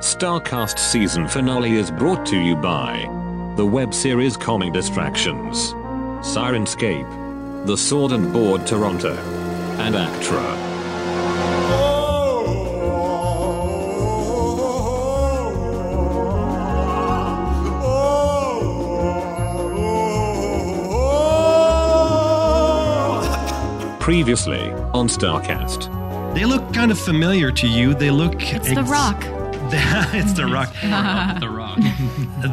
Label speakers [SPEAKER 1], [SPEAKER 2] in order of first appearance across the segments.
[SPEAKER 1] StarCast season finale is brought to you by the web series Comic Distractions, Sirenscape, The Sword and Board Toronto, and Actra. Previously on StarCast.
[SPEAKER 2] They look kind of familiar to you. They look.
[SPEAKER 3] It's The Rock.
[SPEAKER 2] it's the rock.
[SPEAKER 4] The Rock.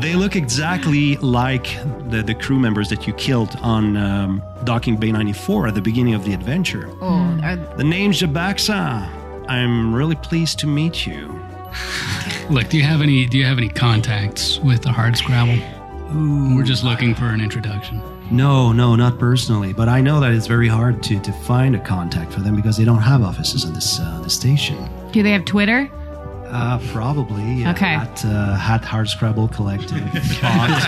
[SPEAKER 2] they look exactly like the, the crew members that you killed on um, docking Bay 94 at the beginning of the adventure.
[SPEAKER 3] Oh, are,
[SPEAKER 2] The name's Jabaxa. I'm really pleased to meet you.
[SPEAKER 4] Look, do you have any do you have any contacts with the Hard Scrabble? We're just looking for an introduction.
[SPEAKER 2] No, no, not personally, but I know that it's very hard to, to find a contact for them because they don't have offices on this uh, this station.
[SPEAKER 3] do they have Twitter?
[SPEAKER 2] Uh, probably. uh,
[SPEAKER 3] Okay.
[SPEAKER 2] At, uh, at Hardscrabble Collective. Fox.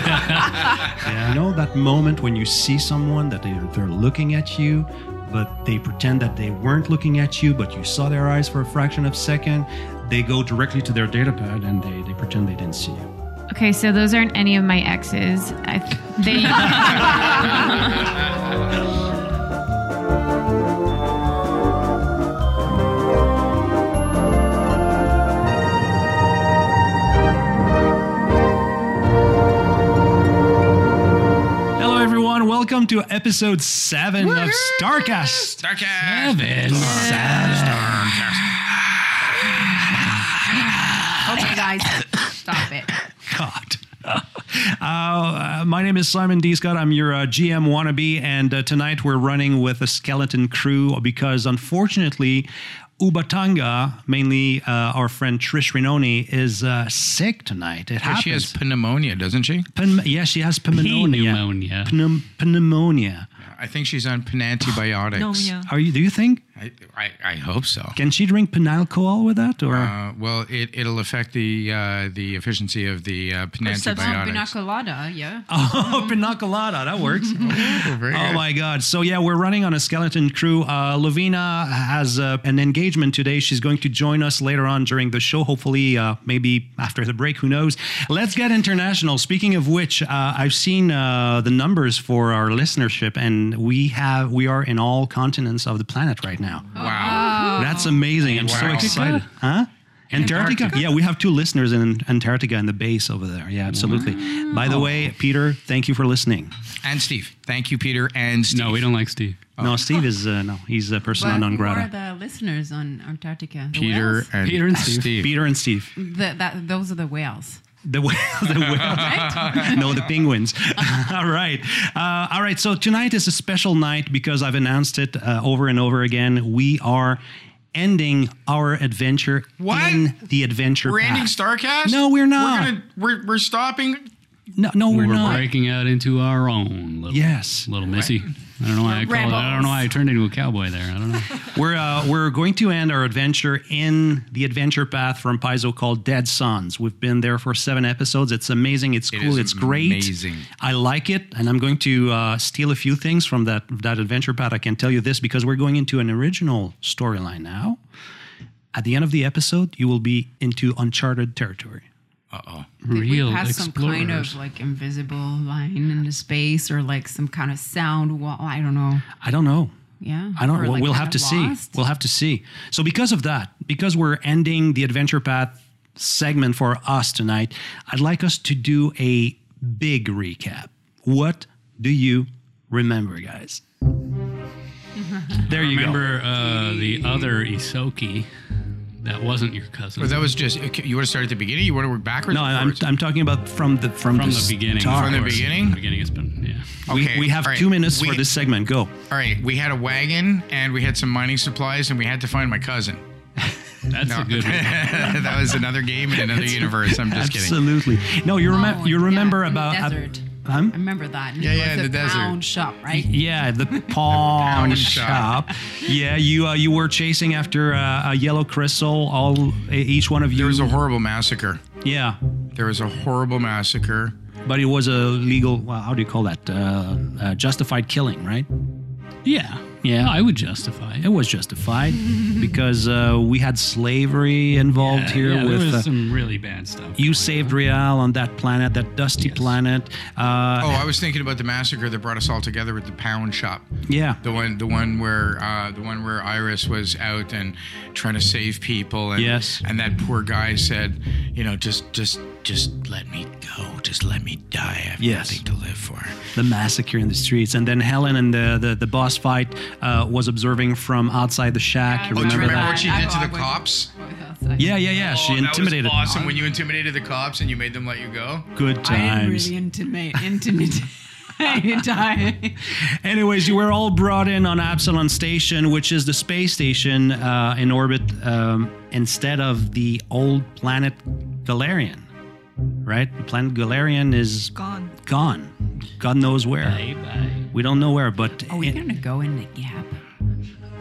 [SPEAKER 2] yeah, you know that moment when you see someone that they're, they're looking at you, but they pretend that they weren't looking at you, but you saw their eyes for a fraction of a second. They go directly to their datapad and they, they pretend they didn't see you.
[SPEAKER 3] Okay, so those aren't any of my exes. I, they,
[SPEAKER 2] Hello, everyone. Welcome to episode seven of Starcast.
[SPEAKER 4] Evan.
[SPEAKER 5] Okay, guys, stop it.
[SPEAKER 2] God. Uh, uh, my name is Simon D. Scott. I'm your uh, GM wannabe, and uh, tonight we're running with a skeleton crew because unfortunately, Ubatanga, mainly uh, our friend Trish Rinoni, is uh, sick tonight. It
[SPEAKER 6] But
[SPEAKER 2] happens.
[SPEAKER 6] she has pneumonia, doesn't she?
[SPEAKER 2] Pneum- yeah, she has pneumonia.
[SPEAKER 4] Pneumonia.
[SPEAKER 2] Pneum- pneumonia.
[SPEAKER 6] I think she's on penantibiotics.
[SPEAKER 2] Are you? Do you think
[SPEAKER 6] I, I, I hope so.
[SPEAKER 2] can she drink penalcohol with that? Or
[SPEAKER 6] Uh, well, it, it'll affect the uh, the efficiency of the uh, penantibiotics.
[SPEAKER 5] Binoculada, yeah.
[SPEAKER 2] oh, pina colada. That works.
[SPEAKER 6] Very
[SPEAKER 2] Oh
[SPEAKER 6] good.
[SPEAKER 2] my God! So yeah, we're running on a skeleton crew. Uh, Lovina has uh, an engagement today. She's going to join us later on during the show. Hopefully, uh, maybe after the break. Who knows? Let's get international. Speaking of which, uh, I've seen uh, the numbers for our listenership, and we have we are in all continents of the planet right now.
[SPEAKER 6] Wow.
[SPEAKER 2] That's amazing! I'm so
[SPEAKER 6] Wow.
[SPEAKER 2] excited, huh? Antarctica? Yeah, we have two listeners in Antarctica in the base over there. Yeah, absolutely. By the way, Peter, thank you for listening.
[SPEAKER 6] And Steve. Thank you, Peter. And Steve.
[SPEAKER 4] No, we don't like Steve.
[SPEAKER 6] Oh.
[SPEAKER 2] No, Steve is uh, no, he's a persona
[SPEAKER 5] But
[SPEAKER 2] non
[SPEAKER 5] who are
[SPEAKER 2] grata.
[SPEAKER 5] the listeners on Antarctica? The
[SPEAKER 6] Peter
[SPEAKER 5] whales?
[SPEAKER 6] and,
[SPEAKER 4] Peter and
[SPEAKER 6] Steve.
[SPEAKER 4] Steve.
[SPEAKER 2] Peter and Steve,
[SPEAKER 6] Mm.
[SPEAKER 5] The- that, those are the whales.
[SPEAKER 2] the whale, the whale. no, the penguins. all right, uh, all right. So tonight is a special night because I've announced it uh, over and over again. We are ending our adventure
[SPEAKER 6] What?
[SPEAKER 2] in the adventure.
[SPEAKER 6] We're ending
[SPEAKER 2] path.
[SPEAKER 6] Starcast?
[SPEAKER 2] No, we're not.
[SPEAKER 6] We're, gonna, we're, we're stopping.
[SPEAKER 2] No, no, we're,
[SPEAKER 4] We're
[SPEAKER 2] not.
[SPEAKER 4] breaking out into our own little
[SPEAKER 2] Yes.
[SPEAKER 4] little missy. I don't know why I call it. I don't know why I turned into a cowboy there. I don't know.
[SPEAKER 2] We're uh, we're going to end our adventure in the adventure path from Paizo called Dead Sons. We've been there for seven episodes. It's amazing. It's
[SPEAKER 6] It
[SPEAKER 2] cool.
[SPEAKER 6] is
[SPEAKER 2] it's great.
[SPEAKER 6] amazing.
[SPEAKER 2] I like it, and I'm going to uh, steal a few things from that that adventure path. I can tell you this because we're going into an original storyline now. At the end of the episode, you will be into uncharted territory.
[SPEAKER 6] Uh oh.
[SPEAKER 4] Real
[SPEAKER 5] we have
[SPEAKER 4] explorers.
[SPEAKER 5] some kind of like invisible line in the space or like some kind of sound wall. I don't know.
[SPEAKER 2] I don't know.
[SPEAKER 5] Yeah.
[SPEAKER 2] I don't.
[SPEAKER 5] Or,
[SPEAKER 2] know.
[SPEAKER 5] like,
[SPEAKER 2] we'll
[SPEAKER 5] kinda
[SPEAKER 2] have to see.
[SPEAKER 5] lost.
[SPEAKER 2] We'll have to see. So because of that, because we're ending the adventure path segment for us tonight, I'd like us to do a big recap. What do you remember, guys? There you go.
[SPEAKER 4] Remember uh, the other Isoki that wasn't your cousin.
[SPEAKER 6] But that was just, okay, you want to start at the beginning? You want to work backwards?
[SPEAKER 2] No,
[SPEAKER 6] or
[SPEAKER 2] I- I'm,
[SPEAKER 6] forwards?
[SPEAKER 2] I'm talking about from the from,
[SPEAKER 4] from the beginning.
[SPEAKER 2] start.
[SPEAKER 6] From the
[SPEAKER 4] of course.
[SPEAKER 6] beginning?
[SPEAKER 4] From the beginning it's been yeah.
[SPEAKER 2] We,
[SPEAKER 6] Okay,
[SPEAKER 2] we have
[SPEAKER 6] all right.
[SPEAKER 2] two minutes for
[SPEAKER 6] We-
[SPEAKER 2] this segment. Go.
[SPEAKER 6] All right. We had a wagon and we had some mining supplies and we had to find my cousin.
[SPEAKER 4] That's a good one.
[SPEAKER 6] that was another game in another universe. I'm just kidding.
[SPEAKER 2] Absolutely. No, you remember.
[SPEAKER 5] Oh,
[SPEAKER 2] you remember
[SPEAKER 5] yeah, in the
[SPEAKER 2] about ab-
[SPEAKER 5] desert.
[SPEAKER 2] Huh?
[SPEAKER 5] I remember that.
[SPEAKER 6] Yeah,
[SPEAKER 5] It
[SPEAKER 6] yeah,
[SPEAKER 5] was
[SPEAKER 6] the
[SPEAKER 5] a
[SPEAKER 6] desert.
[SPEAKER 5] pound shop, right?
[SPEAKER 2] Yeah, the pawn shop.
[SPEAKER 6] shop.
[SPEAKER 2] Yeah, you uh, you were chasing after uh, a yellow crystal. All e- each one of you.
[SPEAKER 6] There was a horrible massacre.
[SPEAKER 2] yeah,
[SPEAKER 6] There was a horrible massacre.
[SPEAKER 2] but it was a legal. Well, how do you call that? Uh, uh, justified killing, right?
[SPEAKER 4] Yeah.
[SPEAKER 2] Yeah.
[SPEAKER 4] I would justify
[SPEAKER 2] it
[SPEAKER 4] it.
[SPEAKER 2] was justified because uh, we had slavery involved here
[SPEAKER 4] yeah,
[SPEAKER 2] with
[SPEAKER 4] there was
[SPEAKER 2] uh,
[SPEAKER 4] some really bad stuff.
[SPEAKER 2] you saved Real on that planet, that dusty
[SPEAKER 4] Yes.
[SPEAKER 2] planet. Uh,
[SPEAKER 6] Oh, I was thinking about the massacre that brought us all together at the pound shop.
[SPEAKER 2] Yeah.
[SPEAKER 6] The one, the one where, uh, the one where Iris was out and trying to save people, and
[SPEAKER 2] Yes.
[SPEAKER 6] and that poor guy said, you know, just, just, just let me go, just let me die. I have
[SPEAKER 2] Yes.
[SPEAKER 6] nothing to live for. Oh,
[SPEAKER 2] the massacre in the streets. And then Helen and the, the, the boss fight uh, was observing from outside the shack. You
[SPEAKER 5] Oh,
[SPEAKER 6] Oh, do you
[SPEAKER 2] remember
[SPEAKER 6] remember
[SPEAKER 2] that?
[SPEAKER 6] what she
[SPEAKER 5] I
[SPEAKER 6] did to
[SPEAKER 5] thought
[SPEAKER 6] the
[SPEAKER 5] what-
[SPEAKER 6] cops?
[SPEAKER 2] Yeah, yeah, yeah. she
[SPEAKER 6] Oh,
[SPEAKER 2] intimidated.
[SPEAKER 6] That was awesome when you intimidated the cops and you made them let you go.
[SPEAKER 2] Good
[SPEAKER 5] I am
[SPEAKER 2] times.
[SPEAKER 5] really intimate, intimate.
[SPEAKER 2] Anyways, you were all brought in on Absalon Station, which is the space station uh, in orbit um, instead of the old planet Galarian, right? The planet Galarian is
[SPEAKER 7] Gone.
[SPEAKER 2] gone. God knows where. We don't know where, but
[SPEAKER 5] Are Oh, we
[SPEAKER 2] in,
[SPEAKER 5] gonna go in the gap?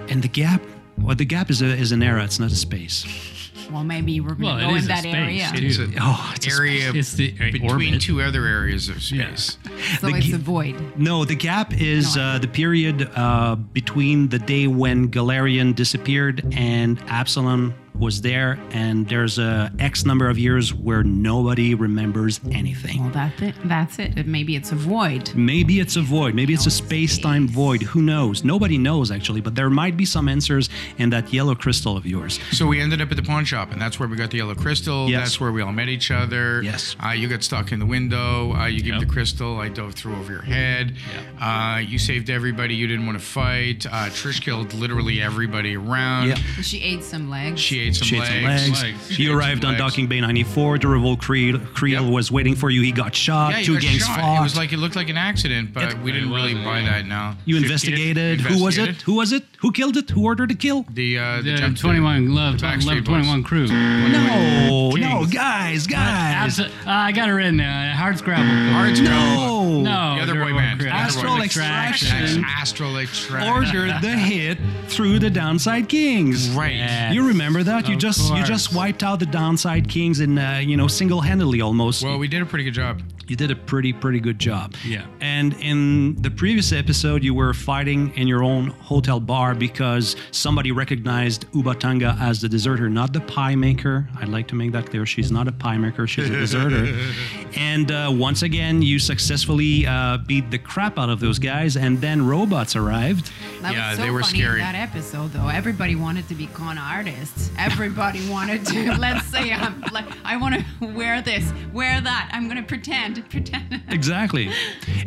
[SPEAKER 2] in the gap, well, the gap is, a, is an era, it's not a space.
[SPEAKER 5] Well, maybe we're gonna
[SPEAKER 4] Well, it
[SPEAKER 5] go
[SPEAKER 4] is
[SPEAKER 5] in
[SPEAKER 4] a
[SPEAKER 5] that
[SPEAKER 4] space,
[SPEAKER 5] area.
[SPEAKER 4] too.
[SPEAKER 6] It's an
[SPEAKER 2] Oh, it's a
[SPEAKER 6] area
[SPEAKER 4] It's the uh,
[SPEAKER 6] between
[SPEAKER 4] orbit.
[SPEAKER 6] two other areas of space.
[SPEAKER 5] So
[SPEAKER 2] The
[SPEAKER 5] it's
[SPEAKER 2] g-
[SPEAKER 5] a void.
[SPEAKER 2] No, the gap is uh, the period uh, between the day when Galarian disappeared and Absalom was there, and there's a X number of years where nobody remembers anything.
[SPEAKER 5] Well, that's it. That's it. It- Maybe it's a void.
[SPEAKER 2] Maybe it's a void. Maybe it's a space-time void. Who knows? Nobody knows actually, but there might be some answers in that yellow crystal of yours.
[SPEAKER 6] So we ended up at the pawn shop, and that's where we got the yellow crystal.
[SPEAKER 2] Yes.
[SPEAKER 6] That's where we all met each other.
[SPEAKER 2] Yes.
[SPEAKER 6] Uh, you got stuck in the window. Uh, you gave
[SPEAKER 4] Yep.
[SPEAKER 6] the crystal. I dove through over your head. Uh, you saved everybody. You didn't want to fight. Uh, Trish killed literally everybody around.
[SPEAKER 2] Yeah.
[SPEAKER 5] She ate some legs.
[SPEAKER 6] She ate some
[SPEAKER 2] She had
[SPEAKER 6] legs.
[SPEAKER 2] some legs.
[SPEAKER 4] Legs.
[SPEAKER 6] She
[SPEAKER 2] You
[SPEAKER 6] ate
[SPEAKER 2] arrived
[SPEAKER 6] some
[SPEAKER 2] on
[SPEAKER 6] legs.
[SPEAKER 2] Docking Bay 94. The Revolt Creel, Creel
[SPEAKER 6] Yep.
[SPEAKER 2] was waiting for you. He got shot.
[SPEAKER 6] Yeah, you
[SPEAKER 2] Two
[SPEAKER 6] got
[SPEAKER 2] gangs
[SPEAKER 6] shot.
[SPEAKER 2] fought.
[SPEAKER 6] It was like it looked like an accident, but we didn't really
[SPEAKER 4] wasn't,
[SPEAKER 6] buy
[SPEAKER 4] yeah.
[SPEAKER 6] that. Now
[SPEAKER 2] you investigated. Who was it? Who was it? Who killed it? Who ordered the kill?
[SPEAKER 6] The uh, the,
[SPEAKER 4] The
[SPEAKER 6] jump-
[SPEAKER 4] 21 Love,
[SPEAKER 6] the Backstreet
[SPEAKER 4] love
[SPEAKER 6] Boys.
[SPEAKER 4] 21 Crew.
[SPEAKER 2] No, no,
[SPEAKER 4] Kings.
[SPEAKER 2] guys, guys.
[SPEAKER 4] Abso- uh, I got her in. Uh, hard Scrabble.
[SPEAKER 6] Hard
[SPEAKER 2] no.
[SPEAKER 6] Scrabble.
[SPEAKER 4] No.
[SPEAKER 6] The other
[SPEAKER 4] they're
[SPEAKER 6] boy
[SPEAKER 4] all
[SPEAKER 6] band.
[SPEAKER 4] crap.
[SPEAKER 6] The other
[SPEAKER 2] Astral
[SPEAKER 6] boy
[SPEAKER 2] Extraction.
[SPEAKER 6] Extraction. Astral extraction.
[SPEAKER 2] Order the hit through the downside kings.
[SPEAKER 6] Right.
[SPEAKER 4] Yes.
[SPEAKER 2] You remember that? You
[SPEAKER 4] Of
[SPEAKER 2] just you just
[SPEAKER 4] course.
[SPEAKER 2] wiped out the downside kings in uh, you know single-handedly almost.
[SPEAKER 6] Well, we did a pretty good job.
[SPEAKER 2] you did a pretty pretty good job.
[SPEAKER 4] Yeah.
[SPEAKER 2] And in the previous episode, you were fighting in your own hotel bar because somebody recognized Ubatanga as the deserter, not the pie maker. I'd like to make that clear. She's not a pie maker. She's a deserter. and uh, once again, you successfully uh, beat the crap out of those guys, and then robots arrived.
[SPEAKER 5] That
[SPEAKER 6] Yeah,
[SPEAKER 5] was so
[SPEAKER 6] they were
[SPEAKER 5] funny
[SPEAKER 6] scary.
[SPEAKER 5] in that episode, though. Everybody wanted to be con artists. Everybody wanted to. Let's say I'm like, I want to wear this, wear that. I'm gonna pretend, pretend.
[SPEAKER 2] Exactly.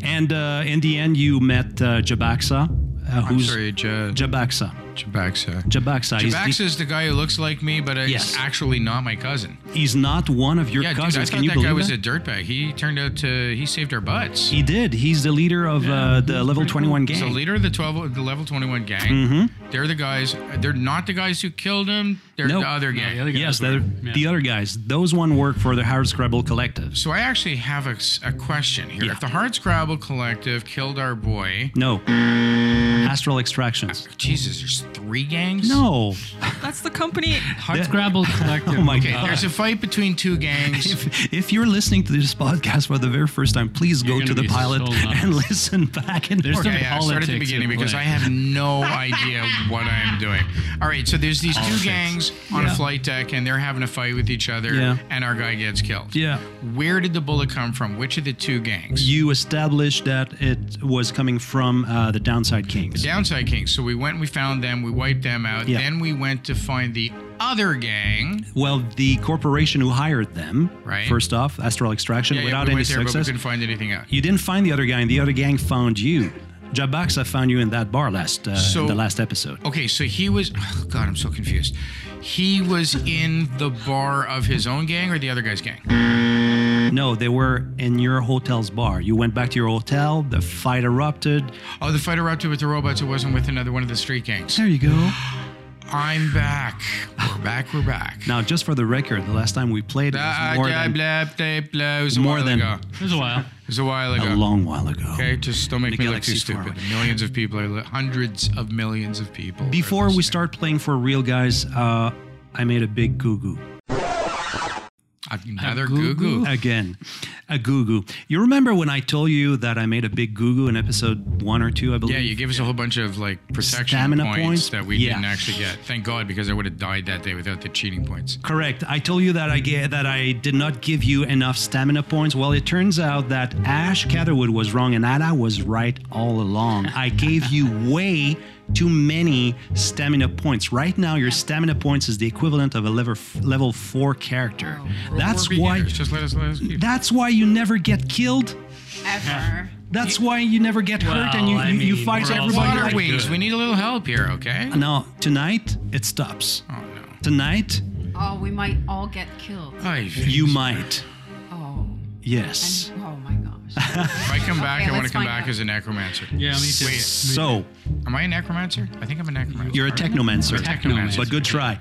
[SPEAKER 2] And uh, in the end, you met uh, Jabaxa, uh,
[SPEAKER 6] I'm
[SPEAKER 2] who's
[SPEAKER 6] sorry, Ja-
[SPEAKER 2] Jabaxa.
[SPEAKER 6] Jabaxa.
[SPEAKER 2] Jabaxa. He's the-
[SPEAKER 6] Jabaxa is the guy who looks like me, but is
[SPEAKER 2] Yes.
[SPEAKER 6] actually not my cousin.
[SPEAKER 2] He's not one of your
[SPEAKER 6] Yeah, dude, I
[SPEAKER 2] cousins.
[SPEAKER 6] thought
[SPEAKER 2] Can you
[SPEAKER 6] that
[SPEAKER 2] believe
[SPEAKER 6] guy was
[SPEAKER 2] that?
[SPEAKER 6] a dirtbag. He turned out to he saved our butts.
[SPEAKER 2] He did. He's the leader of uh, the level 21 gang.
[SPEAKER 6] He's the leader of the twelve, the level twenty-one gang. They're the guys. They're not the guys who killed him. They're
[SPEAKER 2] Mm-hmm. Nope.
[SPEAKER 6] the other gang.
[SPEAKER 4] the other guy.
[SPEAKER 2] Yes, the,
[SPEAKER 4] Yeah.
[SPEAKER 2] the other guys. Those one work for the Hard Scrabble Collective.
[SPEAKER 6] So I actually have a, s- a question here.
[SPEAKER 2] Yeah.
[SPEAKER 6] If the Hard Scrabble Collective killed our boy,
[SPEAKER 2] No. Astral Extractions.
[SPEAKER 6] Jesus, there's three gangs.
[SPEAKER 2] No.
[SPEAKER 7] That's the company.
[SPEAKER 4] Hard Scrabble Collective.
[SPEAKER 2] Oh my
[SPEAKER 6] Okay,
[SPEAKER 2] God.
[SPEAKER 6] there's a fight between two gangs.
[SPEAKER 2] If, if you're listening to this podcast for the very first time, please go
[SPEAKER 4] You're
[SPEAKER 2] to
[SPEAKER 4] gonna
[SPEAKER 2] the
[SPEAKER 4] be
[SPEAKER 2] pilot
[SPEAKER 4] so lost.
[SPEAKER 2] and listen back and
[SPEAKER 4] There's
[SPEAKER 2] forth.
[SPEAKER 4] some
[SPEAKER 6] Yeah, yeah, start at the
[SPEAKER 4] politics
[SPEAKER 6] beginning
[SPEAKER 4] at
[SPEAKER 6] because
[SPEAKER 4] play.
[SPEAKER 6] I have no idea what I'm doing. All right, so there's these
[SPEAKER 4] Politics.
[SPEAKER 6] two gangs on
[SPEAKER 2] Oh, Yeah.
[SPEAKER 6] a flight deck and they're having a fight with each other,
[SPEAKER 2] Yeah.
[SPEAKER 6] and our guy gets killed.
[SPEAKER 2] Yeah.
[SPEAKER 6] Where did the bullet come from? Which of the two gangs?
[SPEAKER 2] You established that it was coming from uh, the Downside Kings.
[SPEAKER 6] Downside Kings. So we went and we found them, we wiped them out.
[SPEAKER 2] Yeah.
[SPEAKER 6] Then we went to find the other gang.
[SPEAKER 2] Well, the corporation who hired them,
[SPEAKER 6] Right.
[SPEAKER 2] first off, Astral Extraction,
[SPEAKER 6] Yeah, yeah,
[SPEAKER 2] without
[SPEAKER 6] we
[SPEAKER 2] any
[SPEAKER 6] went there, but we
[SPEAKER 2] success.
[SPEAKER 6] couldn't find anything out.
[SPEAKER 2] You didn't find the other guy, and the other gang found you. Jabaxa found you in that bar last uh,
[SPEAKER 6] So-
[SPEAKER 2] in the last episode.
[SPEAKER 6] Okay, so he was. Oh God, I'm so confused. He was in the bar of his own gang or the other guy's gang?
[SPEAKER 2] No, they were in your hotel's bar. You went back to your hotel. The fight erupted.
[SPEAKER 6] Oh, the fight erupted with the robots. It wasn't with another one of the street gangs.
[SPEAKER 2] There you go.
[SPEAKER 6] I'm back. We're back. We're back.
[SPEAKER 2] Now, just for the record, the last time we played it
[SPEAKER 6] Ah,
[SPEAKER 2] was more
[SPEAKER 6] yeah,
[SPEAKER 2] than
[SPEAKER 6] blah, blah, blah. It was a
[SPEAKER 2] more
[SPEAKER 6] while
[SPEAKER 2] than-
[SPEAKER 6] ago.
[SPEAKER 4] It was a while.
[SPEAKER 6] It was a while
[SPEAKER 2] a
[SPEAKER 6] ago.
[SPEAKER 2] long while ago.
[SPEAKER 6] okay, just don't make
[SPEAKER 2] The
[SPEAKER 6] me look too
[SPEAKER 2] galaxy far
[SPEAKER 6] stupid.
[SPEAKER 2] away.
[SPEAKER 6] Millions of people are li- hundreds of millions of people. are
[SPEAKER 2] Before we
[SPEAKER 6] listening.
[SPEAKER 2] start playing for real, guys, uh, I made a big goo goo.
[SPEAKER 6] another
[SPEAKER 4] Goo
[SPEAKER 6] goo
[SPEAKER 4] Goo?
[SPEAKER 6] goo.
[SPEAKER 2] again. A goo goo. You remember when I told you that I made a big goo goo in episode one or two, I believe?
[SPEAKER 6] Yeah, you gave us a whole bunch of like protection
[SPEAKER 2] Stamina
[SPEAKER 6] points,
[SPEAKER 2] points?
[SPEAKER 6] that we
[SPEAKER 2] Yeah.
[SPEAKER 6] didn't actually get. Thank God, because I would have died that day without the cheating points.
[SPEAKER 2] Correct. I told you that I ga- that I did not give you enough stamina points. Well, it turns out that Ash Catherwood was wrong and Ada was right all along. I gave you way too many stamina points. Right now, your stamina points is the equivalent of a level f- level four character.
[SPEAKER 6] We're-
[SPEAKER 2] That's
[SPEAKER 6] we're
[SPEAKER 2] why.
[SPEAKER 6] beginners. Just let us let us. keep-
[SPEAKER 2] That's why you never get killed.
[SPEAKER 5] Ever.
[SPEAKER 2] That's why you never get hurt and you,
[SPEAKER 4] Well, I
[SPEAKER 2] you, you
[SPEAKER 4] mean,
[SPEAKER 2] fight
[SPEAKER 4] we're all
[SPEAKER 2] everybody.
[SPEAKER 4] pretty
[SPEAKER 6] Water
[SPEAKER 2] Like,
[SPEAKER 4] wing.
[SPEAKER 6] wings.
[SPEAKER 4] good.
[SPEAKER 6] We need a little help here, okay?
[SPEAKER 2] no, tonight it stops.
[SPEAKER 6] Oh no.
[SPEAKER 2] Tonight
[SPEAKER 5] Oh, we might all get killed.
[SPEAKER 6] Ay,
[SPEAKER 2] you might.
[SPEAKER 5] Oh.
[SPEAKER 2] Yes.
[SPEAKER 5] Oh my gosh.
[SPEAKER 6] If I come back,
[SPEAKER 5] Okay,
[SPEAKER 6] I want to
[SPEAKER 5] let's
[SPEAKER 6] come
[SPEAKER 5] find
[SPEAKER 6] back
[SPEAKER 5] out.
[SPEAKER 6] as a necromancer.
[SPEAKER 4] Yeah, me too.
[SPEAKER 6] Wait,
[SPEAKER 2] So
[SPEAKER 6] am I a necromancer? I think I'm a necromancer.
[SPEAKER 2] you're a technomancer.
[SPEAKER 4] Technomancer.
[SPEAKER 2] But good try.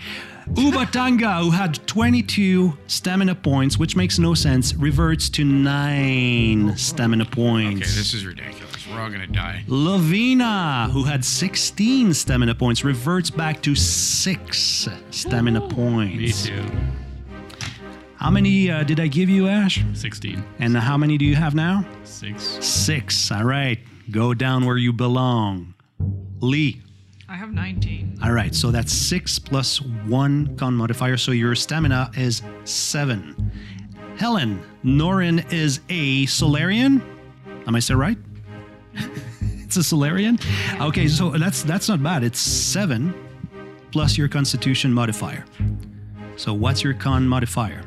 [SPEAKER 2] Ubatanga, who had 22 stamina points, which makes no sense, reverts to 9 stamina points.
[SPEAKER 6] Okay, this is ridiculous. We're all gonna die.
[SPEAKER 2] Lavina, who had 16 stamina points, reverts back to 6 stamina
[SPEAKER 4] Me
[SPEAKER 2] points.
[SPEAKER 4] too.
[SPEAKER 2] How many uh, did I give you, Ash?
[SPEAKER 4] 16.
[SPEAKER 2] And how many do you have now?
[SPEAKER 4] 6.
[SPEAKER 2] Six. All right. Go down where you belong. Lee.
[SPEAKER 7] I have 19.
[SPEAKER 2] All right. So that's six plus one con modifier. So your stamina is seven. Helen. Norin is a Solarian. Am I still right? it's a Solarian. Okay. So that's that's not bad. It's seven plus your Constitution modifier. So what's your con modifier?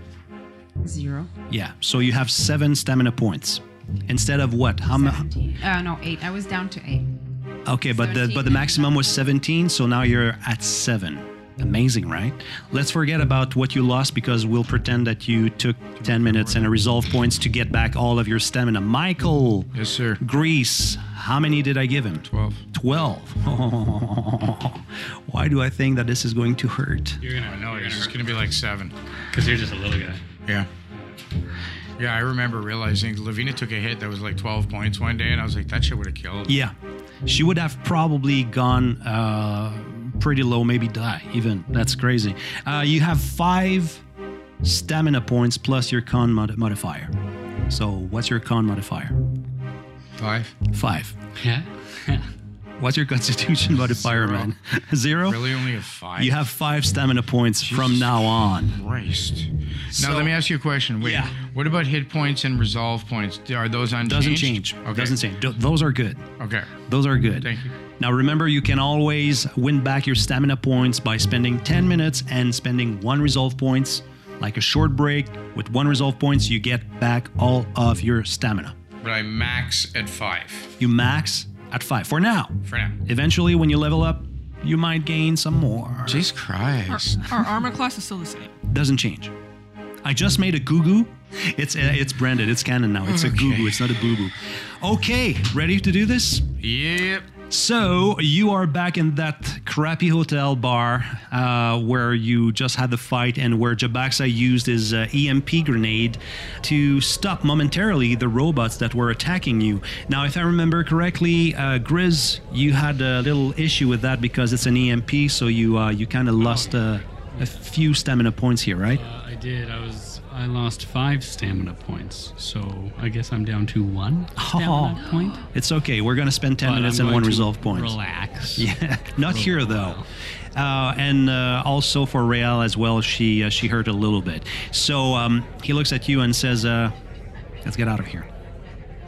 [SPEAKER 5] Zero.
[SPEAKER 2] Yeah. So you have seven stamina points instead of what? How much?
[SPEAKER 5] Uh, no, eight. I was down to eight.
[SPEAKER 2] Okay, but the
[SPEAKER 5] 13
[SPEAKER 2] but the
[SPEAKER 5] and
[SPEAKER 2] maximum was 17, so now you're at 7. Amazing, right? Let's forget about what you lost because we'll pretend that you took 10 minutes and resolve points to get back all of your stamina. Michael,
[SPEAKER 6] Yes, sir.
[SPEAKER 2] Greece, how many did I give him?
[SPEAKER 6] Twelve.
[SPEAKER 2] 12. Why do I think that this is going to hurt?
[SPEAKER 4] You're going to know
[SPEAKER 6] It's just gonna be like seven.
[SPEAKER 4] because you're just a little guy.
[SPEAKER 6] Yeah. Yeah, I remember realizing Lavina took a hit that was like 12 points one day, and I was like, that shit would have killed.
[SPEAKER 2] Yeah. She would have probably gone uh, pretty low, maybe die even. That's crazy. Uh, you have five stamina points plus your con mod- modifier. So what's your con modifier?
[SPEAKER 6] Five.
[SPEAKER 2] Five.
[SPEAKER 4] Yeah.
[SPEAKER 2] What's your constitution modifier,
[SPEAKER 6] Zero.
[SPEAKER 2] man? Zero?
[SPEAKER 6] Really, only a five.
[SPEAKER 2] You have five stamina points from now on.
[SPEAKER 6] Christ. Now
[SPEAKER 2] So-
[SPEAKER 6] let me ask you a question. Wait,
[SPEAKER 2] Yeah.
[SPEAKER 6] what about hit points and resolve points? Are those unchanged?
[SPEAKER 2] Doesn't change.
[SPEAKER 6] Okay.
[SPEAKER 2] Doesn't change. Th- Those are good.
[SPEAKER 6] Okay.
[SPEAKER 2] Those are good.
[SPEAKER 6] Thank you.
[SPEAKER 2] Now remember, you can always win back your stamina points by spending 10 minutes and spending one resolve points. Like a short break with one resolve points, you get back all of your stamina.
[SPEAKER 6] But I max at five
[SPEAKER 2] You max at five for now.
[SPEAKER 6] for now.
[SPEAKER 2] Eventually, when you level up, you might gain some more.
[SPEAKER 6] Jesus Christ.
[SPEAKER 7] Our armor class is still the same.
[SPEAKER 2] Doesn't change. I just made a goo goo. It's uh, it's branded. It's canon now. It's a goo goo. It's not a boo boo. Okay, ready to do this?
[SPEAKER 6] Yep.
[SPEAKER 2] So you are back in that crappy hotel bar uh, where you just had the fight and where Jabaxa used his uh, EMP grenade to stop momentarily the robots that were attacking you. Now, if I remember correctly, uh, Grizz, you had a little issue with that because it's an EMP, so you uh, you kind of lost uh, a few stamina points here, right?
[SPEAKER 4] Uh, I did. I was. I lost five stamina points, so I guess I'm down to one
[SPEAKER 2] Oh.
[SPEAKER 4] stamina point.
[SPEAKER 2] It's okay. We're gonna spend ten
[SPEAKER 4] But
[SPEAKER 2] minutes and
[SPEAKER 4] I'm going
[SPEAKER 2] one
[SPEAKER 4] to
[SPEAKER 2] resolve point.
[SPEAKER 4] Relax.
[SPEAKER 2] Yeah, not here though. Uh, and uh, also for Real as well, she uh, she hurt a little bit. So um, he looks at you and says, uh, "Let's get out of here."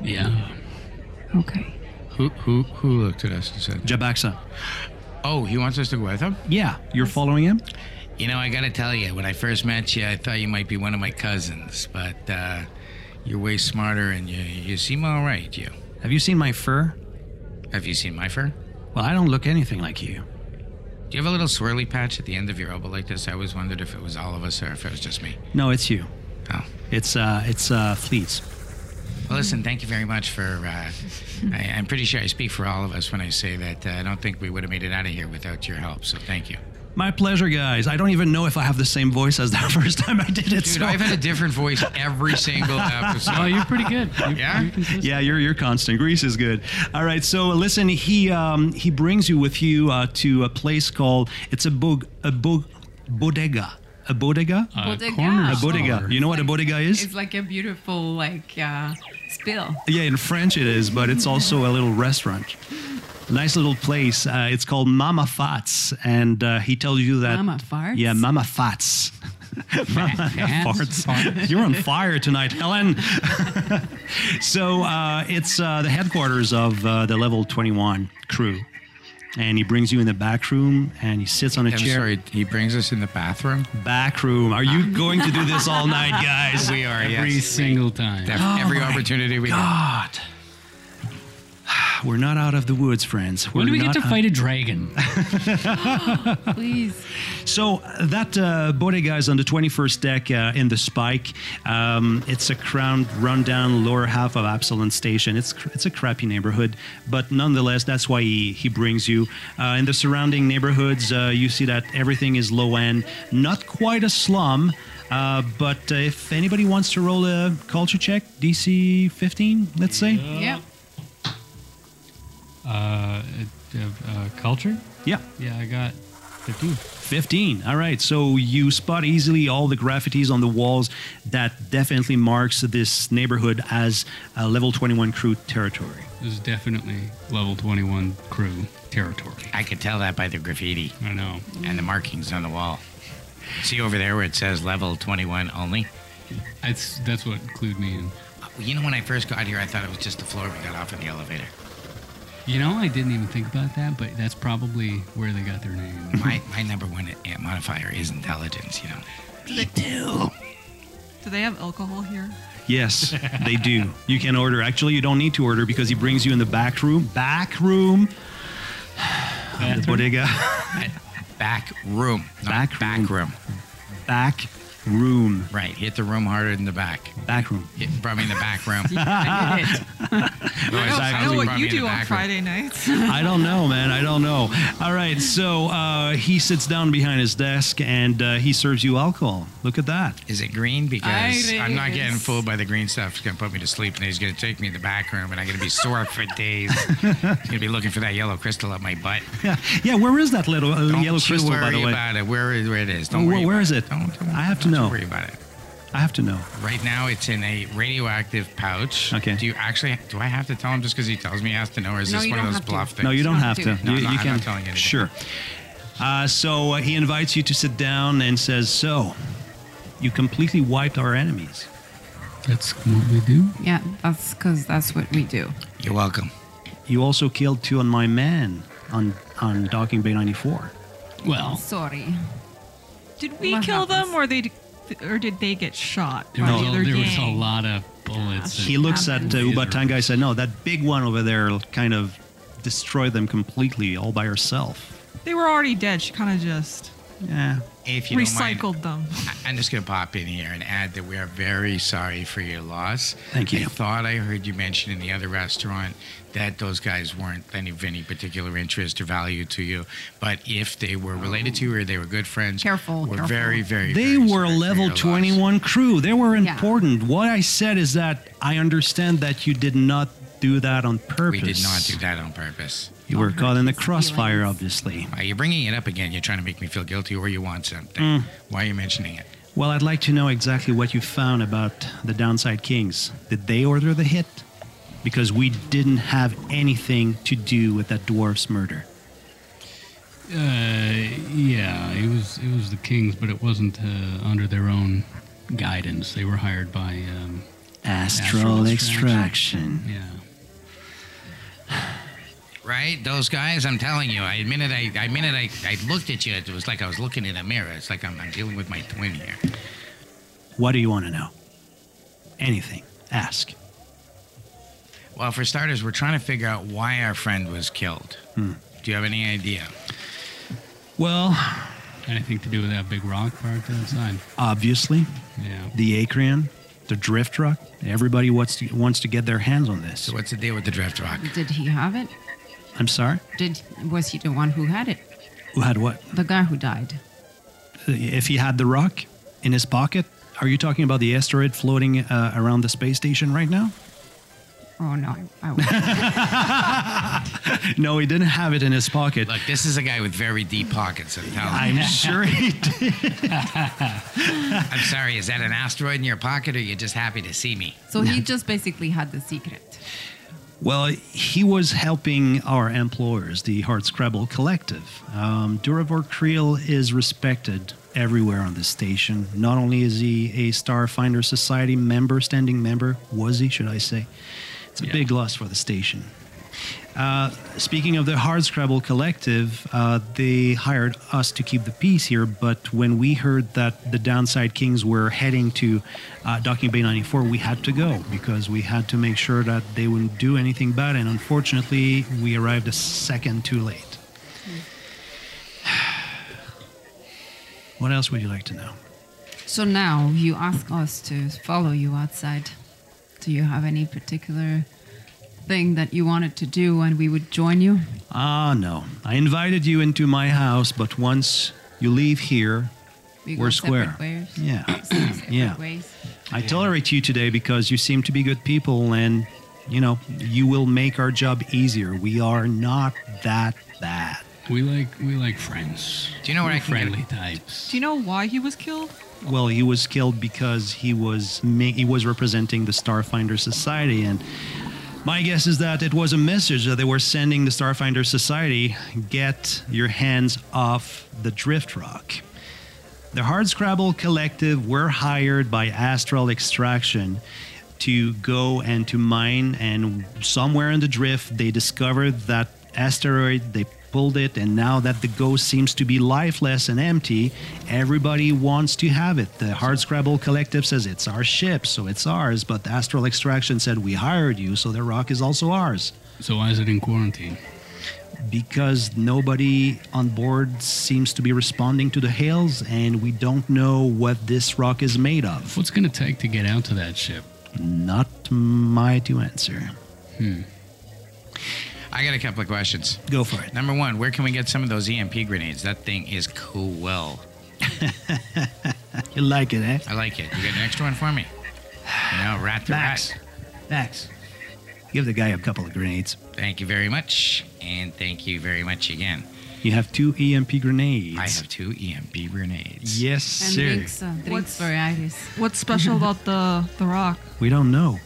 [SPEAKER 4] Yeah.
[SPEAKER 3] Okay.
[SPEAKER 6] Who, who, who looked at us and said,
[SPEAKER 2] Jabaxa.
[SPEAKER 6] oh, he wants us to go with him?
[SPEAKER 2] Yeah, you're following him.
[SPEAKER 6] You know, I gotta tell you, when I first met you, I thought you might be one of my cousins, but uh, you're way smarter and you, you seem all right, you.
[SPEAKER 2] Have you seen my fur?
[SPEAKER 6] Have you seen my fur?
[SPEAKER 2] Well, I don't look anything like you.
[SPEAKER 6] Do you have a little swirly patch at the end of your elbow like this? I always wondered if it was all of us or if it was just me.
[SPEAKER 2] No, it's you.
[SPEAKER 6] Oh.
[SPEAKER 2] It's uh, it's uh, fleas.
[SPEAKER 6] Well, listen, thank you very much for. Uh, I, I'm pretty sure I speak for all of us when I say that uh, I don't think we would have made it out of here without your help, so thank you.
[SPEAKER 2] My pleasure, guys. I don't even know if I have the same voice as the first time I did it.
[SPEAKER 6] Dude,
[SPEAKER 2] so-
[SPEAKER 6] I've had a different voice every single episode.
[SPEAKER 4] Oh, you're pretty good. You're,
[SPEAKER 6] Yeah?
[SPEAKER 4] You're consistent.
[SPEAKER 2] Yeah, you're, you're constant. Greece is good. All right, so listen, he um, he brings you with you uh, to a place called it's a bog a bog bodega. a bodega?
[SPEAKER 4] A
[SPEAKER 5] Bodega.
[SPEAKER 4] corner
[SPEAKER 5] A
[SPEAKER 2] a
[SPEAKER 4] store.
[SPEAKER 2] bodega. You know what a bodega is?
[SPEAKER 5] Uh, It's like a beautiful like uh, spill.
[SPEAKER 2] Yeah, in French it is, but it's also a little restaurant. Nice little place. Uh, it's called Mama Fats, and uh, he tells you that.
[SPEAKER 5] Mama Farts?
[SPEAKER 2] Yeah, Mama Fats. Mama
[SPEAKER 4] Farts.
[SPEAKER 2] Farts. You're on fire tonight, Helen. so uh, it's uh, the headquarters of uh, the Level 21 crew, and he brings you in the back room and he sits on a
[SPEAKER 6] I'm
[SPEAKER 2] chair.
[SPEAKER 6] sorry, he brings us in the bathroom?
[SPEAKER 2] Back room. Are you going to do this all night, guys?
[SPEAKER 6] We are,
[SPEAKER 4] Every
[SPEAKER 6] yes.
[SPEAKER 4] single time.
[SPEAKER 6] Def- every opportunity we have.
[SPEAKER 2] God. We're not out of the woods, friends. We're
[SPEAKER 4] When do we get
[SPEAKER 2] not
[SPEAKER 4] to
[SPEAKER 2] out-
[SPEAKER 4] fight a dragon?
[SPEAKER 5] Please.
[SPEAKER 2] So uh, that uh, bodega is on the 21st deck uh, in the Spike. Um, it's a crowned, rundown lower half of Absalon Station. It's cr- it's a crappy neighborhood, but nonetheless, that's why he, he brings you. Uh, in the surrounding neighborhoods, uh, you see that everything is low end, not quite a slum. Uh, but uh, if anybody wants to roll a culture check, DC 15, let's say.
[SPEAKER 5] Yeah.
[SPEAKER 4] Uh, uh, uh, culture?
[SPEAKER 2] Yeah.
[SPEAKER 4] Yeah, I got 15.
[SPEAKER 2] 15. All right. So you spot easily all the graffitis on the walls that definitely marks this neighborhood as a level 21 crew territory.
[SPEAKER 4] This is definitely level 21 crew territory.
[SPEAKER 6] I could tell that by the graffiti
[SPEAKER 4] I know.
[SPEAKER 6] and the markings on the wall. See over there where it says level 21 only?
[SPEAKER 4] That's that's what clued me in.
[SPEAKER 6] You know, when I first got here, I thought it was just the floor we got off in the elevator.
[SPEAKER 4] You know, I didn't even think about that, but that's probably where they got their name.
[SPEAKER 6] My, my number one i- modifier is intelligence, you know.
[SPEAKER 7] Do they have alcohol here?
[SPEAKER 2] Yes, they do. You can order. Actually, you don't need to order because he brings you in the back room. Back room. The bodega.
[SPEAKER 6] Back room. not
[SPEAKER 2] Back room.
[SPEAKER 6] Back room.
[SPEAKER 2] Back room.
[SPEAKER 6] Right. Hit the room harder than the back.
[SPEAKER 2] Back room.
[SPEAKER 6] Hit, brought me in the back room.
[SPEAKER 5] I did it.
[SPEAKER 7] I
[SPEAKER 6] Otherwise,
[SPEAKER 7] know,
[SPEAKER 6] it
[SPEAKER 7] I
[SPEAKER 6] sounds
[SPEAKER 7] know
[SPEAKER 6] like
[SPEAKER 7] what
[SPEAKER 6] Ah. brought
[SPEAKER 7] you
[SPEAKER 6] me in the
[SPEAKER 7] do on
[SPEAKER 6] back room.
[SPEAKER 7] Friday nights.
[SPEAKER 2] I don't know, man. I don't know. All right. So uh, he sits down behind his desk and uh, he serves you alcohol. Look at that.
[SPEAKER 6] Is it green? Because I'm not getting
[SPEAKER 7] Iris.
[SPEAKER 6] fooled by the green stuff. It's going to put me to sleep and he's going to take me in the back room and I'm going to be sore for days. He's going to be looking for that yellow crystal up my butt.
[SPEAKER 2] Yeah. Yeah. Where is that little uh,
[SPEAKER 6] Don't
[SPEAKER 2] yellow
[SPEAKER 6] you
[SPEAKER 2] crystal,
[SPEAKER 6] worry
[SPEAKER 2] by the way?
[SPEAKER 6] about it. Where, where it is. Don't
[SPEAKER 2] Wh-
[SPEAKER 6] worry
[SPEAKER 2] where
[SPEAKER 6] about
[SPEAKER 2] is
[SPEAKER 6] it.
[SPEAKER 2] it?
[SPEAKER 6] Don't, don't-
[SPEAKER 2] I have to
[SPEAKER 6] don't you
[SPEAKER 2] know.
[SPEAKER 6] worry about it.
[SPEAKER 2] I have to know.
[SPEAKER 6] Right now, it's in a radioactive pouch.
[SPEAKER 2] Okay.
[SPEAKER 6] Do you actually? Do I have to tell him just because he tells me he has to know, or is
[SPEAKER 5] No,
[SPEAKER 6] this
[SPEAKER 5] you
[SPEAKER 6] one of
[SPEAKER 5] don't
[SPEAKER 6] those
[SPEAKER 5] have to.
[SPEAKER 6] bluff things?
[SPEAKER 2] No, you don't
[SPEAKER 5] not
[SPEAKER 2] have to.
[SPEAKER 5] doing it.
[SPEAKER 2] You,
[SPEAKER 6] No, no,
[SPEAKER 2] you
[SPEAKER 6] I'm
[SPEAKER 2] can.
[SPEAKER 6] not telling you anything.
[SPEAKER 2] Sure. Uh, so uh, he invites you to sit down and says, "So, you completely wiped our enemies."
[SPEAKER 4] That's what we do.
[SPEAKER 5] Yeah, that's because that's what we do.
[SPEAKER 6] You're welcome.
[SPEAKER 2] You also killed two on my men on on Docking Bay 94.
[SPEAKER 4] Well,
[SPEAKER 5] Sorry.
[SPEAKER 7] Did we
[SPEAKER 5] What
[SPEAKER 7] kill
[SPEAKER 5] happens?
[SPEAKER 7] them, or they, or did they get shot?
[SPEAKER 4] there,
[SPEAKER 7] by
[SPEAKER 4] was,
[SPEAKER 7] the
[SPEAKER 4] a,
[SPEAKER 7] other
[SPEAKER 4] there was a
[SPEAKER 7] gang?
[SPEAKER 4] lot of bullets.
[SPEAKER 2] He looks at uh, Ubatanga and says, "No, that big one over there will kind of destroy them completely all by herself."
[SPEAKER 7] They were already dead. She kind of just
[SPEAKER 2] Yeah.
[SPEAKER 6] If you don't
[SPEAKER 7] recycled
[SPEAKER 6] mind,
[SPEAKER 7] them.
[SPEAKER 6] I- I'm just going to pop in here and add that we are very sorry for your loss.
[SPEAKER 2] Thank you.
[SPEAKER 6] I thought I heard you mention in the other restaurant that those guys weren't any of any particular interest or value to you, but if they were related to you or they were good friends,
[SPEAKER 5] Careful,
[SPEAKER 6] We're
[SPEAKER 5] careful.
[SPEAKER 6] very, very.
[SPEAKER 2] They
[SPEAKER 6] very
[SPEAKER 2] were
[SPEAKER 6] sorry for your
[SPEAKER 2] level
[SPEAKER 6] loss.
[SPEAKER 2] 21 crew. They were
[SPEAKER 5] Yeah.
[SPEAKER 2] important. What I said is that I understand that you did not do that on
[SPEAKER 6] We
[SPEAKER 2] purpose.
[SPEAKER 6] did not do that on purpose.
[SPEAKER 2] You were caught in the
[SPEAKER 5] His
[SPEAKER 2] crossfire,
[SPEAKER 5] feelings.
[SPEAKER 2] obviously.
[SPEAKER 6] Why, you're bringing it up again. You're trying to make me feel guilty, or you want something.
[SPEAKER 2] Mm.
[SPEAKER 6] Why are you mentioning it?
[SPEAKER 2] Well, I'd like to know exactly what you found about the Downside Kings. Did they order the hit? Because we didn't have anything to do with that dwarf's murder.
[SPEAKER 4] Uh, yeah, it was it was the kings, but it wasn't uh, under their own guidance. They were hired by um,
[SPEAKER 2] Astral,
[SPEAKER 4] Astral
[SPEAKER 2] extraction.
[SPEAKER 4] yeah.
[SPEAKER 6] Right? Those guys, I'm telling you, I admit it, I, I admit it, I, I looked at you, it was like I was looking in a mirror. It's like I'm, I'm dealing with my twin here.
[SPEAKER 2] What do you want to know? Anything. Ask.
[SPEAKER 6] Well, for starters, we're trying to figure out why our friend was killed. Do you have any idea?
[SPEAKER 2] Well,
[SPEAKER 4] Anything to do with that big rock parked outside?
[SPEAKER 2] obviously,
[SPEAKER 4] Yeah.
[SPEAKER 2] the Acrian, the Drift Truck, everybody wants to, wants to get their hands on this.
[SPEAKER 6] So, what's the deal with the drift rock?
[SPEAKER 5] Did he have it?
[SPEAKER 2] I'm sorry?
[SPEAKER 5] Did was he the one who had it?
[SPEAKER 2] Who had what?
[SPEAKER 5] The guy who died.
[SPEAKER 2] if he had the rock in his pocket, are you talking about the asteroid floating uh, around the space station right now?
[SPEAKER 5] Oh no, I, I won't.
[SPEAKER 2] No, he didn't have it in his pocket.
[SPEAKER 6] Look, this is a guy with very deep pockets. I'm telling
[SPEAKER 2] I'm
[SPEAKER 6] you.
[SPEAKER 2] sure he did.
[SPEAKER 6] I'm sorry. Is that an asteroid in your pocket, or you are just happy to see me?
[SPEAKER 5] so he just basically had the secret.
[SPEAKER 2] Well, he was helping our employers, the Hardscrabble Collective. Um, Durivor Creel is respected everywhere on the station. Not only is he a Starfinder Society member, standing member, was he, should I say? It's a
[SPEAKER 4] Yeah.
[SPEAKER 2] big loss for the station. Uh, speaking of the Hardscrabble Collective, uh, they hired us to keep the peace here, but when we heard that the Downside Kings were heading to uh, Docking Bay 94, we had to go because we had to make sure that they wouldn't do anything bad, and unfortunately, we arrived a second too late. what else would you like to know?
[SPEAKER 5] So now you ask us to follow you outside. Do you have any particular thing that you wanted to do and we would join you?
[SPEAKER 2] Ah, no. I invited you into my house, but once you leave here,
[SPEAKER 5] We
[SPEAKER 2] We're square.
[SPEAKER 5] separate Ways.
[SPEAKER 2] yeah.
[SPEAKER 5] Separate
[SPEAKER 2] Yeah.
[SPEAKER 5] Ways.
[SPEAKER 2] I tolerate you today because you seem to be good people and you know, you will make our job easier. We are not that bad.
[SPEAKER 4] We like we like friends.
[SPEAKER 6] Do you know where
[SPEAKER 4] We're
[SPEAKER 6] I can get-
[SPEAKER 4] friendly types?
[SPEAKER 7] Do you know why he was killed?
[SPEAKER 2] Well, he was killed because he was ma- he was representing the Starfinder Society and my guess is that it was a message that they were sending the Starfinder Society get your hands off the Drift Rock. The Hardscrabble Collective were hired by Astral Extraction to go and to mine, and somewhere in the drift, they discovered that asteroid. They pulled it, and now that the ghost seems to be lifeless and empty, everybody wants to have it. The Hardscrabble Collective says it's our ship, so it's ours, but the Astral Extraction said we hired you, so the rock is also ours.
[SPEAKER 4] So why is it in quarantine?
[SPEAKER 2] Because nobody on board seems to be responding to the hails, and we don't know what this rock is made of.
[SPEAKER 4] What's going to take to get out to that ship?
[SPEAKER 2] Not my to answer.
[SPEAKER 6] I got a couple of questions.
[SPEAKER 2] Go for it.
[SPEAKER 6] Number one, where can we get some of those EMP grenades? That thing is cool.
[SPEAKER 2] You like it, eh?
[SPEAKER 6] I like it. You got an extra one for me? No, rat to
[SPEAKER 2] Max.
[SPEAKER 6] rat.
[SPEAKER 2] Max. Give the guy a couple of grenades.
[SPEAKER 6] Thank you very much, and thank you very much again.
[SPEAKER 2] You have two EMP grenades.
[SPEAKER 6] I have two EMP grenades.
[SPEAKER 2] Yes,
[SPEAKER 5] And
[SPEAKER 2] sir.
[SPEAKER 5] drinks, uh, drinks
[SPEAKER 7] What's-
[SPEAKER 5] for Iris.
[SPEAKER 7] What's special about the the rock?
[SPEAKER 2] We don't know.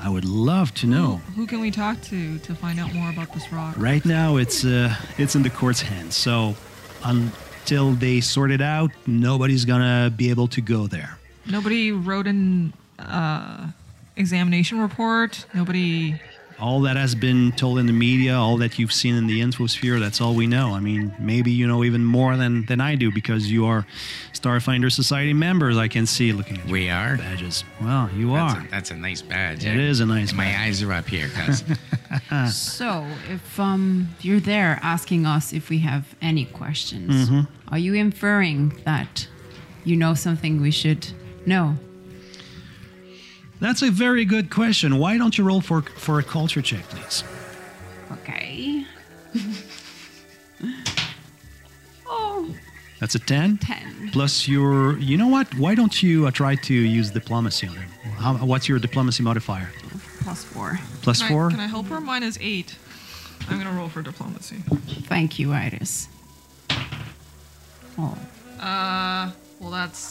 [SPEAKER 2] I would love to know.
[SPEAKER 7] Who can we talk to to find out more about this rock?
[SPEAKER 2] Right now, it's uh, it's in the court's hands. So until they sort it out, nobody's gonna be able to go there.
[SPEAKER 7] Nobody wrote an uh, examination report. Nobody.
[SPEAKER 2] All that has been told in the media, all that you've seen in the infosphere, that's all we know. I mean, maybe you know even more than, than I do because you are Starfinder Society members. I can see looking at your
[SPEAKER 6] We are.
[SPEAKER 2] badges. Well, you
[SPEAKER 6] That's
[SPEAKER 2] are.
[SPEAKER 6] a, that's a nice badge. eh?
[SPEAKER 2] It is a nice
[SPEAKER 6] My
[SPEAKER 2] badge.
[SPEAKER 6] eyes are up here, cuz.
[SPEAKER 5] So, if um, you're there asking us if we have any questions,
[SPEAKER 2] Mm-hmm.
[SPEAKER 5] are you inferring that you know something we should know?
[SPEAKER 2] That's a very good question. Why don't you roll for for a culture check, please?
[SPEAKER 5] Okay. oh,
[SPEAKER 2] That's a ten.
[SPEAKER 5] 10.
[SPEAKER 2] Plus your, you know what? Why don't you uh, try to use diplomacy on him? How, what's your diplomacy modifier?
[SPEAKER 5] Plus 4.
[SPEAKER 2] Plus
[SPEAKER 7] Can I-
[SPEAKER 2] four.
[SPEAKER 7] can I help her? Mine is eight. I'm gonna roll for diplomacy.
[SPEAKER 5] Thank you, Iris. Oh,
[SPEAKER 7] Uh, well, that's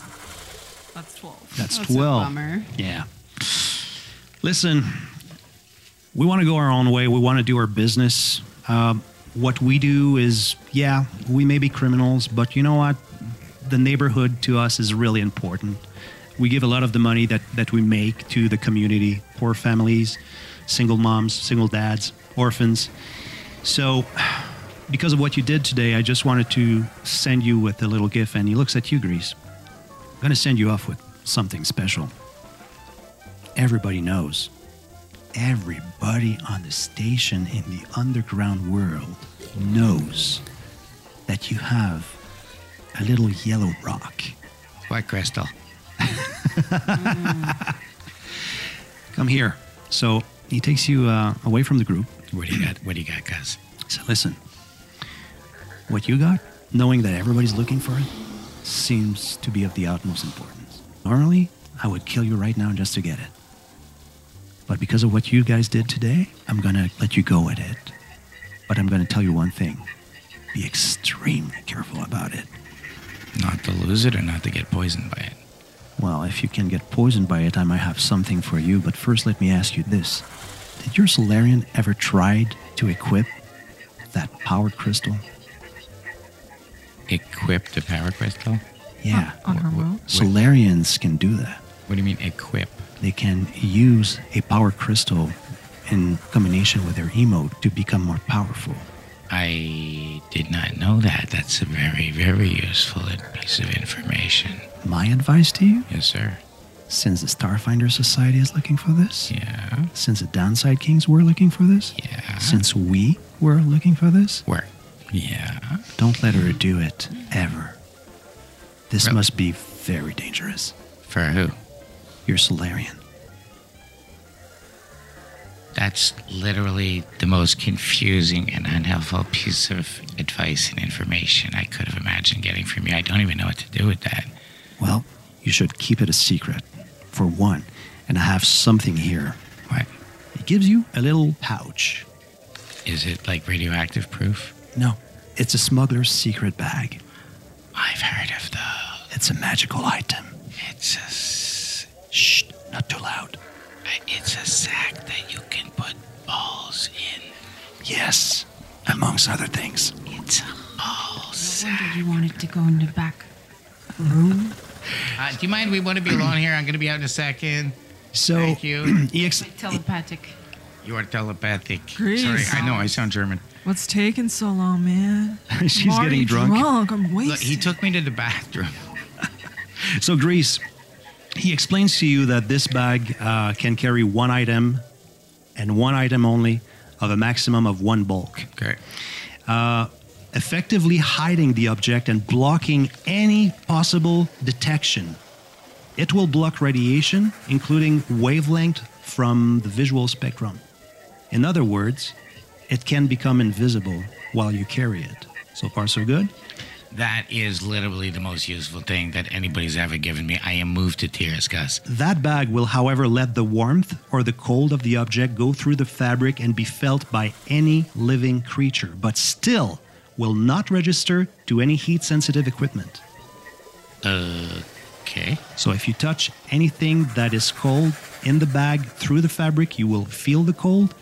[SPEAKER 7] that's twelve.
[SPEAKER 2] That's,
[SPEAKER 5] That's a
[SPEAKER 2] twelve.
[SPEAKER 5] bummer.
[SPEAKER 2] Yeah. Listen, we want to go our own way. We want to do our business. Um, what we do is, yeah, we may be criminals, but you know what? The neighborhood to us is really important. We give a lot of the money that, that we make to the community, poor families, single moms, single dads, orphans. So, because of what you did today, I just wanted to send you with a little gift. And he looks at you, Grease. I'm going to send you off with something special. Everybody knows. Everybody on the station in the underground world knows that you have a little yellow rock.
[SPEAKER 6] what crystal?
[SPEAKER 2] Come here. So he takes you uh, away from the group.
[SPEAKER 6] What do you got? What do you got, cuz?
[SPEAKER 2] So listen, what you got, knowing that everybody's looking for it, seems to be of the utmost importance. Normally, I would kill you right now just to get it. But because of what you guys did today, I'm going to let you go at it. But I'm going to tell you one thing be extremely careful about it.
[SPEAKER 6] Not to lose it or not to get poisoned by it.
[SPEAKER 2] Well, if you can get poisoned by it, I might have something for you, but first let me ask you this. Did your Solarian ever tried to equip that power crystal?
[SPEAKER 6] Equip the power crystal?
[SPEAKER 2] Yeah.
[SPEAKER 7] On her
[SPEAKER 6] Wha- wha-
[SPEAKER 7] roll?
[SPEAKER 2] Solarians can do that.
[SPEAKER 6] What do you mean equip?
[SPEAKER 2] They can use a power crystal in combination with their emote to become more powerful.
[SPEAKER 6] I did not know that. That's a very, very useful piece of information.
[SPEAKER 2] My advice to you,
[SPEAKER 6] Yes, sir.
[SPEAKER 2] since the Starfinder Society is looking for this,
[SPEAKER 6] Yeah.
[SPEAKER 2] since the Downside Kings were looking for this,
[SPEAKER 6] Yeah.
[SPEAKER 2] since we were looking for this,
[SPEAKER 6] Where? Yeah.
[SPEAKER 2] Don't let her do it ever. This
[SPEAKER 6] Really?
[SPEAKER 2] must be very dangerous.
[SPEAKER 6] For who?
[SPEAKER 2] You're Solarian.
[SPEAKER 6] That's literally the most confusing and unhelpful piece of advice and information I could have imagined getting from you. I don't even know what to do with that.
[SPEAKER 2] Well, you should keep it a secret, for one. And I have something here.
[SPEAKER 6] What?
[SPEAKER 2] It gives you a little pouch.
[SPEAKER 6] Is it like radioactive proof?
[SPEAKER 2] No, it's a smuggler's secret bag.
[SPEAKER 6] I've heard of those.
[SPEAKER 2] It's a magical item.
[SPEAKER 6] It's a, s-
[SPEAKER 2] Shh, not too loud.
[SPEAKER 6] it's a sack that you can put balls in.
[SPEAKER 2] Yes, amongst other things.
[SPEAKER 6] It's a ball
[SPEAKER 5] When
[SPEAKER 6] sack.
[SPEAKER 5] did you want it to go in the back room?
[SPEAKER 6] Uh, do you mind? We want to be alone here. I'm going to be out in a second.
[SPEAKER 2] So,
[SPEAKER 6] Thank you.
[SPEAKER 2] EX,
[SPEAKER 5] Telepathic.
[SPEAKER 6] You are telepathic.
[SPEAKER 7] Great.
[SPEAKER 6] Sorry, I know. I sound German.
[SPEAKER 7] What's taking so long, man?
[SPEAKER 2] she's
[SPEAKER 7] I'm already
[SPEAKER 2] getting drunk.
[SPEAKER 7] I'm wasted.
[SPEAKER 6] Look, he took me to the bathroom.
[SPEAKER 2] So, Grease, he explains to you that this bag uh, can carry one item and one item only of a maximum of one bulk,
[SPEAKER 6] Okay.
[SPEAKER 2] effectively hiding the object and blocking any possible detection. It will block radiation, including wavelength from the visual spectrum. In other words, it can become invisible while you carry it. So far, so good.
[SPEAKER 6] That is literally the most useful thing that anybody's ever given me. I am moved to tears, Gus.
[SPEAKER 2] That bag will, however, let the warmth or the cold of the object go through the fabric and be felt by any living creature, but still will not register to any heat sensitive equipment.
[SPEAKER 6] Okay.
[SPEAKER 2] So if you touch anything that is cold in the bag through the fabric, you will feel the cold.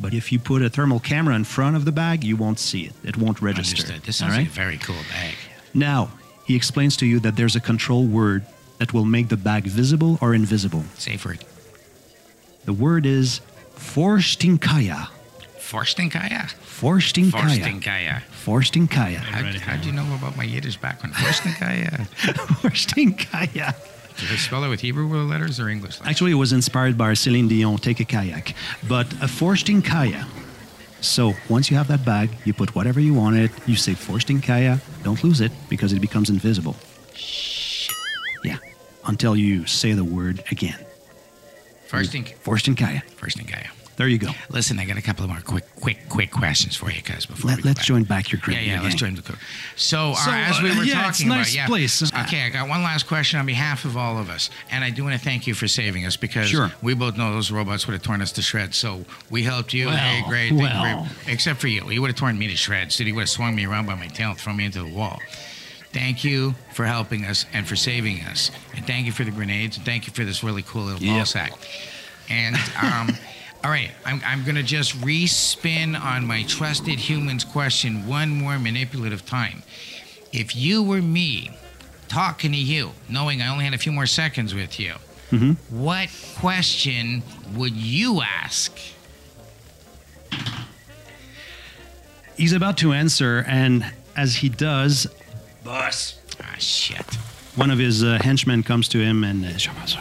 [SPEAKER 2] But if you put a thermal camera in front of the bag, you won't see it. It won't register.
[SPEAKER 6] Understood. This
[SPEAKER 2] All
[SPEAKER 6] sounds
[SPEAKER 2] right?
[SPEAKER 6] like a very cool bag.
[SPEAKER 2] Now, he explains to you that there's a control word that will make the bag visible or invisible.
[SPEAKER 6] Safe word.
[SPEAKER 2] The word is Forstinkaya.
[SPEAKER 6] Forstenkaya.
[SPEAKER 2] Forstinkaya.
[SPEAKER 6] Forstenkaya.
[SPEAKER 2] Forstinkaya.
[SPEAKER 6] How, how'd you know about my Yiddish background? Forstenkaya.
[SPEAKER 2] Forstinkaya.
[SPEAKER 6] Did they spell it with Hebrew letters or English letters?
[SPEAKER 2] Actually, it was inspired by Celine Dion, Take a Kayak. But a Forstinkaya. So once you have that bag, you put whatever you want in it, you say Forstinkaya, don't lose it because it becomes invisible. Yeah, until you say the word again.
[SPEAKER 6] Forsten-
[SPEAKER 2] Forstinkaya.
[SPEAKER 6] Forstenkaya.
[SPEAKER 2] There you go.
[SPEAKER 6] Listen, I got a couple of more quick, quick, quick questions for you, Gus. Before we
[SPEAKER 2] Let,
[SPEAKER 6] go
[SPEAKER 2] let's
[SPEAKER 6] back.
[SPEAKER 2] join back your crew.
[SPEAKER 6] Yeah, yeah, let's join the crew. So, uh,
[SPEAKER 2] So,
[SPEAKER 6] as we
[SPEAKER 2] uh,
[SPEAKER 6] were
[SPEAKER 2] yeah, it's
[SPEAKER 6] talking
[SPEAKER 2] nice
[SPEAKER 6] about, yeah,
[SPEAKER 2] place. uh,
[SPEAKER 6] Okay, I got one last question on behalf of all of us, and I do want to thank you for saving us because
[SPEAKER 2] Sure.
[SPEAKER 6] we both know those robots would have torn us to shreds. So we helped you. hey,
[SPEAKER 2] Well,
[SPEAKER 6] great, thank you very-
[SPEAKER 2] well.
[SPEAKER 6] except for you, he would have torn me to shreds. Dude, he would have swung me around by my tail and thrown me into the wall. Thank you for helping us and for saving us, and thank you for the grenades, and thank you for this really cool little ball sack. And um, all right, I'm, I'm going to just re-spin on my trusted humans question one more manipulative time. If you were me talking to you, knowing I only had a few more seconds with you, what question would you ask?
[SPEAKER 2] He's about to answer, and as he does,
[SPEAKER 6] Ah, shit.
[SPEAKER 2] one of his uh, henchmen comes to him and. Uh,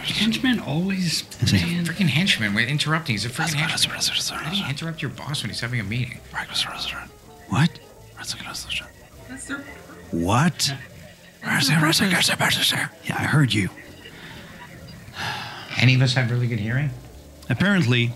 [SPEAKER 4] Henchmen always.
[SPEAKER 2] Is it-
[SPEAKER 4] man.
[SPEAKER 6] Freaking henchman. We're interrupting. He's a freaking henchman. How do you interrupt your boss when he's having a meeting?
[SPEAKER 2] What?
[SPEAKER 7] That's their-
[SPEAKER 2] What? Yeah, I heard you.
[SPEAKER 6] Any of us have really good hearing?
[SPEAKER 2] Apparently.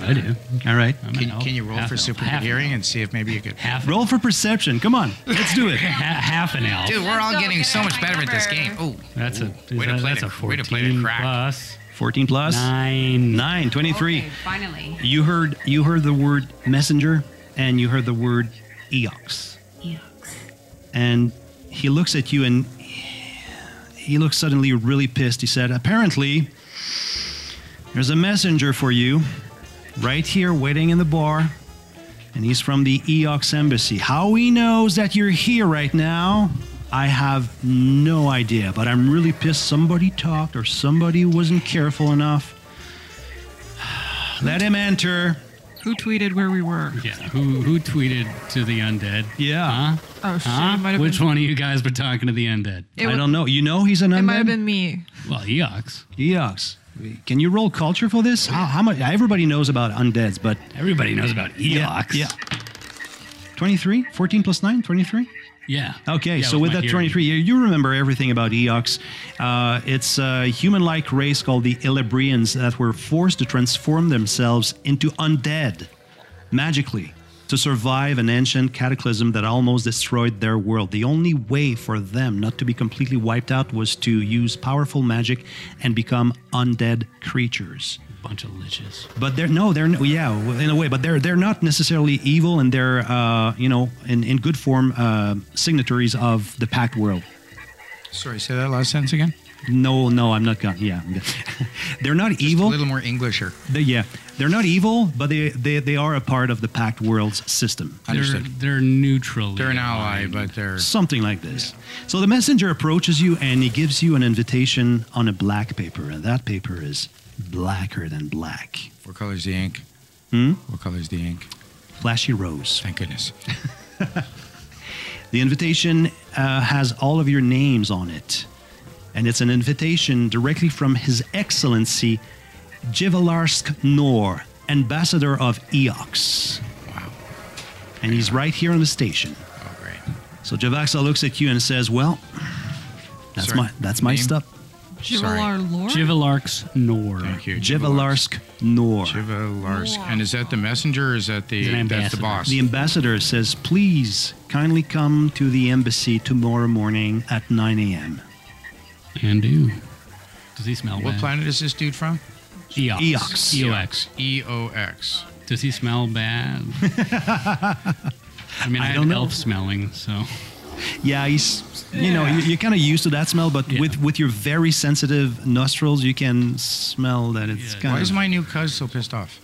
[SPEAKER 4] I do.
[SPEAKER 2] All right.
[SPEAKER 4] I'm an
[SPEAKER 6] Can,
[SPEAKER 4] elf.
[SPEAKER 6] can you roll
[SPEAKER 4] Half
[SPEAKER 6] for
[SPEAKER 4] elf.
[SPEAKER 6] super
[SPEAKER 4] Half
[SPEAKER 6] good hearing
[SPEAKER 4] elf.
[SPEAKER 6] and see if maybe you could.
[SPEAKER 4] Half
[SPEAKER 2] Roll for perception. Come on. Let's do it.
[SPEAKER 4] Ha- half an elf.
[SPEAKER 6] Dude, we're all
[SPEAKER 3] go,
[SPEAKER 6] getting
[SPEAKER 3] get
[SPEAKER 6] so
[SPEAKER 3] out my
[SPEAKER 6] much better at this game.
[SPEAKER 3] number.
[SPEAKER 6] Oh,
[SPEAKER 4] That's a
[SPEAKER 6] Way to
[SPEAKER 4] that-
[SPEAKER 6] play
[SPEAKER 4] that's a
[SPEAKER 6] the- way to play the
[SPEAKER 4] fourteen
[SPEAKER 6] crack.
[SPEAKER 4] plus
[SPEAKER 2] 14 plus?
[SPEAKER 4] Nine.
[SPEAKER 2] Nine, 23.
[SPEAKER 5] Okay, finally.
[SPEAKER 2] You heard you heard the word messenger and you heard the word eox.
[SPEAKER 5] Eox.
[SPEAKER 2] And he looks at you and he looks suddenly really pissed. He said, Apparently, there's a messenger for you right here waiting in the bar. And he's from the Eox Embassy. How he knows that you're here right now, I have no idea. But I'm really pissed somebody talked or somebody wasn't careful enough. Let him enter.
[SPEAKER 7] Who tweeted where we were?
[SPEAKER 4] Yeah, who who tweeted to the undead?
[SPEAKER 2] Yeah.
[SPEAKER 4] Huh?
[SPEAKER 7] Oh, shit.
[SPEAKER 4] Huh?
[SPEAKER 7] It might have
[SPEAKER 4] Which
[SPEAKER 7] been,
[SPEAKER 4] one of you guys were talking to the undead?
[SPEAKER 7] It,
[SPEAKER 2] I
[SPEAKER 7] wa-
[SPEAKER 2] don't know. You know he's an
[SPEAKER 7] it might have
[SPEAKER 2] undead?
[SPEAKER 7] been me.
[SPEAKER 4] Well, Eox.
[SPEAKER 2] Eox. Can you roll culture for this? How, how much? Everybody knows about undeads, but
[SPEAKER 4] Everybody knows about Eox.
[SPEAKER 2] Yeah. 23? 14 plus 9? 23?
[SPEAKER 4] Yeah.
[SPEAKER 2] Okay,
[SPEAKER 4] Yeah,
[SPEAKER 2] so with
[SPEAKER 4] my
[SPEAKER 2] that
[SPEAKER 4] hearing.
[SPEAKER 2] 23, you, you remember everything about Eox. Uh, it's a human like race called the Illibrians that were forced to transform themselves into undead magically to survive an ancient cataclysm that almost destroyed their world. The only way for them not to be completely wiped out was to use powerful magic and become undead creatures
[SPEAKER 4] Bunch of liches.
[SPEAKER 2] but they're no they're no, yeah well, in a way but they're they're not necessarily evil and they're uh, you know in, in good form uh, signatories of the pact world
[SPEAKER 6] Sorry, say that last sentence again.
[SPEAKER 2] no no i'm not gonna yeah I'm gonna- they're not
[SPEAKER 6] A
[SPEAKER 2] evil
[SPEAKER 6] little more Englisher.
[SPEAKER 2] They- yeah they're not evil but they, they they are a part of the pact world's system
[SPEAKER 4] They're,
[SPEAKER 6] Understood.
[SPEAKER 4] they're neutral.
[SPEAKER 6] They're an ally, but they're
[SPEAKER 2] something like this so the messenger approaches you and he gives you an invitation on a black paper and that paper is blacker than black
[SPEAKER 6] what color's the ink?
[SPEAKER 2] Hmm?
[SPEAKER 6] What color's the ink?
[SPEAKER 2] flashy rose
[SPEAKER 6] Thank goodness.
[SPEAKER 2] The invitation uh, has all of your names on it, and it's an invitation directly from His Excellency Jivalarsk Nor, Ambassador of Eox.
[SPEAKER 6] Wow.
[SPEAKER 2] And he's right here on the station.
[SPEAKER 6] Oh, great.
[SPEAKER 2] So Javaxa looks at you and says, "Well, that's
[SPEAKER 6] Sorry,
[SPEAKER 2] my that's my
[SPEAKER 6] name?
[SPEAKER 2] stuff."
[SPEAKER 7] Jivalar Lord?
[SPEAKER 4] Jivalark's Nor.
[SPEAKER 6] Thank you.
[SPEAKER 2] Jivalarsk Nor.
[SPEAKER 6] Jivalarsk. And is that the messenger or is that the,
[SPEAKER 4] He's an
[SPEAKER 6] that's the
[SPEAKER 4] ambassador.
[SPEAKER 6] boss?
[SPEAKER 2] The ambassador says, "Please kindly come to the embassy tomorrow morning at 9 a.m."
[SPEAKER 4] And do. Does he smell
[SPEAKER 6] what
[SPEAKER 4] bad?
[SPEAKER 6] planet is this dude from?
[SPEAKER 4] Eox.
[SPEAKER 2] Eox.
[SPEAKER 4] Eox.
[SPEAKER 6] E O X.
[SPEAKER 4] Does he smell bad? I mean,
[SPEAKER 2] I
[SPEAKER 4] I,
[SPEAKER 2] don't
[SPEAKER 4] had
[SPEAKER 2] know.
[SPEAKER 4] elf smelling, so
[SPEAKER 2] Yeah, he's you know you, you're kind of used to that smell, but
[SPEAKER 4] Yeah.
[SPEAKER 2] with with your very sensitive nostrils, you can smell that it's
[SPEAKER 4] Yeah.
[SPEAKER 2] kind
[SPEAKER 6] Why
[SPEAKER 2] of.
[SPEAKER 6] is my new cuz so pissed off?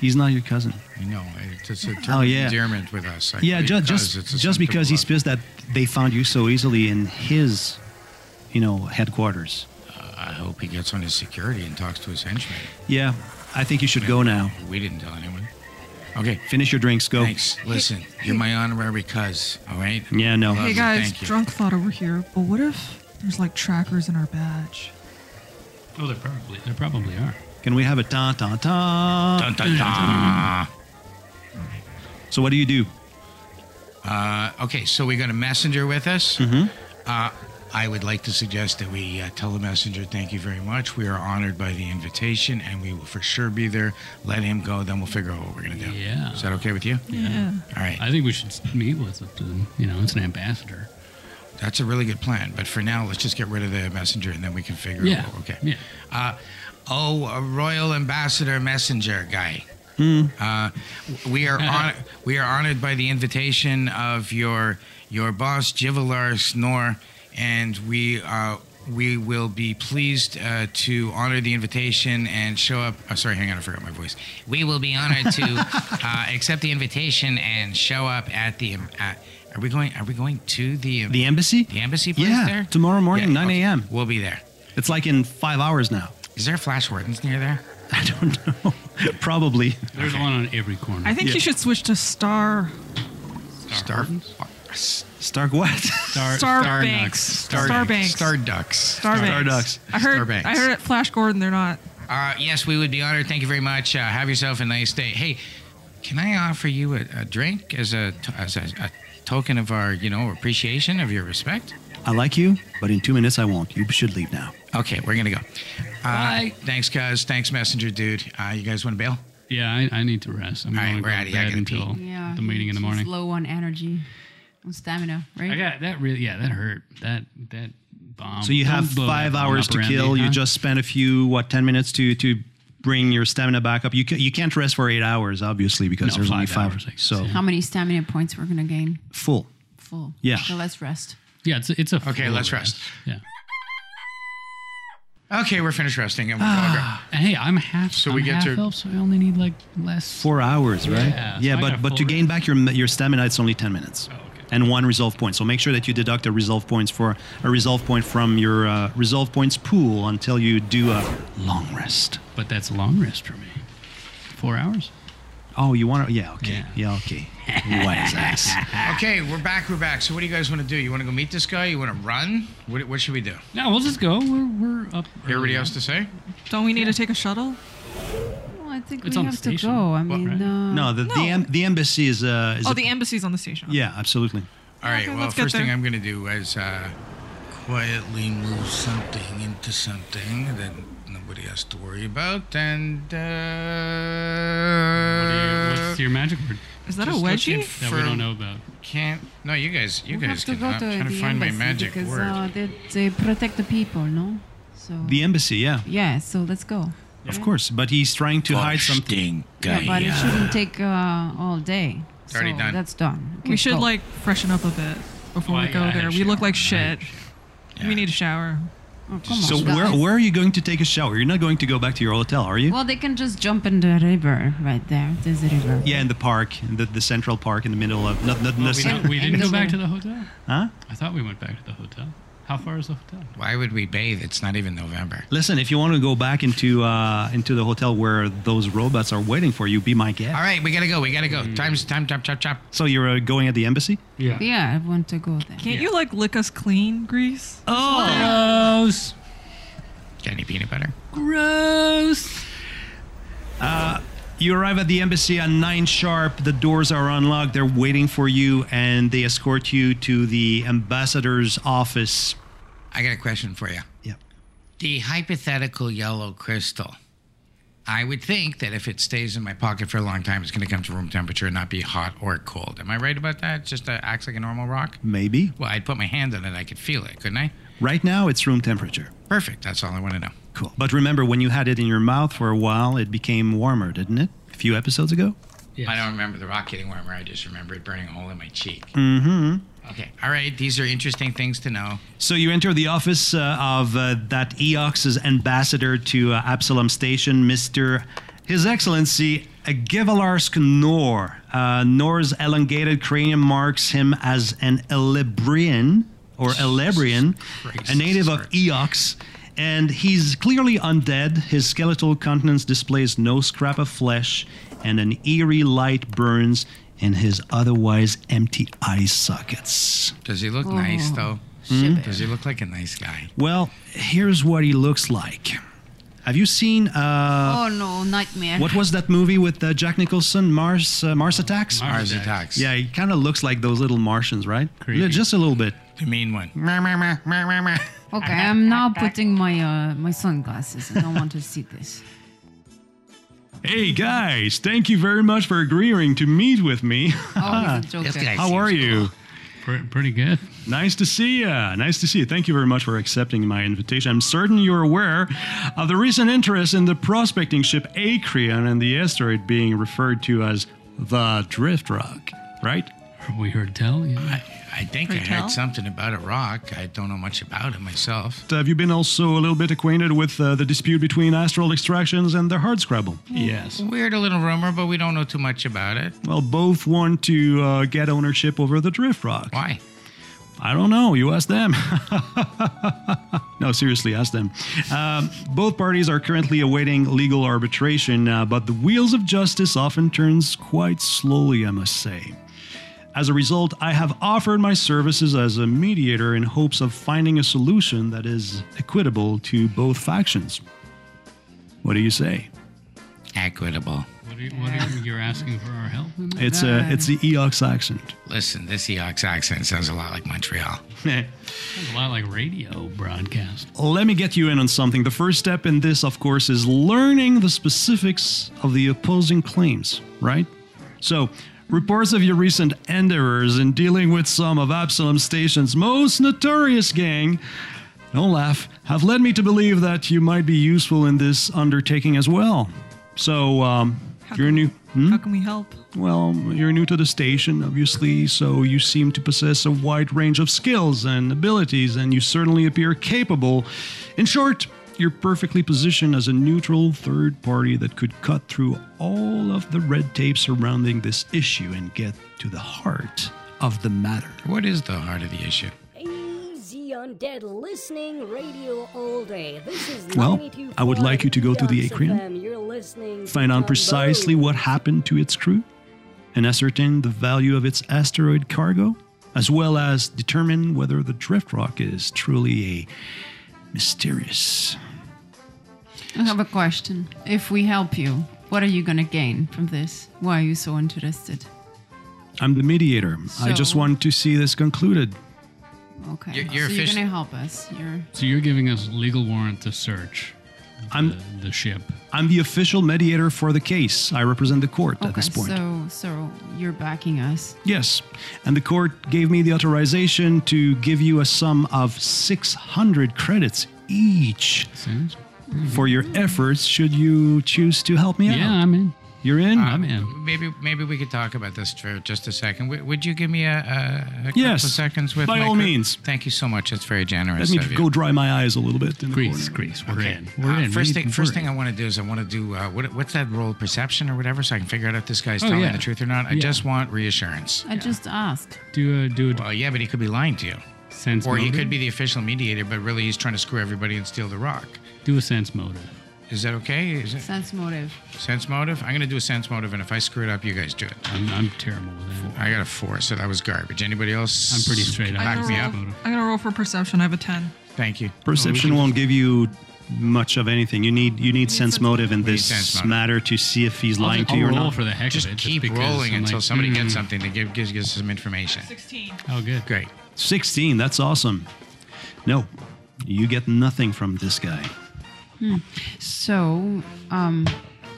[SPEAKER 2] he's not your cousin.
[SPEAKER 6] You know, I- it's a term
[SPEAKER 2] Oh,
[SPEAKER 6] of
[SPEAKER 2] yeah.
[SPEAKER 6] endearment with us. I
[SPEAKER 2] Yeah,
[SPEAKER 6] believe
[SPEAKER 2] just
[SPEAKER 6] cuz it's
[SPEAKER 2] just
[SPEAKER 6] a
[SPEAKER 2] just
[SPEAKER 6] symptom
[SPEAKER 2] because
[SPEAKER 6] of
[SPEAKER 2] he's
[SPEAKER 6] love.
[SPEAKER 2] pissed that they found you so easily in his, you know, headquarters.
[SPEAKER 6] I hope he gets on his security and talks to his henchmen.
[SPEAKER 2] Yeah, I think you should go now.
[SPEAKER 6] We didn't tell anyone. Okay.
[SPEAKER 2] Finish your drinks. Go.
[SPEAKER 6] Thanks. Listen, you're my honorary cuz, all right?
[SPEAKER 2] Yeah, no.
[SPEAKER 6] Love
[SPEAKER 7] Hey
[SPEAKER 6] you,
[SPEAKER 7] guys,
[SPEAKER 6] thank you.
[SPEAKER 7] drunk thought over here, but what if there's like trackers in our badge?
[SPEAKER 4] oh, they probably they probably are.
[SPEAKER 2] Can we have a ta ta ta?
[SPEAKER 6] Dun, dun, dun.
[SPEAKER 2] So what do you do?
[SPEAKER 6] Uh, okay, so we got a messenger with us. Mm-hmm. Uh, I would like to suggest that we uh, tell the messenger, thank you very much. We are honored by the invitation and we will for sure be there. Let him go, then we'll figure out what we're going to do.
[SPEAKER 4] Yeah.
[SPEAKER 6] Is that okay with you?
[SPEAKER 7] Yeah.
[SPEAKER 6] All right.
[SPEAKER 4] I think we should s- meet with it. to- You know, it's an ambassador.
[SPEAKER 6] That's a really good plan. But for now, let's just get rid of the messenger and then we can figure
[SPEAKER 4] Yeah.
[SPEAKER 6] out. what- Oh, Okay.
[SPEAKER 4] Yeah.
[SPEAKER 6] Uh, oh, a royal ambassador messenger guy.
[SPEAKER 4] Hmm.
[SPEAKER 6] Uh, we are on, we are honored by the invitation of your your boss Jivalar Snor, and we uh, we will be pleased uh, to honor the invitation and show up. Oh, sorry, hang on, I forgot my voice. We will be honored to uh, accept the invitation and show up at the. um, Uh, are we going? Are we going to the
[SPEAKER 2] The embassy?
[SPEAKER 6] the embassy place
[SPEAKER 2] Yeah,
[SPEAKER 6] there?
[SPEAKER 2] tomorrow morning, 9
[SPEAKER 6] okay.
[SPEAKER 2] a.m..
[SPEAKER 6] We'll be there.
[SPEAKER 2] It's like in five hours now.
[SPEAKER 6] Is there a Flash Wardens near there?
[SPEAKER 2] I don't know. Probably.
[SPEAKER 4] There's one on every corner.
[SPEAKER 7] I think
[SPEAKER 2] Yeah.
[SPEAKER 7] you should switch to Star
[SPEAKER 6] Star,
[SPEAKER 2] Stark what?
[SPEAKER 4] Star,
[SPEAKER 7] Star
[SPEAKER 4] Starnucks.
[SPEAKER 7] Banks.
[SPEAKER 4] Star-
[SPEAKER 7] Star Banks.
[SPEAKER 6] Star Ducks.
[SPEAKER 7] Starbucks.
[SPEAKER 2] Starbucks.
[SPEAKER 7] I heard.
[SPEAKER 6] Starbucks.
[SPEAKER 7] I heard at Flash Gordon they're not.
[SPEAKER 6] Uh, yes, we would be honored. Thank you very much. Uh, have yourself a nice day. Hey, can I offer you a, a drink as a as a, a token of our you know appreciation of your respect?
[SPEAKER 2] I like you, but in two minutes I won't. You should leave now.
[SPEAKER 6] Okay, we're gonna go. Uh, Thanks, guys. Thanks, messenger dude. Uh, you guys want to bail?
[SPEAKER 4] Yeah, I, I need to rest. I'm
[SPEAKER 6] All right,
[SPEAKER 4] going
[SPEAKER 6] we're
[SPEAKER 4] to
[SPEAKER 6] outta here. I
[SPEAKER 4] bed
[SPEAKER 6] gotta pee.
[SPEAKER 4] until
[SPEAKER 5] Yeah.
[SPEAKER 4] the meeting in the
[SPEAKER 5] she's
[SPEAKER 4] morning.
[SPEAKER 5] Low on energy, on stamina, right?
[SPEAKER 4] I got that really. Yeah, that hurt. That that bomb.
[SPEAKER 2] So you
[SPEAKER 4] Don't
[SPEAKER 2] have
[SPEAKER 4] blow that
[SPEAKER 2] five
[SPEAKER 4] bomb
[SPEAKER 2] hours
[SPEAKER 4] up
[SPEAKER 2] to
[SPEAKER 4] around
[SPEAKER 2] kill.
[SPEAKER 4] me,
[SPEAKER 2] You
[SPEAKER 4] huh?
[SPEAKER 2] just spent a few what ten minutes to to bring your stamina back up. You ca- you can't rest for eight hours, obviously, because
[SPEAKER 4] No,
[SPEAKER 2] there's only
[SPEAKER 4] five
[SPEAKER 2] five.
[SPEAKER 4] hours, I guess,
[SPEAKER 2] so
[SPEAKER 5] How many stamina points we're gonna gain?
[SPEAKER 2] full.
[SPEAKER 5] Full.
[SPEAKER 2] Yeah.
[SPEAKER 5] So let's rest.
[SPEAKER 4] yeah. It's it's a
[SPEAKER 6] Okay,
[SPEAKER 4] full
[SPEAKER 6] let's rest.
[SPEAKER 4] Yeah.
[SPEAKER 6] Okay, we're finished resting and we're
[SPEAKER 7] Ah.
[SPEAKER 6] going to-
[SPEAKER 4] And hey, I'm half. So
[SPEAKER 6] So we
[SPEAKER 4] we
[SPEAKER 6] get
[SPEAKER 4] half
[SPEAKER 6] to-
[SPEAKER 4] elf, so I only need like less.
[SPEAKER 2] Four hours, right?
[SPEAKER 4] Yeah, so I
[SPEAKER 2] but
[SPEAKER 4] got
[SPEAKER 2] but to
[SPEAKER 4] full
[SPEAKER 2] gain back your your stamina, it's only ten minutes.
[SPEAKER 4] Oh, okay.
[SPEAKER 2] And one resolve point. So make sure that you deduct a resolve points for a resolve point from your uh, resolve points pool until you do a long rest.
[SPEAKER 4] But that's a long rest for me. Four hours.
[SPEAKER 2] Oh, you want to? Yeah, okay.
[SPEAKER 4] Yeah.
[SPEAKER 2] Yeah, okay. Wise ass.
[SPEAKER 6] Okay, we're back. We're back. So, what do you guys want to do? You want to go meet this guy? You want to run? What, what should we do?
[SPEAKER 4] No, we'll just go. We're we're up. early
[SPEAKER 6] Everybody
[SPEAKER 4] now.
[SPEAKER 6] else to say?
[SPEAKER 7] Don't we need to take a shuttle?
[SPEAKER 5] Well, I think
[SPEAKER 4] It's
[SPEAKER 5] we
[SPEAKER 4] on the
[SPEAKER 5] have to
[SPEAKER 4] station.
[SPEAKER 5] go. I
[SPEAKER 4] What,
[SPEAKER 5] mean,
[SPEAKER 4] right?
[SPEAKER 5] uh,
[SPEAKER 2] No, the the, em- the embassy is. Uh, is
[SPEAKER 7] Oh,
[SPEAKER 2] a-
[SPEAKER 7] the embassy's on the station.
[SPEAKER 2] yeah, absolutely.
[SPEAKER 6] All right.
[SPEAKER 7] Okay,
[SPEAKER 6] well,
[SPEAKER 7] let's get
[SPEAKER 6] first thing
[SPEAKER 7] there.
[SPEAKER 6] I'm going to do is uh, quietly move something into something that nobody has to worry about, and
[SPEAKER 4] What are you-
[SPEAKER 6] uh,
[SPEAKER 4] What's your magic word
[SPEAKER 7] Is that a
[SPEAKER 6] Just looking
[SPEAKER 7] wedgie?
[SPEAKER 6] f-
[SPEAKER 4] that
[SPEAKER 6] For-
[SPEAKER 4] we don't know about?
[SPEAKER 6] can't. No, you guys. You
[SPEAKER 5] we
[SPEAKER 6] guys
[SPEAKER 5] have to
[SPEAKER 6] can.
[SPEAKER 5] go
[SPEAKER 6] I'm
[SPEAKER 5] to
[SPEAKER 6] trying to
[SPEAKER 5] the
[SPEAKER 6] find my
[SPEAKER 5] embassy
[SPEAKER 6] magic
[SPEAKER 5] because
[SPEAKER 6] word.
[SPEAKER 5] Uh, they, they protect the people, no? So
[SPEAKER 2] The embassy, yeah,
[SPEAKER 5] yeah. So let's go.
[SPEAKER 2] of course. But he's trying to hide something.
[SPEAKER 5] Yeah, but it shouldn't take uh, all day.
[SPEAKER 6] It's already
[SPEAKER 5] so
[SPEAKER 6] done.
[SPEAKER 5] That's done. Okay,
[SPEAKER 7] We should
[SPEAKER 5] go.
[SPEAKER 7] like freshen up a bit before
[SPEAKER 4] Well,
[SPEAKER 7] we
[SPEAKER 4] I-
[SPEAKER 7] go
[SPEAKER 4] Oh, I had a
[SPEAKER 7] there. We look
[SPEAKER 4] shower.
[SPEAKER 7] like
[SPEAKER 4] I had
[SPEAKER 7] shit.
[SPEAKER 4] a shower.
[SPEAKER 7] We need a shower.
[SPEAKER 5] Oh, come
[SPEAKER 2] So
[SPEAKER 5] on,
[SPEAKER 2] where
[SPEAKER 5] guys.
[SPEAKER 2] where are you going to take a shower? You're not going to go back to your hotel, are you?
[SPEAKER 5] Well, they can just jump in the river right there. There's a river.
[SPEAKER 2] yeah, in the park, in the, the central park, in the middle of not not
[SPEAKER 4] We,
[SPEAKER 2] necessarily.
[SPEAKER 4] not, we didn't go back to the hotel.
[SPEAKER 2] Huh?
[SPEAKER 4] I thought we went back to the hotel. How far is the hotel?
[SPEAKER 6] Why would we bathe? It's not even November.
[SPEAKER 2] Listen, if you want to go back into uh, into the hotel where those robots are waiting for you, be my guest.
[SPEAKER 6] All right, we gotta go. We gotta go. Time's time. Chop chop chop.
[SPEAKER 2] So you're uh, going at the embassy?
[SPEAKER 5] Yeah, I want to go there.
[SPEAKER 7] Can't you like lick us clean, Grease?
[SPEAKER 4] Gross.
[SPEAKER 6] Got any peanut butter?
[SPEAKER 4] Gross.
[SPEAKER 2] Uh, You arrive at the embassy at nine sharp. The doors are unlocked. They're waiting for you, and they escort you to the ambassador's office.
[SPEAKER 6] I got a question for you.
[SPEAKER 2] Yeah.
[SPEAKER 6] The hypothetical yellow crystal. I would think that if it stays in my pocket for a long time, it's going to come to room temperature and not be hot or cold. Am I right about that? It just uh, acts like a normal rock?
[SPEAKER 2] Maybe.
[SPEAKER 6] Well, I'd put my hand on it. I could feel it, couldn't I?
[SPEAKER 2] Right now, it's room temperature.
[SPEAKER 6] Perfect. That's all I want to know.
[SPEAKER 2] Cool. But remember, when you had it in your mouth for a while, it became warmer, didn't it? A few episodes ago?
[SPEAKER 6] I don't remember the rock getting warmer. I just remember it burning a hole in my cheek. Mm-hmm. Okay. All right. These are interesting things to know.
[SPEAKER 2] So you enter the office uh, of uh, that EOX's ambassador to uh, Absalom Station, Mr. His Excellency Agivalarsk Nor. Uh, Nor's elongated cranium marks him as an Elebrian or Elebrian, a native of Eox. And he's clearly undead. His skeletal countenance displays no scrap of flesh, and an eerie light burns in his otherwise empty eye sockets.
[SPEAKER 6] Does he look nice, though?
[SPEAKER 2] Hmm?
[SPEAKER 5] Ship
[SPEAKER 6] Does he look like a nice guy?
[SPEAKER 2] Well, here's what he looks like. Have you seen uh,
[SPEAKER 5] Oh no, nightmare.
[SPEAKER 2] what was that movie with uh, Jack Nicholson, Mars uh, Mars Attacks?
[SPEAKER 4] Mars-
[SPEAKER 6] Mars attacks.
[SPEAKER 2] Yeah, he kind of looks like those little Martians, right?
[SPEAKER 4] Creepy.
[SPEAKER 2] Just a little bit.
[SPEAKER 6] The mean one.
[SPEAKER 5] Okay, I'm now putting my uh, my sunglasses. I don't want to see this.
[SPEAKER 2] Hey guys, thank you very much for agreeing to meet with me.
[SPEAKER 5] Oh, he's a joker.
[SPEAKER 6] This guy
[SPEAKER 2] How are
[SPEAKER 6] seems
[SPEAKER 2] you?
[SPEAKER 4] Pre- pretty good.
[SPEAKER 2] Nice to see you. Nice to see you. Thank you very much for accepting my invitation. I'm certain you're aware of the recent interest in the prospecting ship Acreon and the asteroid being referred to as the Drift Rock, right?
[SPEAKER 4] We heard tell. Yeah.
[SPEAKER 6] I, I think I
[SPEAKER 7] Hotel?
[SPEAKER 6] heard something about a rock. I don't know much about it myself.
[SPEAKER 2] uh, Have you been also a little bit acquainted with uh, the dispute between Astral Extractions and the Hardscrabble?
[SPEAKER 4] Yes.
[SPEAKER 6] Weird, a little rumor, but we don't know too much about it.
[SPEAKER 2] Well, both want to uh, get ownership over the Drift Rock.
[SPEAKER 6] Why?
[SPEAKER 2] I don't know. You ask them. no, seriously, ask them. Um, both parties are currently awaiting legal arbitration, uh, but the wheels of justice often turns quite slowly, I must say. As a result, I have offered my services as a mediator in hopes of finding a solution that is equitable to both factions. What do you say?
[SPEAKER 6] Equitable.
[SPEAKER 4] What are, you, what are you, you're asking for our help? In that?
[SPEAKER 2] It's a it's the Eox accent.
[SPEAKER 6] Listen, this Eox accent sounds a lot like Montreal.
[SPEAKER 4] Sounds a lot like radio broadcast.
[SPEAKER 2] Let me get you in on something. The first step in this, of course, is learning the specifics of the opposing claims, right? So, reports of your recent endeavors in dealing with some of Absalom Station's most notorious gang don't laugh, have led me to believe that you might be useful in this undertaking as well. So, um,
[SPEAKER 7] How
[SPEAKER 2] you're
[SPEAKER 7] can-
[SPEAKER 2] new.
[SPEAKER 7] How can we help?
[SPEAKER 2] Well, you're new to the station, obviously, so you seem to possess a wide range of skills and abilities, and you certainly appear capable. In short, you're perfectly positioned as a neutral third party that could cut through all of the red tape surrounding this issue and get to the heart of the matter.
[SPEAKER 6] What is the heart of the issue?
[SPEAKER 8] Easy Undead listening radio all day. This is
[SPEAKER 2] Well,
[SPEAKER 8] 92.5
[SPEAKER 2] I would like you to go to the
[SPEAKER 8] Jux
[SPEAKER 2] atrium,
[SPEAKER 8] FM. You're listening to
[SPEAKER 2] find out
[SPEAKER 8] Trombone.
[SPEAKER 2] precisely what happened to its crew, and ascertain the value of its asteroid cargo, as well as determine whether the drift rock is truly a mysterious.
[SPEAKER 5] I have a question. If we help you, what are you going to gain from this? Why are you so interested?
[SPEAKER 2] I'm the mediator. I just
[SPEAKER 5] So-
[SPEAKER 2] want to see this concluded.
[SPEAKER 5] Okay.
[SPEAKER 6] You're- you're
[SPEAKER 5] so you're
[SPEAKER 6] offici-
[SPEAKER 5] going to help us. You're
[SPEAKER 4] So you're giving us legal warrant to search
[SPEAKER 2] I'm
[SPEAKER 4] the, the ship.
[SPEAKER 2] I'm the official mediator for the case. I represent the court at this point.
[SPEAKER 5] So, so you're backing us.
[SPEAKER 2] Yes, and the court gave me the authorization to give you a sum of 600 credits each
[SPEAKER 4] Sounds?
[SPEAKER 2] for your efforts should you choose to help me
[SPEAKER 4] Yeah,
[SPEAKER 2] out.
[SPEAKER 4] I'm in.
[SPEAKER 2] You're in?
[SPEAKER 4] I'm in.
[SPEAKER 6] Maybe maybe we could talk about this for just a second. W- would you give me a, a, a couple
[SPEAKER 2] Yes,
[SPEAKER 6] of seconds with
[SPEAKER 2] by
[SPEAKER 6] my
[SPEAKER 2] all
[SPEAKER 6] group?
[SPEAKER 2] means.
[SPEAKER 6] Thank you so much. That's very
[SPEAKER 2] Let
[SPEAKER 6] generous
[SPEAKER 2] me
[SPEAKER 6] of you.
[SPEAKER 2] go dry my eyes a little bit. In the
[SPEAKER 4] Greece,
[SPEAKER 2] corner.
[SPEAKER 4] Greece. We're
[SPEAKER 6] Okay.
[SPEAKER 4] in. We're
[SPEAKER 6] Uh,
[SPEAKER 4] in. We-
[SPEAKER 6] First thing, first
[SPEAKER 4] we're
[SPEAKER 6] thing I
[SPEAKER 4] in.
[SPEAKER 6] want to do is I want to do uh, what, what's that role perception or whatever, so I can figure out if this guy's
[SPEAKER 4] Oh,
[SPEAKER 6] telling
[SPEAKER 4] yeah.
[SPEAKER 6] the truth or not. I
[SPEAKER 4] Yeah.
[SPEAKER 6] just want reassurance.
[SPEAKER 5] I just asked.
[SPEAKER 4] do a do a
[SPEAKER 6] Well, yeah, but he could be lying to you,
[SPEAKER 4] sense
[SPEAKER 6] or he
[SPEAKER 4] motive.
[SPEAKER 6] could be the official mediator, but really he's trying to screw everybody and steal the rock.
[SPEAKER 4] do a sense motive.
[SPEAKER 6] Is that okay? Is it
[SPEAKER 5] Sense motive.
[SPEAKER 6] sense motive? I'm going to do a sense motive, and if I screw it up, you guys do it.
[SPEAKER 4] I'm, I'm terrible with that.
[SPEAKER 6] I got a four, so that was garbage. Anybody else?
[SPEAKER 4] I'm pretty straight
[SPEAKER 7] I'm
[SPEAKER 4] up.
[SPEAKER 7] gonna,
[SPEAKER 6] me
[SPEAKER 7] roll,
[SPEAKER 6] up.
[SPEAKER 7] I'm gonna roll for perception. I have a 10.
[SPEAKER 6] Thank you. Oh,
[SPEAKER 2] Perception won't give you much of anything. You need you need sense motive in
[SPEAKER 6] We need
[SPEAKER 2] this
[SPEAKER 6] sense motive.
[SPEAKER 2] matter to see if he's lying to
[SPEAKER 4] I'll
[SPEAKER 2] you or
[SPEAKER 4] roll
[SPEAKER 2] not.
[SPEAKER 4] for the heck
[SPEAKER 6] Just
[SPEAKER 4] of it.
[SPEAKER 6] keep
[SPEAKER 4] because
[SPEAKER 6] rolling
[SPEAKER 4] I'm
[SPEAKER 6] until
[SPEAKER 4] like,
[SPEAKER 6] somebody
[SPEAKER 4] "Hmm,
[SPEAKER 6] gets something that give, gives gives us some information.
[SPEAKER 7] 16.
[SPEAKER 4] Oh, good.
[SPEAKER 6] Great.
[SPEAKER 2] 16. That's awesome. No, you get nothing from this guy.
[SPEAKER 5] So, um,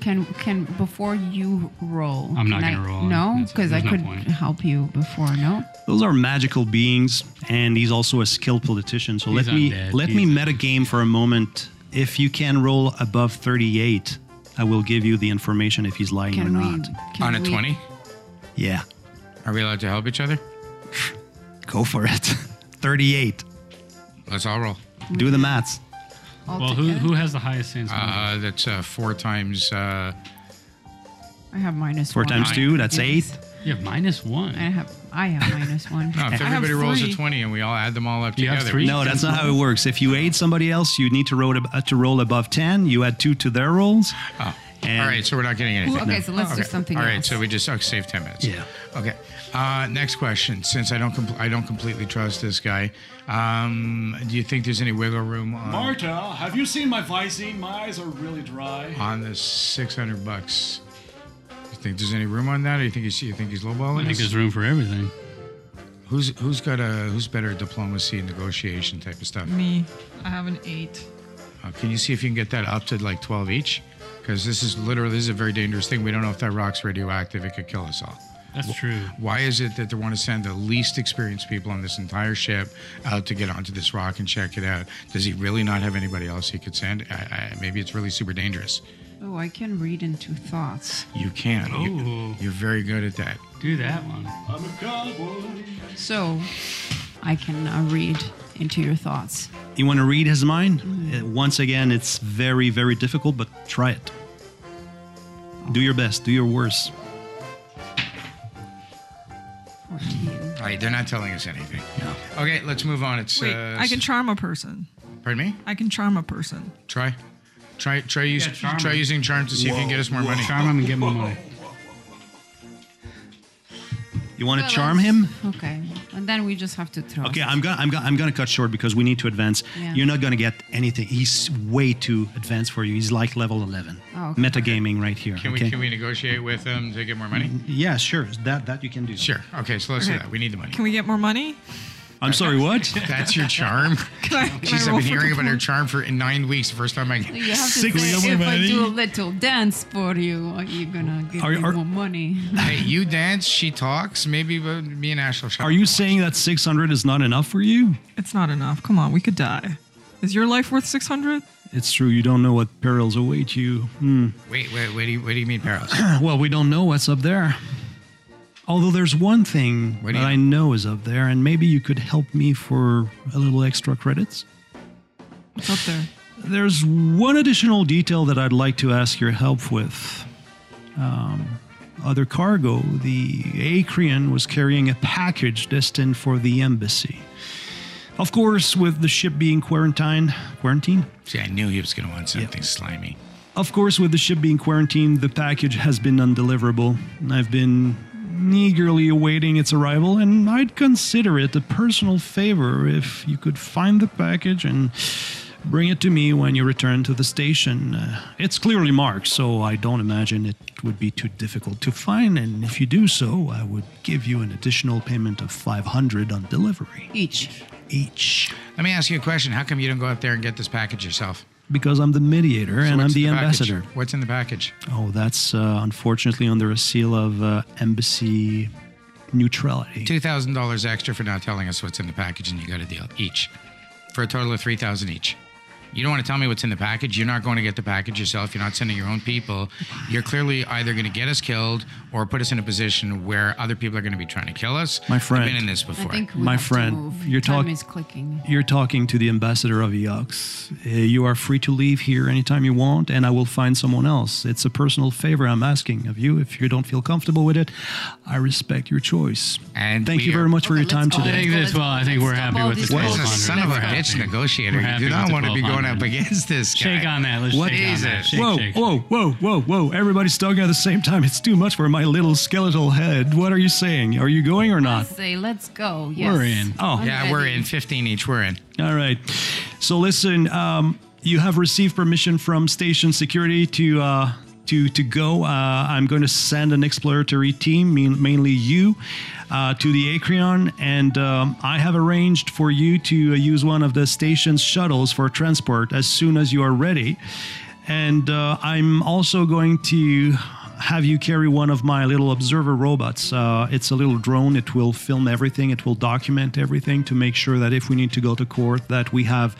[SPEAKER 5] can can before you roll?
[SPEAKER 4] I'm not
[SPEAKER 5] can
[SPEAKER 4] gonna
[SPEAKER 5] I-
[SPEAKER 4] roll.
[SPEAKER 5] No,
[SPEAKER 4] That's-
[SPEAKER 5] because I
[SPEAKER 4] there's no
[SPEAKER 5] could
[SPEAKER 4] point.
[SPEAKER 5] help you before. No.
[SPEAKER 2] Those are magical beings, and he's also a skilled politician. So
[SPEAKER 4] He's
[SPEAKER 2] let me
[SPEAKER 4] undead.
[SPEAKER 2] let me
[SPEAKER 4] He's-
[SPEAKER 2] metagame for a moment. If you can roll above 38, I will give you the information if he's lying or
[SPEAKER 5] Can we?
[SPEAKER 2] not.
[SPEAKER 5] Can
[SPEAKER 6] On a
[SPEAKER 5] we-
[SPEAKER 6] twenty,
[SPEAKER 2] Yeah,
[SPEAKER 6] are we allowed to help each other?
[SPEAKER 2] go for it. 38.
[SPEAKER 6] Let's all roll.
[SPEAKER 2] Do the maths.
[SPEAKER 5] all
[SPEAKER 4] Well, who,
[SPEAKER 5] together?
[SPEAKER 4] who has the highest sense motive?
[SPEAKER 6] Uh, that's uh, four times. Uh,
[SPEAKER 5] I have minus
[SPEAKER 2] Four
[SPEAKER 5] one.
[SPEAKER 2] times two, that's eight.
[SPEAKER 4] you have minus one.
[SPEAKER 5] I have. I have minus one.
[SPEAKER 6] no, oh, if
[SPEAKER 7] have
[SPEAKER 6] everybody rolls a
[SPEAKER 7] three.
[SPEAKER 6] twenty and we all add them all up
[SPEAKER 4] You have
[SPEAKER 6] together,
[SPEAKER 4] three?
[SPEAKER 2] No, that's not how it works. If you aid somebody else, you need to roll, ab- uh, to roll above 10. You add two to their rolls.
[SPEAKER 6] Oh.
[SPEAKER 2] And-
[SPEAKER 6] all right, so we're not getting anything.
[SPEAKER 5] Okay, so let's do something
[SPEAKER 6] All right,
[SPEAKER 5] else.
[SPEAKER 6] so we just okay, save ten minutes.
[SPEAKER 2] Yeah.
[SPEAKER 6] Okay. Uh, next question. Since I don't, compl- I don't completely trust this guy. Um, do you think there's any wiggle room on,
[SPEAKER 2] have you seen my visine? My eyes are really dry.
[SPEAKER 6] on the six hundred bucks? You think there's any room on that, or you think he's, you think he's lowballing?
[SPEAKER 4] I think
[SPEAKER 6] us?
[SPEAKER 4] there's room for everything.
[SPEAKER 6] Who's who's got a who's better at diplomacy and negotiation type of stuff?
[SPEAKER 7] Me. I have an 8.
[SPEAKER 6] Uh, can you see if you can get that up to like twelve each? Because this is literally this is a very dangerous thing. We don't know if that rock's radioactive. It could kill us all.
[SPEAKER 4] That's true.
[SPEAKER 6] Why is it that they want to send the least experienced people on this entire ship out to get onto this rock and check it out? Does he really not have anybody else he could send? I, I, maybe it's really super dangerous.
[SPEAKER 5] Oh, I can read into thoughts.
[SPEAKER 6] You can.
[SPEAKER 4] Ooh.
[SPEAKER 6] You, are very good at that.
[SPEAKER 4] Do that one.
[SPEAKER 5] So, I can uh, read into your thoughts.
[SPEAKER 2] You want to read his mind? Uh, Once again, it's very, very difficult, but try it. Do your best, do your worst.
[SPEAKER 5] Fourteen.
[SPEAKER 6] All right, they're not telling us anything. Okay, let's move on. It's
[SPEAKER 7] Wait,
[SPEAKER 6] uh,
[SPEAKER 7] I can charm a person.
[SPEAKER 6] pardon me.
[SPEAKER 7] I can charm a person.
[SPEAKER 6] Try, try, try, use,
[SPEAKER 4] Yeah, charm
[SPEAKER 6] try
[SPEAKER 4] him.
[SPEAKER 6] using charm to see if you can get us more money.
[SPEAKER 4] Charm him and get my money.
[SPEAKER 2] You want to
[SPEAKER 5] Well,
[SPEAKER 2] charm
[SPEAKER 5] that's-
[SPEAKER 2] him?
[SPEAKER 5] Okay, and then we just have to trust.
[SPEAKER 2] Okay, I'm gonna, I'm gonna, I'm gonna cut short because we need to advance.
[SPEAKER 5] Yeah.
[SPEAKER 2] You're not gonna get anything. He's way too advanced for you. He's like level 11.
[SPEAKER 5] Oh, okay.
[SPEAKER 2] Metagaming right here.
[SPEAKER 6] Can we
[SPEAKER 2] okay?
[SPEAKER 6] can we negotiate with them to get more money?
[SPEAKER 4] Mm-hmm.
[SPEAKER 2] Yeah, sure. That, that you can do.
[SPEAKER 6] Sure. Okay, so let's do
[SPEAKER 7] Okay.
[SPEAKER 6] that. We need the money.
[SPEAKER 7] Can we get more money?
[SPEAKER 2] I'm sorry. What?
[SPEAKER 6] That's your charm.
[SPEAKER 7] Can I, can
[SPEAKER 6] Jeez,
[SPEAKER 7] I
[SPEAKER 6] I've
[SPEAKER 7] roll
[SPEAKER 6] been
[SPEAKER 7] for
[SPEAKER 6] hearing about her
[SPEAKER 7] diplomacy?
[SPEAKER 6] charm for in nine weeks. The first time I.
[SPEAKER 5] You have to
[SPEAKER 2] Six
[SPEAKER 5] say,
[SPEAKER 2] million
[SPEAKER 5] if
[SPEAKER 2] money.
[SPEAKER 5] I do a little dance for you, are you gonna give
[SPEAKER 2] Are-
[SPEAKER 5] me
[SPEAKER 2] are-
[SPEAKER 5] more money?
[SPEAKER 6] Hey, you dance, she talks. Maybe uh, me and Ash will shop.
[SPEAKER 2] Are you saying that 600 is not enough for you?
[SPEAKER 7] It's not enough. Come on, we could die. Is your life worth 600?
[SPEAKER 2] It's true. You don't know what perils await you.
[SPEAKER 6] Wait, wait, what do you, what do you mean perils?
[SPEAKER 2] Well, we don't know what's up there. Although there's one thing that
[SPEAKER 6] What do you-
[SPEAKER 2] I know is up there, and maybe you could help me for a little extra credits.
[SPEAKER 7] What's up there?
[SPEAKER 2] There's one additional detail that I'd like to ask your help with. Um, other cargo, the Acrian was carrying a package destined for the embassy. Of course, with the ship being quarantined, quarantined.
[SPEAKER 6] See, I knew he was going to want something slimy.
[SPEAKER 2] Of course, with the ship being quarantined, the package has been undeliverable. I've been eagerly awaiting its arrival, and I'd consider it a personal favor if you could find the package and bring it to me when you return to the station. Uh, it's clearly marked, so I don't imagine it would be too difficult to find, and if you do so, I would give you an additional payment of 500 on delivery
[SPEAKER 5] Each.
[SPEAKER 2] each.
[SPEAKER 6] Let me ask you a question. How come you don't go out there and get this package yourself?
[SPEAKER 2] Because I'm the mediator
[SPEAKER 6] So
[SPEAKER 2] and I'm
[SPEAKER 6] what's
[SPEAKER 2] the,
[SPEAKER 6] in package?
[SPEAKER 2] ambassador.
[SPEAKER 6] What's in the package?
[SPEAKER 2] Oh, that's uh, unfortunately under a seal of uh, embassy neutrality.
[SPEAKER 6] Two thousand dollars extra for not telling us what's in the package, and you got a deal each for a total of three thousand each. You don't want to tell me what's in the package. You're not going to get the package yourself. You're not sending your own people. You're clearly either going to get us killed or put us in a position where other people are going to be trying to kill us.
[SPEAKER 2] My friend.
[SPEAKER 6] I've been in this
[SPEAKER 5] I
[SPEAKER 6] before.
[SPEAKER 5] think we
[SPEAKER 2] My
[SPEAKER 5] have to
[SPEAKER 2] friend,
[SPEAKER 5] move.
[SPEAKER 2] you're
[SPEAKER 5] Time
[SPEAKER 2] talk-
[SPEAKER 5] is clicking.
[SPEAKER 2] You're talking to the ambassador of Eox. Uh, you are free to leave here anytime you want, and I will find someone else. It's a personal favor I'm asking of you. If you don't feel comfortable with it, I respect your choice.
[SPEAKER 6] And
[SPEAKER 2] thank
[SPEAKER 6] we
[SPEAKER 2] you
[SPEAKER 6] are-
[SPEAKER 2] very much for
[SPEAKER 5] Okay,
[SPEAKER 2] your
[SPEAKER 5] let's
[SPEAKER 2] time
[SPEAKER 5] go.
[SPEAKER 4] I
[SPEAKER 2] today.
[SPEAKER 4] think this. Well, I think we're
[SPEAKER 5] Stop
[SPEAKER 4] happy
[SPEAKER 5] all
[SPEAKER 4] with
[SPEAKER 5] these
[SPEAKER 4] this.
[SPEAKER 6] What
[SPEAKER 5] Well,
[SPEAKER 6] is a son
[SPEAKER 5] 1200.
[SPEAKER 6] of a bitch negotiator? You do not want to be going up against this guy.
[SPEAKER 4] Shake on that. Let's
[SPEAKER 6] What
[SPEAKER 4] shake on
[SPEAKER 6] is
[SPEAKER 4] that.
[SPEAKER 6] it?
[SPEAKER 4] Shake,
[SPEAKER 2] Whoa,
[SPEAKER 4] shake,
[SPEAKER 2] whoa, whoa, whoa, whoa. Everybody's talking at the same time. It's too much for my little skeletal head. What are you saying? Are you going or not?
[SPEAKER 5] Say, let's go. Yes.
[SPEAKER 4] We're in.
[SPEAKER 2] Oh.
[SPEAKER 5] I'm
[SPEAKER 6] Yeah, we're
[SPEAKER 5] ready.
[SPEAKER 6] in fifteen each. We're in.
[SPEAKER 2] All right. So listen, um, you have received permission from station security to uh, to to go. Uh, I'm going to send an exploratory team, mean, mainly you, uh, to the Acreon, and um, I have arranged for you to uh, use one of the station's shuttles for transport as soon as you are ready. And uh, I'm also going to have you carry one of my little observer robots. Uh, it's a little drone. It will film everything. It will document everything to make sure that if we need to go to court, that we have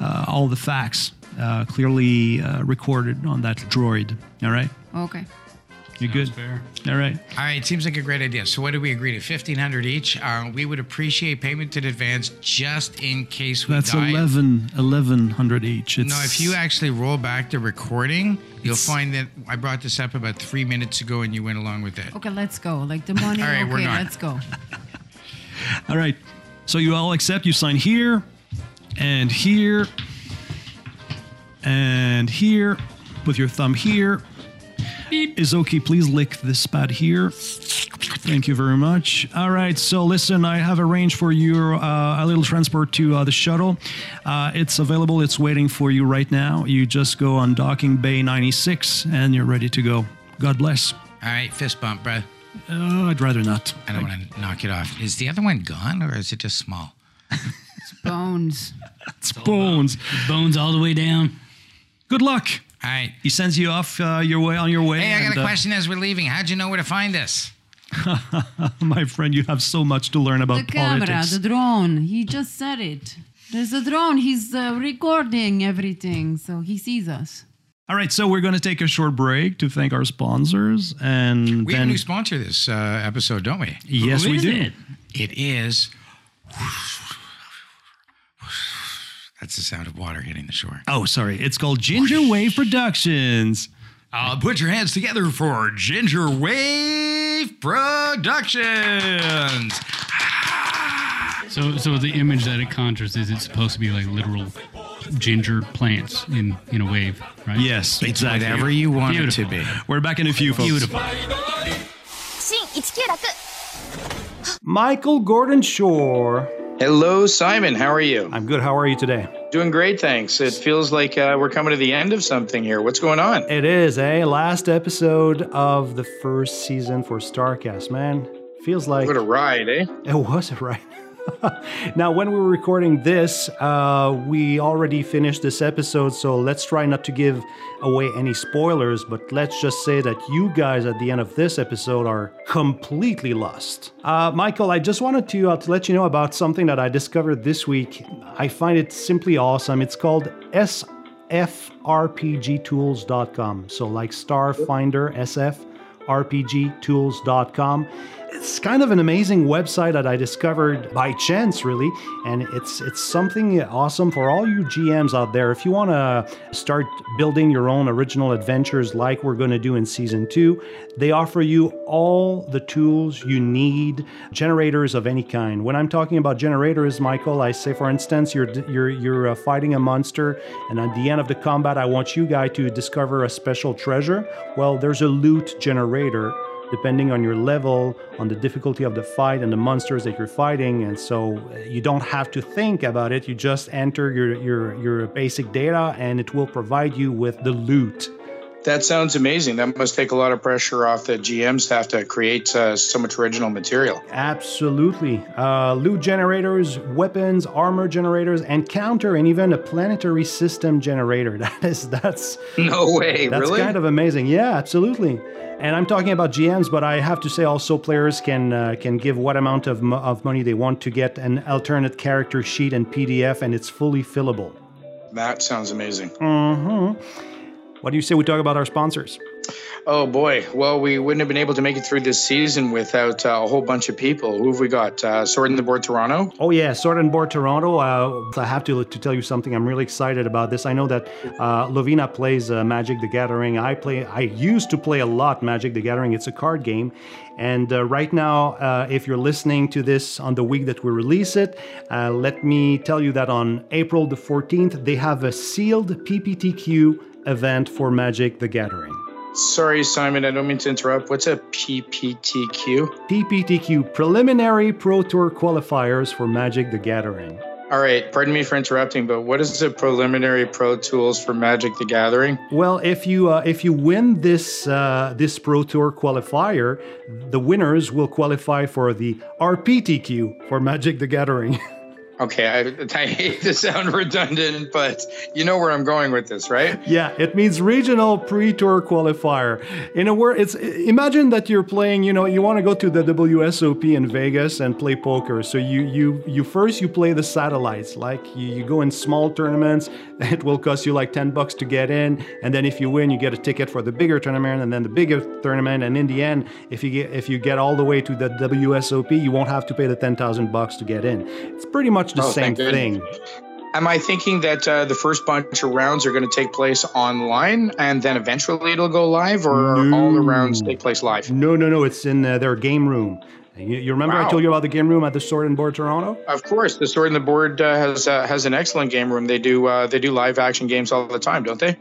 [SPEAKER 2] uh, all the facts uh, clearly uh, recorded on that droid. All right,
[SPEAKER 5] Okay.
[SPEAKER 2] you good?
[SPEAKER 4] fair.
[SPEAKER 2] All right.
[SPEAKER 6] All right, seems like a great idea. So, what did we agree to? Fifteen hundred each. Uh, we would appreciate payment in advance, just in case we
[SPEAKER 2] That's
[SPEAKER 6] die.
[SPEAKER 2] eleven, eleven hundred 1100 each. It's,
[SPEAKER 6] No, if you actually roll back the recording, you'll find that I brought this up about three minutes ago, and you went along with it.
[SPEAKER 5] Okay, let's go. Like the money.
[SPEAKER 6] All right,
[SPEAKER 5] okay,
[SPEAKER 6] we're not.
[SPEAKER 5] let's go.
[SPEAKER 2] All right. So you all accept. You sign here, and here, and here. With your thumb here. Izoki, please lick this pad here. Thank you very much. All right, so listen, I have arranged for you uh, a little transport to uh, the shuttle. Uh, it's available. It's waiting for you right now. You just go on docking bay 96, and you're ready to go. God bless.
[SPEAKER 6] All right, fist bump, bro.
[SPEAKER 2] Uh, I'd rather not.
[SPEAKER 6] I don't want to knock it off. Is the other one gone, or is it just small?
[SPEAKER 5] It's bones.
[SPEAKER 2] It's bones.
[SPEAKER 4] Bones all the way down.
[SPEAKER 2] Good luck.
[SPEAKER 6] All right.
[SPEAKER 2] He sends you off uh, your way on your way.
[SPEAKER 6] Hey, I got
[SPEAKER 2] and,
[SPEAKER 6] a
[SPEAKER 2] uh,
[SPEAKER 6] question as we're leaving. How'd you know where to find us?
[SPEAKER 2] my friend, you have so much to learn
[SPEAKER 5] The
[SPEAKER 2] about
[SPEAKER 5] camera,
[SPEAKER 2] politics.
[SPEAKER 5] the drone. He just said it. There's a drone. He's uh, recording everything, so he sees us.
[SPEAKER 2] All right, so we're going to take a short break to thank our sponsors, and
[SPEAKER 6] We have
[SPEAKER 2] then
[SPEAKER 6] a new sponsor this uh, episode, don't we?
[SPEAKER 2] yes,
[SPEAKER 4] Who
[SPEAKER 2] we
[SPEAKER 4] is
[SPEAKER 2] do.
[SPEAKER 4] it?
[SPEAKER 6] It is. That's the sound of water hitting the shore.
[SPEAKER 2] Oh, sorry, it's called Ginger Wave Productions.
[SPEAKER 6] Uh, put your hands together for Ginger Wave Productions.
[SPEAKER 4] So, so the image that it conjures is it's supposed to be like literal ginger plants in in a wave, right?
[SPEAKER 2] Yes, exactly.
[SPEAKER 6] Whatever you want it to
[SPEAKER 4] Beautiful.
[SPEAKER 6] be.
[SPEAKER 2] We're back in a few, folks.
[SPEAKER 4] Beautiful.
[SPEAKER 2] Michael Gordon Shore.
[SPEAKER 9] Hello, Simon. How are you?
[SPEAKER 2] I'm good. How are you today?
[SPEAKER 9] Doing great, thanks. It feels like uh, we're coming to the end of something here. What's going on?
[SPEAKER 2] It is a last episode of the first season for Starcast. Man, feels like
[SPEAKER 9] What a ride, eh?
[SPEAKER 2] it was right. Now, when we were recording this, uh, we already finished this episode, so let's try not to give away any spoilers, but let's just say that you guys at the end of this episode are completely lost. Uh, Michael, I just wanted to, uh, to let you know about something that I discovered this week. I find it simply awesome. It's called sfrpgtools.com. So, like Starfinder SF rpgtools.com. It's kind of an amazing website that I discovered by chance, really, and it's it's something awesome for all you GMs out there. If you want to start building your own original adventures, like we're going to do in season two, they offer you all the tools you need, generators of any kind. When I'm talking about generators, Michael, I say, for instance, you're you're you're uh, fighting a monster, and at the end of the combat, I want you guys to discover a special treasure. Well, there's a loot generator depending on your level, on the difficulty of the fight, and the monsters that you're fighting. And so uh, you don't have to think about it. You just enter your your your basic data, and it will provide you with the loot.
[SPEAKER 9] That sounds amazing. That must take a lot of pressure off the GMs to have to create uh, so much original material.
[SPEAKER 2] Absolutely. Uh, loot generators, weapons, armor generators, and counter, and even a planetary system generator. That is that's
[SPEAKER 9] No way,
[SPEAKER 2] that's
[SPEAKER 9] really?
[SPEAKER 2] kind of amazing. Yeah, absolutely. And I'm talking about GMs, but I have to say also players can uh, can give what amount of mo- of money they want to get an alternate character sheet and PDF, and it's fully fillable. Mm-hmm.
[SPEAKER 9] that sounds amazing.
[SPEAKER 2] What do you say we talk about our sponsors?
[SPEAKER 9] Oh boy. Well, we wouldn't have been able to make it through this season without uh, a whole bunch of people. Who have we got? Uh, Sword in the Board Toronto.
[SPEAKER 2] Oh yeah, Sword and Board Toronto. Uh, I have to to tell you something. I'm really excited about this. I know that uh, Lovina plays uh, Magic the Gathering. I play. I used to play a lot Magic the Gathering. It's a card game, and uh, right now, uh, if you're listening to this on the week that we release it, uh, let me tell you that on April the 14th, they have a sealed PPTQ event for Magic the Gathering.
[SPEAKER 9] Sorry, Simon. I don't mean to interrupt. What's a PPTQ?
[SPEAKER 2] PPTQ preliminary Pro Tour qualifiers for Magic the Gathering.
[SPEAKER 9] All right. Pardon me for interrupting, but what is the preliminary Pro Tools for Magic: The Gathering?
[SPEAKER 2] Well, if you uh, if you win this uh, this Pro Tour qualifier, the winners will qualify for the RPTQ for Magic the Gathering.
[SPEAKER 9] Okay, I, I hate to sound redundant, but you know where I'm going with this, right?
[SPEAKER 2] yeah, it means regional pre-tour qualifier. In a word, it's imagine that you're playing. You know, you want to go to the WSOP in Vegas and play poker. So you you you first you play the satellites. Like you, you go in small tournaments. It will cost you like ten bucks to get in, and then if you win, you get a ticket for the bigger tournament, and then the bigger tournament. And in the end, if you get if you get all the way to the WSOP, you won't have to pay the ten thousand bucks to get in. It's pretty much the
[SPEAKER 9] Oh,
[SPEAKER 2] same
[SPEAKER 9] thank goodness.
[SPEAKER 2] thing.
[SPEAKER 9] Am I thinking that uh, the first bunch of rounds are going to take place online, and then eventually it'll go live, or are all the rounds take place live?
[SPEAKER 2] No, no, no. It's in uh, their game room. You, you remember I
[SPEAKER 9] Wow.
[SPEAKER 2] told you about the game room at the Sword and Board Toronto?
[SPEAKER 9] Of course, the Sword and the Board uh, has uh, has an excellent game room. They do uh, they do live action games all the time, don't they?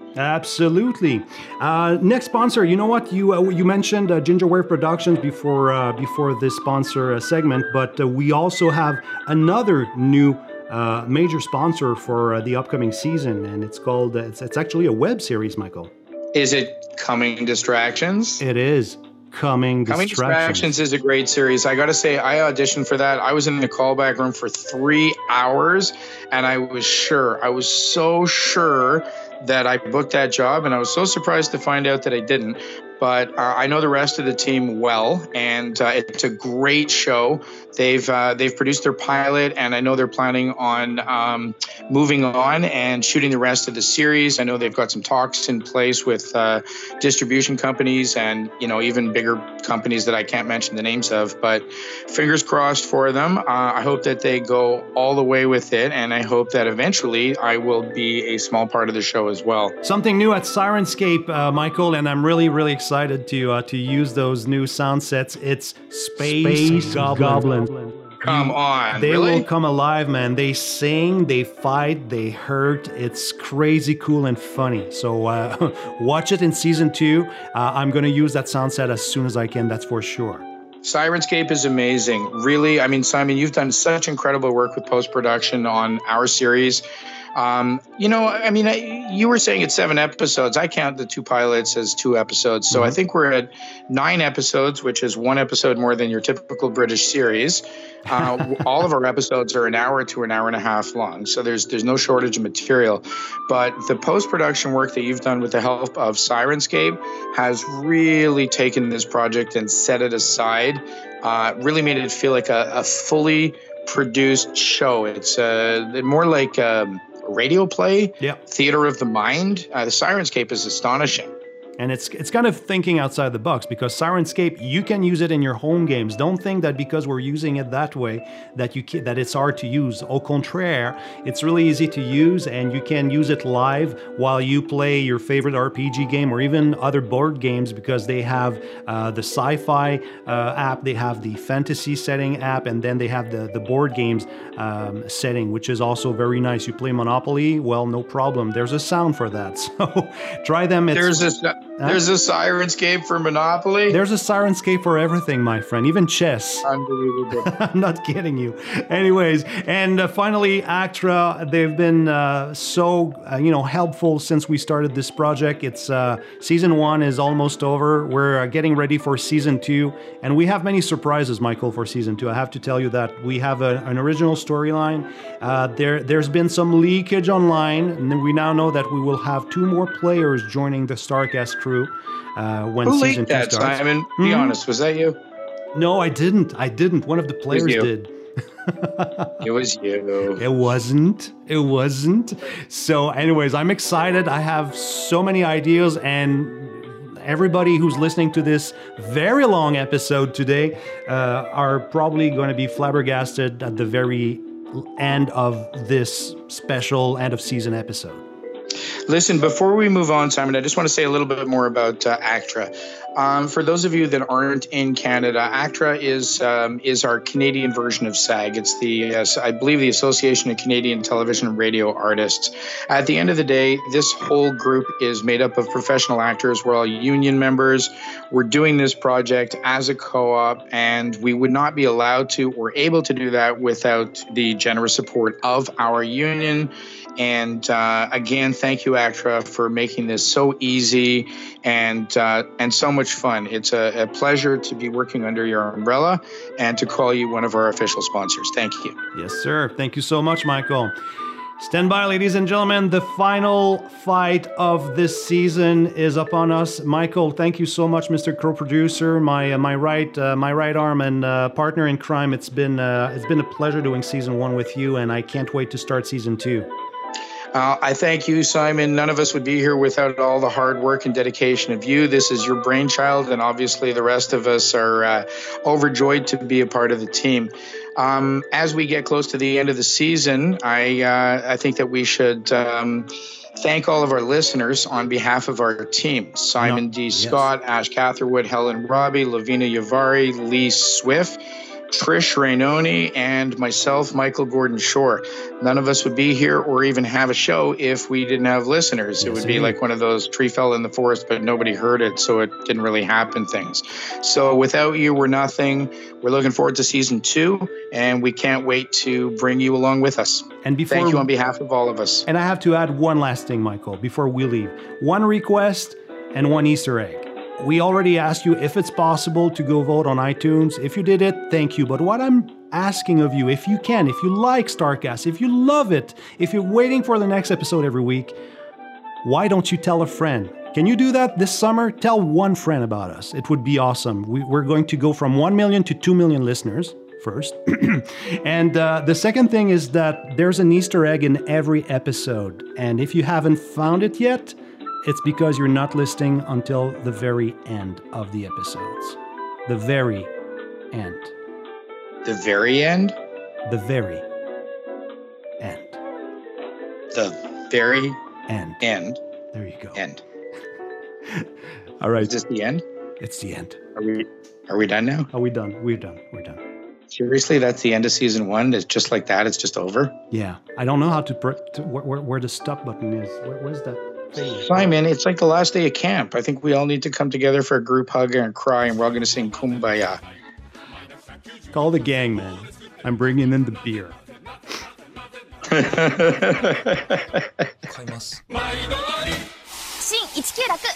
[SPEAKER 2] Absolutely. Uh, next sponsor. You know what? You uh, you mentioned uh, Ginger Wave Productions before uh, before this sponsor uh, segment, but uh, we also have another new. Uh, major sponsor for uh, the upcoming season, and it's called. Uh, it's, it's actually a web series, Michael.
[SPEAKER 9] Is it Coming Distractions?
[SPEAKER 2] It is coming.
[SPEAKER 9] Coming Distractions is a great series. I got to say, I auditioned for that. I was in the callback room for three hours, and I was sure, I was so sure that I booked that job, and I was so surprised to find out that I didn't. But uh, I know the rest of the team well, and uh, it's a great show. They've uh, they've produced their pilot, and I know they're planning on um, moving on and shooting the rest of the series. I know they've got some talks in place with uh, distribution companies and you know even bigger companies that I can't mention the names of. But fingers crossed for them. Uh, I hope that they go all the way with it, and I hope that eventually I will be a small part of the show as well.
[SPEAKER 2] Something new at Sirenscape, uh, Michael, and I'm really, really excited to uh, to use those new sound sets. It's Space, Goblin.
[SPEAKER 9] Come on,
[SPEAKER 2] They
[SPEAKER 9] really?
[SPEAKER 2] will come alive, man. They sing, they fight, they hurt. It's crazy cool and funny. So uh, watch it in season two. Uh, I'm going to use that sound set as soon as I can, that's for sure.
[SPEAKER 9] Sirenscape is amazing. Really, I mean, Simon, you've done such incredible work with post production on our series. Um, you know, I mean, I, you were saying it's seven episodes. I count the two pilots as two episodes. So I think we're at nine episodes, which is one episode more than your typical British series. Uh, all of our episodes are an hour to an hour and a half long. So there's there's no shortage of material. But the post production work that you've done with the help of Sirenscape has really taken this project and set it aside. Uh, really made it feel like a, a fully produced show. It's uh, more like um, radio play,
[SPEAKER 2] Yeah.
[SPEAKER 9] theater of the mind. Uh, the Sirenscape is astonishing.
[SPEAKER 2] And it's it's kind of thinking outside the box because Sirenscape you can use it in your home games. Don't think that because we're using it that way that you ca- that it's hard to use. Au contraire, it's really easy to use and you can use it live while you play your favorite RPG game or even other board games because they have uh, the sci-fi uh, app, they have the fantasy setting app, and then they have the the board games um, setting, which is also very nice. You play Monopoly, well, no problem. There's a sound for that, so try them. It's,
[SPEAKER 9] There's this uh, there's a Sirenscape for Monopoly.
[SPEAKER 2] there's a sirenscape for everything, my friend, even chess.
[SPEAKER 9] Unbelievable.
[SPEAKER 2] I'm not kidding you. Anyways, and uh, finally, Actra, they've been uh, so uh, you know helpful since we started this project. It's uh, season one is almost over. We're uh, getting ready for season two, and we have many surprises, Michael, for season two. I have to tell you that we have a, an original storyline. Uh, there, there's been some leakage online, and we now know that we will have two more players joining the Starcast crew uh, when
[SPEAKER 9] Who
[SPEAKER 2] season
[SPEAKER 9] leaked
[SPEAKER 2] two
[SPEAKER 9] that,
[SPEAKER 2] starts. Hmm?
[SPEAKER 9] Simon? Be honest. Was that you?
[SPEAKER 2] No, I didn't. I didn't. One of the players
[SPEAKER 9] you.
[SPEAKER 2] did.
[SPEAKER 9] It was you.
[SPEAKER 2] It wasn't. It wasn't. So, anyways, I'm excited. I have so many ideas, and everybody who's listening to this very long episode today uh, are probably going to be flabbergasted at the very end of this special end of season episode.
[SPEAKER 9] Listen, before we move on, Simon, I just want to say a little bit more about uh, ACTRA. Um, for those of you that aren't in Canada, ACTRA is um, is our Canadian version of SAG. It's the uh, I believe the Association of Canadian Television and Radio Artists. At the end of the day, this whole group is made up of professional actors. We're all union members. We're doing this project as a co-op, and we would not be allowed to or able to do that without the generous support of our union. And uh, again, thank you, Actra, for making this so easy and uh, and so much fun. It's a, a pleasure to be working under your umbrella and to call you one of our official sponsors. Thank you.
[SPEAKER 2] Yes, sir. Thank you so much, Michael. Stand by, ladies and gentlemen. The final fight of this season is upon us. Michael, thank you so much, Mr. Co-producer, my uh, my right uh, my right arm and uh, partner in crime. It's been uh, it's been a pleasure doing season one with you, and I can't wait to start season two.
[SPEAKER 9] Uh, I thank you, Simon. None of us would be here without all the hard work and dedication of you. This is your brainchild, and obviously, the rest of us are uh, overjoyed to be a part of the team. Um, as we get close to the end of the season, I uh, I think that we should. Um, Thank all of our listeners on behalf of our team Simon D. Scott, Ash Catherwood, Helen Robbie, Lavina Yavari, Lee Swift, Trish Rainoni and myself, Michael Gordon Shore. None of us would be here or even have a show if we didn't have listeners. it would be like one of those tree fell in the forest, but nobody heard it, so it didn't really happen things. So without you, we're nothing. We're looking forward to season two, and we can't wait to bring you along with us.
[SPEAKER 2] And before
[SPEAKER 9] Thank you on behalf of all of us.
[SPEAKER 2] and I have to add one last thing, Michael, before we leave. One request and one Easter egg. We already asked you if it's possible to go vote on iTunes. If you did it, thank you. But what I'm asking of you, if you can, if you like StarCast, if you love it, if you're waiting for the next episode every week, why don't you tell a friend? Can you do that this summer? Tell one friend about us. It would be awesome. We, we're going to go from 1 million to 2 million listeners first. and uh, the second thing is that there's an Easter egg in every episode. And if you haven't found it yet, it's because you're not listening until the very end of the episodes. The very end.
[SPEAKER 9] The very end,
[SPEAKER 2] The very end.
[SPEAKER 9] the very
[SPEAKER 2] End.
[SPEAKER 9] end,
[SPEAKER 2] There you go.
[SPEAKER 9] end.
[SPEAKER 2] All right.
[SPEAKER 9] Is this the end?
[SPEAKER 2] It's the end.
[SPEAKER 9] Are we are we done now?
[SPEAKER 2] Are we done? We're done. We're done.
[SPEAKER 9] Seriously, that's the end of season one. It's just like that. It's just over.
[SPEAKER 2] Yeah, I don't know how to, pr- to where, where, where the stop button is. Where, where's that thing?
[SPEAKER 9] Simon, it's like the last day of camp. I think we all need to come together for a group hug and cry, and we're all going to sing Kumbaya.
[SPEAKER 2] Call the gang, man. I'm bringing in the beer.
[SPEAKER 10] 買います
[SPEAKER 11] 新196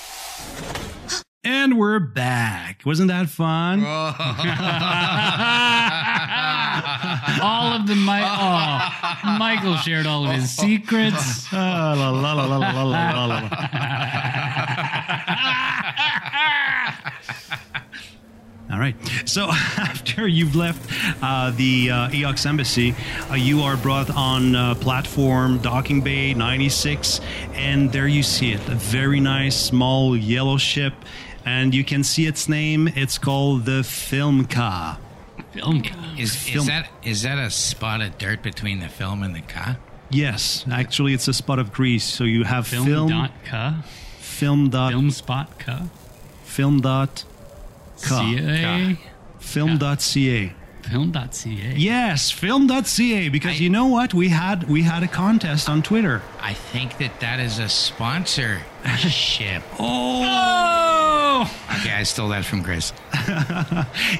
[SPEAKER 2] And we're back. Wasn't that fun?
[SPEAKER 4] all of the Mi- oh, Michael shared all of his secrets.
[SPEAKER 2] Ah, la, la, la, la, la, la, la, la. All right. So after you've left uh, the uh, EOX embassy, uh, you are brought on uh, platform docking bay 96, and there you see it—a very nice small yellow ship, and you can see its name. It's called the Filmka. Filmka
[SPEAKER 6] Is, is that is that a spot of dirt between the film and the car?
[SPEAKER 2] Yes, actually, it's a spot of grease. So you have film.
[SPEAKER 4] Film dot
[SPEAKER 2] ca. Film dot. Film spot ca. Film dot. Ca.
[SPEAKER 4] CA?
[SPEAKER 2] Film dot ca.
[SPEAKER 4] Film dot ca.
[SPEAKER 2] Yes, film.ca because you know what we had we had a contest on Twitter.
[SPEAKER 6] I think that that is a sponsor ship.
[SPEAKER 2] Oh.
[SPEAKER 6] Okay, I stole that from Chris.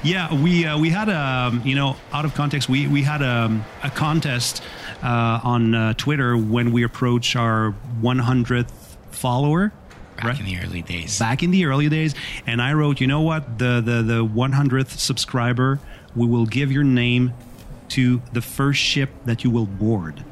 [SPEAKER 2] yeah, we uh, we had um, you know out of context we we had um, a contest uh, on uh, Twitter when we approach our 100th follower. Back
[SPEAKER 6] in the early days.
[SPEAKER 2] Back in the early days, and I wrote, you know what, the the the 100th subscriber, we will give your name to the first ship that you will board.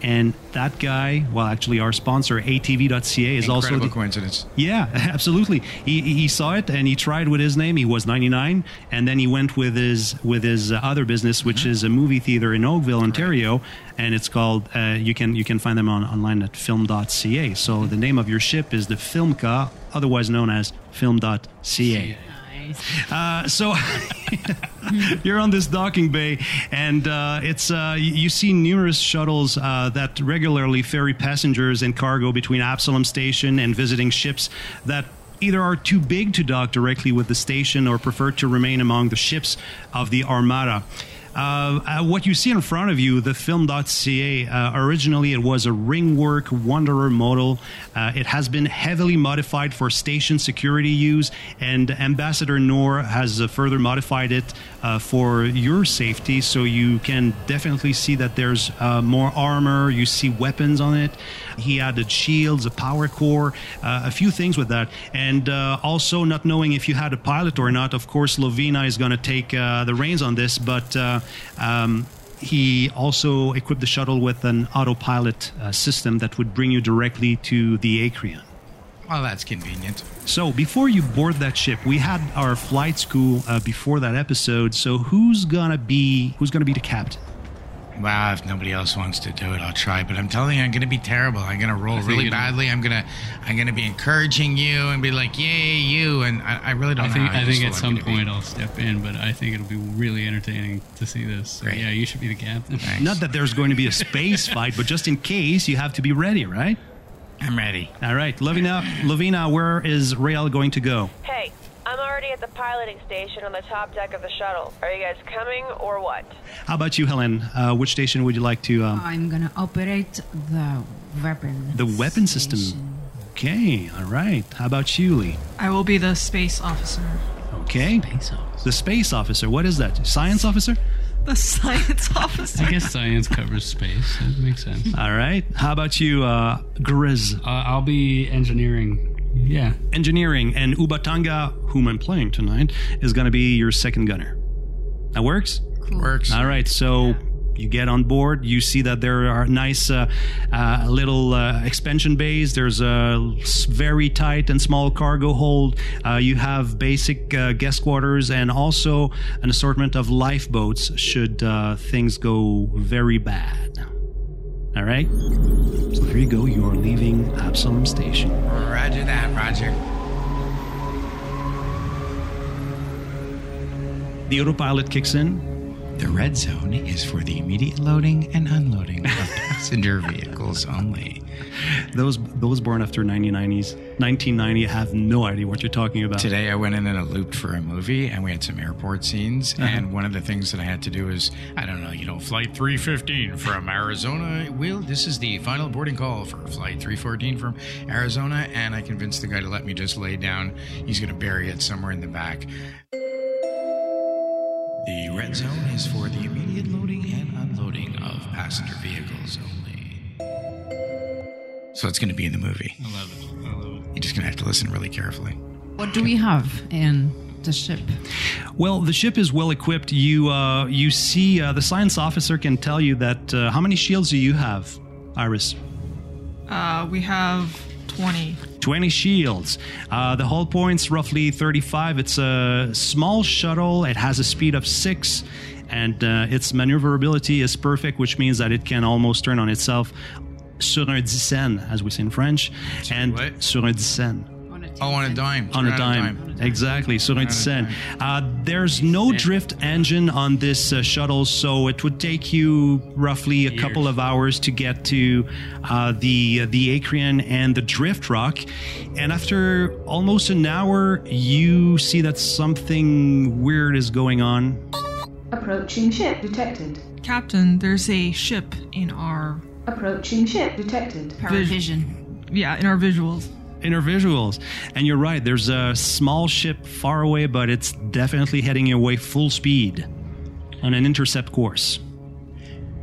[SPEAKER 2] And that guy, well, actually, our sponsor, ATV.ca, is also
[SPEAKER 6] Incredible
[SPEAKER 2] the-
[SPEAKER 6] coincidence.
[SPEAKER 2] yeah, absolutely. He, he he saw it and he tried with his name. He was 99, and then he went with his with his uh, other business, which is a movie theater in Oakville, Ontario, and it's called. Uh, you can you can find them on online at film.ca. So the name of your ship is the Filmca, otherwise known as film.ca. Uh, so you're on this docking bay, and uh, it's uh, y- you see numerous shuttles uh, that regularly ferry passengers and cargo between Absalom Station and visiting ships that either are too big to dock directly with the station or prefer to remain among the ships of the Armada. Uh, uh, what you see in front of you, the film.ca, uh, originally it was a ringwork Wanderer model. Uh, it has been heavily modified for station security use, and Ambassador Noor has uh, further modified it uh, for your safety. So you can definitely see that there's uh, more armor, you see weapons on it. He added shields, a power core, uh, a few things with that. And uh, also, not knowing if you had a pilot or not, of course, Lovina is going to take uh, the reins on this, but uh, um, he also equipped the shuttle with an autopilot uh, system that would bring you directly to the Acreon.
[SPEAKER 6] Well, that's convenient.
[SPEAKER 2] So, before you board that ship, we had our flight school uh, before that episode. So, who's gonna be who's gonna be the captain?
[SPEAKER 6] Wow, if nobody else wants to do it, I'll try. But I'm telling you, I'm going to be terrible. I'm going to roll really
[SPEAKER 4] you're gonna-
[SPEAKER 6] badly. I'm going to, I'm going to be encouraging you and be like, "Yay, you!" And I, I really don't
[SPEAKER 4] I think,
[SPEAKER 6] know. how
[SPEAKER 4] I think
[SPEAKER 6] useful
[SPEAKER 4] at
[SPEAKER 6] I'm
[SPEAKER 4] some
[SPEAKER 6] gonna be.
[SPEAKER 4] point I'll step in, but I think it'll be really entertaining to see this. So, yeah, you should be the captain.
[SPEAKER 2] Not that there's going to be a space fight, but just in case, you have to be ready, right?
[SPEAKER 6] I'm ready.
[SPEAKER 2] All right, Lavina, Lavina, where is Rael going to go?
[SPEAKER 12] Hey, I'm already at the piloting station on the top deck of the shuttle. Are you guys coming or what?
[SPEAKER 2] How about you, Helen? Uh, which station would you like to? Um,
[SPEAKER 5] I'm gonna operate the weapon.
[SPEAKER 2] the weapon system. Okay, all right. How about you, Lee?
[SPEAKER 7] I will be the space officer.
[SPEAKER 2] Okay. The Oh, space officer. What is that? Science officer?
[SPEAKER 7] The science officer.
[SPEAKER 4] I guess science covers space. That makes sense. Uh,
[SPEAKER 2] All right. How about you, uh, Grizz? Uh,
[SPEAKER 4] I'll be engineering. Yeah.
[SPEAKER 2] Engineering. And Ubatanga, whom I'm playing tonight, is going to be your second gunner. That works?
[SPEAKER 6] Works.
[SPEAKER 2] All right. So. You get on board. You see that there are nice uh, uh, little uh, expansion bays. There's a s- very tight and small cargo hold. Uh, you have basic uh, guest quarters and also an assortment of lifeboats should uh, things go very bad. All right. So there you go. You are leaving Absalom Station.
[SPEAKER 6] Roger that, Roger.
[SPEAKER 2] The autopilot kicks in.
[SPEAKER 6] The red zone is for the immediate loading and unloading of passenger vehicles only.
[SPEAKER 2] Those those born after 1990s, 1990 have no idea what you're talking about.
[SPEAKER 6] Today I went in and I looped for a movie, and we had some airport scenes. And one of the things that I had to do is, I don't know, you know, flight 315 from Arizona. Will, this is the final boarding call for flight 314 from Arizona. And I convinced the guy to let me just lay down. He's going to bury it somewhere in the back. The Red zone is for the immediate loading and unloading of passenger vehicles only. So it's going to be in the movie. I love it. I love it. You're just going to have to listen really carefully.
[SPEAKER 5] What do we have in the ship?
[SPEAKER 2] Well, the ship is well equipped. You uh, you see, uh, the science officer can tell you that uh, how many shields do you have, Iris?
[SPEAKER 7] Uh, we have 20.
[SPEAKER 2] 20 shields. Uh, the hull point's roughly 35. It's a small shuttle. It has a speed of six, and uh, its maneuverability is perfect, which means that it can almost turn on itself. Sur un dixaine, as we say in French, and sur un dixaine.
[SPEAKER 6] Oh, on a dime.
[SPEAKER 2] On
[SPEAKER 6] Turn
[SPEAKER 2] a dime. Exactly. So it's said. Uh, there's no drift engine on this uh, shuttle, so it would take you roughly a couple of hours to get to uh, the the Acrian and the drift rock. And after almost an hour, you see that something weird is going on.
[SPEAKER 13] Approaching ship detected.
[SPEAKER 7] Captain, there's a ship in our
[SPEAKER 13] Approaching ship detected.
[SPEAKER 7] vis- Yeah, in our visuals.
[SPEAKER 2] Inner visuals, and you're right. There's a small ship far away, but it's definitely heading your way full speed on an intercept course.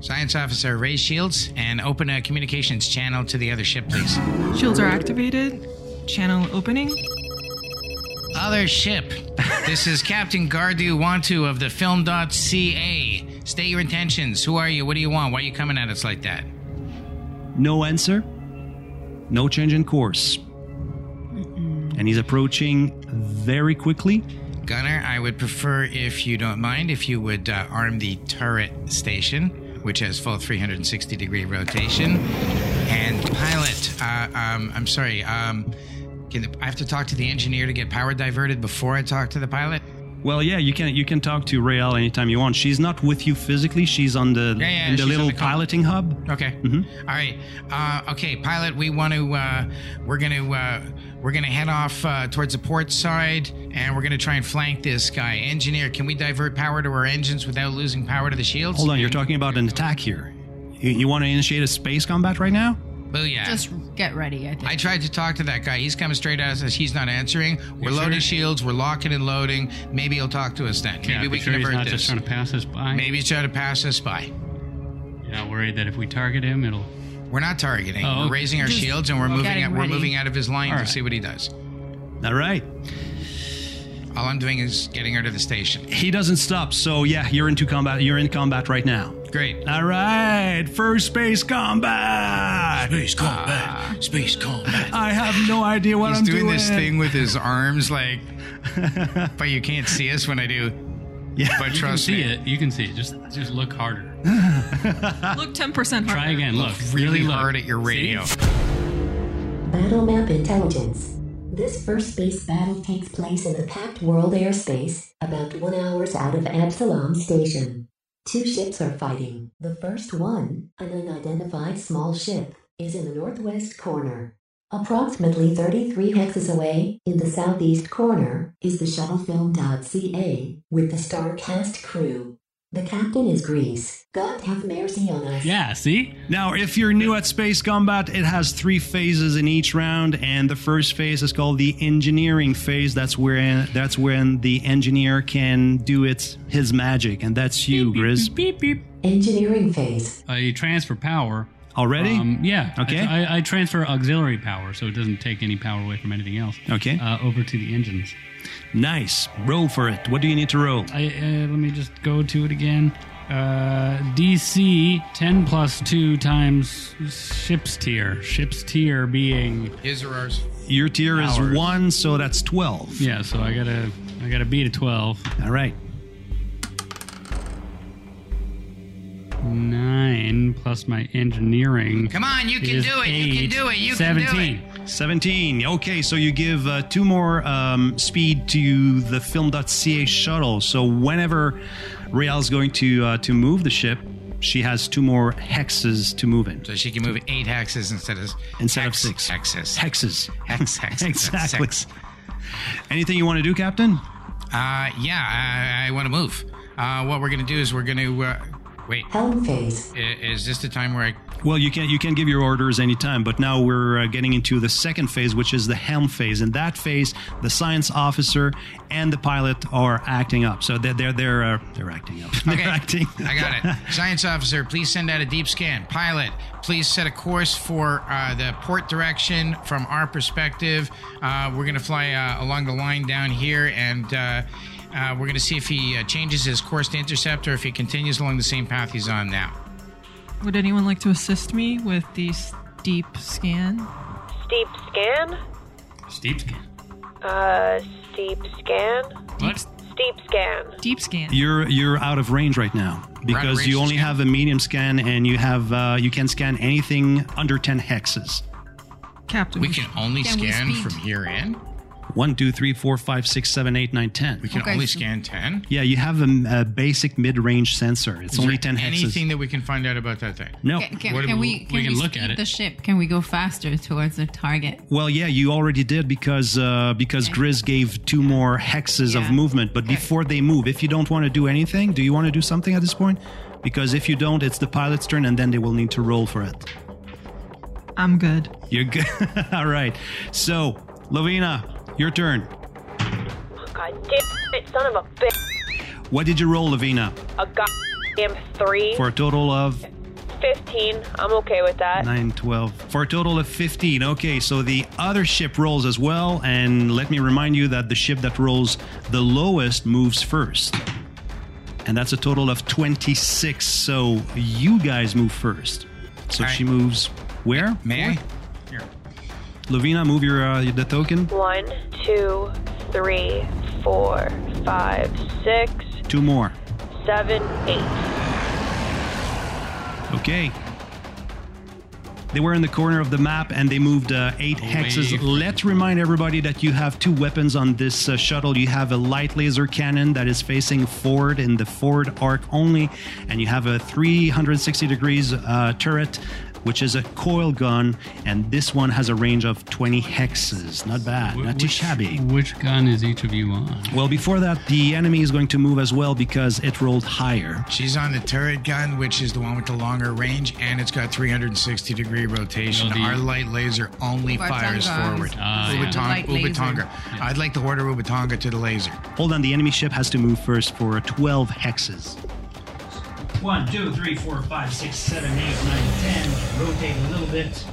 [SPEAKER 6] Science officer, raise shields and open a communications channel to the other ship, please.
[SPEAKER 7] Shields are activated. Channel opening.
[SPEAKER 6] Other ship. this is Captain Gardu Wantu of the film.ca. State your intentions. Who are you? What do you want? Why are you coming at us like that?
[SPEAKER 2] No answer, no change in course. And he's approaching very quickly.
[SPEAKER 6] Gunner, I would prefer if you don't mind if you would uh, arm the turret station, which has full 360 degree rotation. And pilot, uh, um, I'm sorry, um, can I have to talk to the engineer to get power diverted before I talk to the pilot?
[SPEAKER 2] Well, yeah, you can you can talk to Rael anytime you want. She's not with you physically. She's on the
[SPEAKER 6] Yeah, yeah,
[SPEAKER 2] in the
[SPEAKER 6] she's on
[SPEAKER 2] little
[SPEAKER 6] the com-
[SPEAKER 2] piloting hub.
[SPEAKER 6] Okay.
[SPEAKER 2] hmm
[SPEAKER 6] All right. Uh, okay, pilot. We want to. Uh, we're gonna. Uh, we're gonna head off uh, towards the port side, and we're gonna try and flank this guy. Engineer, can we divert power to our engines without losing power to the shields?
[SPEAKER 2] Hold on, you're talking about an attack here. You, you want to initiate a space combat right now?
[SPEAKER 6] Booyah.
[SPEAKER 5] Just get ready. I think.
[SPEAKER 6] I tried to talk to that guy. He's coming straight at us. He's not answering. We're loading shields. We're locking and loading. Maybe he'll talk to us then. Maybe
[SPEAKER 4] Yeah,
[SPEAKER 6] we
[SPEAKER 4] be
[SPEAKER 6] can
[SPEAKER 4] sure he's
[SPEAKER 6] divert
[SPEAKER 4] not
[SPEAKER 6] this.
[SPEAKER 4] just trying to pass us by.
[SPEAKER 6] Maybe he's trying to pass us by.
[SPEAKER 4] Yeah, worried that if we target him, it'll.
[SPEAKER 6] We're not targeting.
[SPEAKER 4] Oh, okay.
[SPEAKER 6] We're raising our
[SPEAKER 4] Just-
[SPEAKER 6] shields and we're
[SPEAKER 4] we're
[SPEAKER 6] moving.
[SPEAKER 4] getting
[SPEAKER 6] Out, we're
[SPEAKER 4] ready.
[SPEAKER 6] moving out of his line
[SPEAKER 4] All
[SPEAKER 6] to
[SPEAKER 4] right.
[SPEAKER 6] see what he does.
[SPEAKER 2] All right.
[SPEAKER 6] All I'm doing is getting her to the station.
[SPEAKER 2] He doesn't stop. So yeah, you're into combat. You're in combat right now.
[SPEAKER 6] Great.
[SPEAKER 2] All right, first space combat. Ah.
[SPEAKER 6] Space combat. Space combat.
[SPEAKER 2] I have no idea what
[SPEAKER 6] He's
[SPEAKER 2] I'm
[SPEAKER 6] doing,
[SPEAKER 2] doing.
[SPEAKER 6] this thing with his arms, like, but you can't see us when I do.
[SPEAKER 2] Yeah,
[SPEAKER 6] but
[SPEAKER 4] you
[SPEAKER 6] trust
[SPEAKER 4] can see
[SPEAKER 6] me.
[SPEAKER 4] it. You can see it. Just, just look harder.
[SPEAKER 7] Uh, Look 10% harder.
[SPEAKER 4] Try again. Look,
[SPEAKER 6] Really
[SPEAKER 4] look.
[SPEAKER 6] hard at your radio.
[SPEAKER 14] Battle map intelligence. This first space battle takes place in the packed world airspace, about one hour's out of Absalom Station. Two ships are fighting. The first one, an unidentified small ship, is in the northwest corner. Approximately 33 hexes away, in the southeast corner, is the shuttlefilm.ca with the Starcast crew. The captain is Greece. God have mercy on us.
[SPEAKER 4] Yeah, see?
[SPEAKER 2] Now, if you're new at Space Combat, it has three phases in each round, and the first phase is called the engineering phase. That's where that's when the engineer can do its his magic, and that's you, Grizz.
[SPEAKER 14] Engineering phase.
[SPEAKER 4] I Uh, transfer power.
[SPEAKER 2] Already?
[SPEAKER 4] Um, yeah.
[SPEAKER 2] Okay.
[SPEAKER 4] I, I, I transfer auxiliary power, so it doesn't take any power away from anything else.
[SPEAKER 2] Okay.
[SPEAKER 4] Uh, over to the engines.
[SPEAKER 2] Nice. Roll for it. What do you need to roll?
[SPEAKER 4] I, uh, let me just go to it again. Uh, DC 10 plus 2 times ship's tier. Ship's tier being.
[SPEAKER 6] His or ours?
[SPEAKER 2] Your tier is
[SPEAKER 4] Hours.
[SPEAKER 2] one, so that's twelve.
[SPEAKER 4] Yeah, so I gotta I gotta beat a 12.
[SPEAKER 2] All right.
[SPEAKER 4] 9 plus my engineering.
[SPEAKER 6] Come on, you can
[SPEAKER 4] is
[SPEAKER 6] do it. You can
[SPEAKER 4] eight.
[SPEAKER 6] do it. You can do
[SPEAKER 4] 17.
[SPEAKER 6] it.
[SPEAKER 2] 17. Okay, so you give uh, two more um, speed to the film.ca shuttle. So whenever Rael's going to uh, to move the ship, she has two more hexes to move in.
[SPEAKER 6] So she can move eight hexes instead of
[SPEAKER 2] Instead
[SPEAKER 6] hex,
[SPEAKER 2] of six.
[SPEAKER 6] hexes.
[SPEAKER 2] Hexes.
[SPEAKER 6] Hex, hex,
[SPEAKER 2] exactly.
[SPEAKER 6] hex.
[SPEAKER 2] Anything you want to do, Captain?
[SPEAKER 6] Uh, yeah, I, I want to move. Uh, what we're gonna do is we're gonna uh, wait.
[SPEAKER 14] Helm phase.
[SPEAKER 6] Is, this the time where I
[SPEAKER 2] Well, you can you can give your orders anytime, but now we're uh, getting into the second phase, which is the helm phase. In that phase, the science officer and the pilot are acting up. So they're they're they're, uh, they're acting up. They're acting.
[SPEAKER 6] I got it. Science officer, please send out a deep scan. Pilot, please set a course for uh, the port direction from our perspective. Uh, we're going to fly uh, along the line down here, and uh, uh, we're going to see if he uh, changes his course to intercept or if he continues along the same path he's on now.
[SPEAKER 15] Would anyone like to assist me with the steep scan?
[SPEAKER 12] Steep scan?
[SPEAKER 4] Steep scan.
[SPEAKER 12] Uh, steep scan? What? Steep scan.
[SPEAKER 15] Deep scan.
[SPEAKER 2] You're you're out of range right now because
[SPEAKER 15] range
[SPEAKER 2] you
[SPEAKER 15] to
[SPEAKER 2] only have a medium scan and you have uh, you can scan anything under ten hexes.
[SPEAKER 15] Captain.
[SPEAKER 6] We can only
[SPEAKER 15] Can we
[SPEAKER 6] scan
[SPEAKER 15] speed?
[SPEAKER 6] from here in.
[SPEAKER 2] One, two, three, four, five, six, seven, eight, nine, ten.
[SPEAKER 6] We can only scan 10.
[SPEAKER 2] Yeah, you have a, a basic mid-range sensor. It's
[SPEAKER 6] Is
[SPEAKER 2] only
[SPEAKER 6] there
[SPEAKER 2] ten hexes.
[SPEAKER 6] Anything that we can find out about that thing?
[SPEAKER 2] No.
[SPEAKER 5] Can, can- can we, can we speed the ship? Can we go faster towards the target?
[SPEAKER 2] Well, yeah, you already did because uh, because Grizz gave two more hexes of movement. But before they move, if you don't want to do anything, do you want to do something at this point? Because if you don't, it's the pilot's turn, and then they will need to roll for it.
[SPEAKER 15] I'm good.
[SPEAKER 2] You're good. All right. So, Lavina, your turn.
[SPEAKER 12] God damn it, son of a bitch.
[SPEAKER 2] What did you roll, Lavina?
[SPEAKER 12] A goddamn three.
[SPEAKER 2] For a total of
[SPEAKER 12] 15. I'm okay with that.
[SPEAKER 2] 9, 12. For a total of 15. Okay, so the other ship rolls as well. And let me remind you that the ship that rolls the lowest moves first. And that's a total of 26. So you guys move first. So
[SPEAKER 6] All right.
[SPEAKER 2] she moves where?
[SPEAKER 6] May I?
[SPEAKER 2] Lavina, move your uh, the token.
[SPEAKER 12] One, two, three, four, five, six,
[SPEAKER 2] Two more.
[SPEAKER 12] seven, eight.
[SPEAKER 2] Okay. They were in the corner of the map and they moved uh, eight hexes. Let's remind everybody that you have two weapons on this uh, shuttle. You have a light laser cannon that is facing forward in the forward arc only, and you have a 360 degrees uh, turret, which is a coil gun, and this one has a range of 20 hexes. Not bad, not too shabby.
[SPEAKER 4] Which gun is each of you on?
[SPEAKER 2] Well, before that, the enemy is going to move as well because it rolled higher.
[SPEAKER 6] She's on the turret gun, which is the one with the longer range, and it's got 360 degree rotation.
[SPEAKER 4] No, the-
[SPEAKER 6] Our light laser only
[SPEAKER 4] Ubatonga
[SPEAKER 6] fires
[SPEAKER 4] is-
[SPEAKER 6] forward.
[SPEAKER 4] Ah, yeah.
[SPEAKER 6] Ubatong-
[SPEAKER 4] Light laser.
[SPEAKER 6] Ubatonga. I'd like to order Ubatonga to the laser.
[SPEAKER 2] Hold on, the enemy ship has to move first for 12 hexes. One, two, three, four, five, six, seven, eight, nine, ten. Rotate a little bit.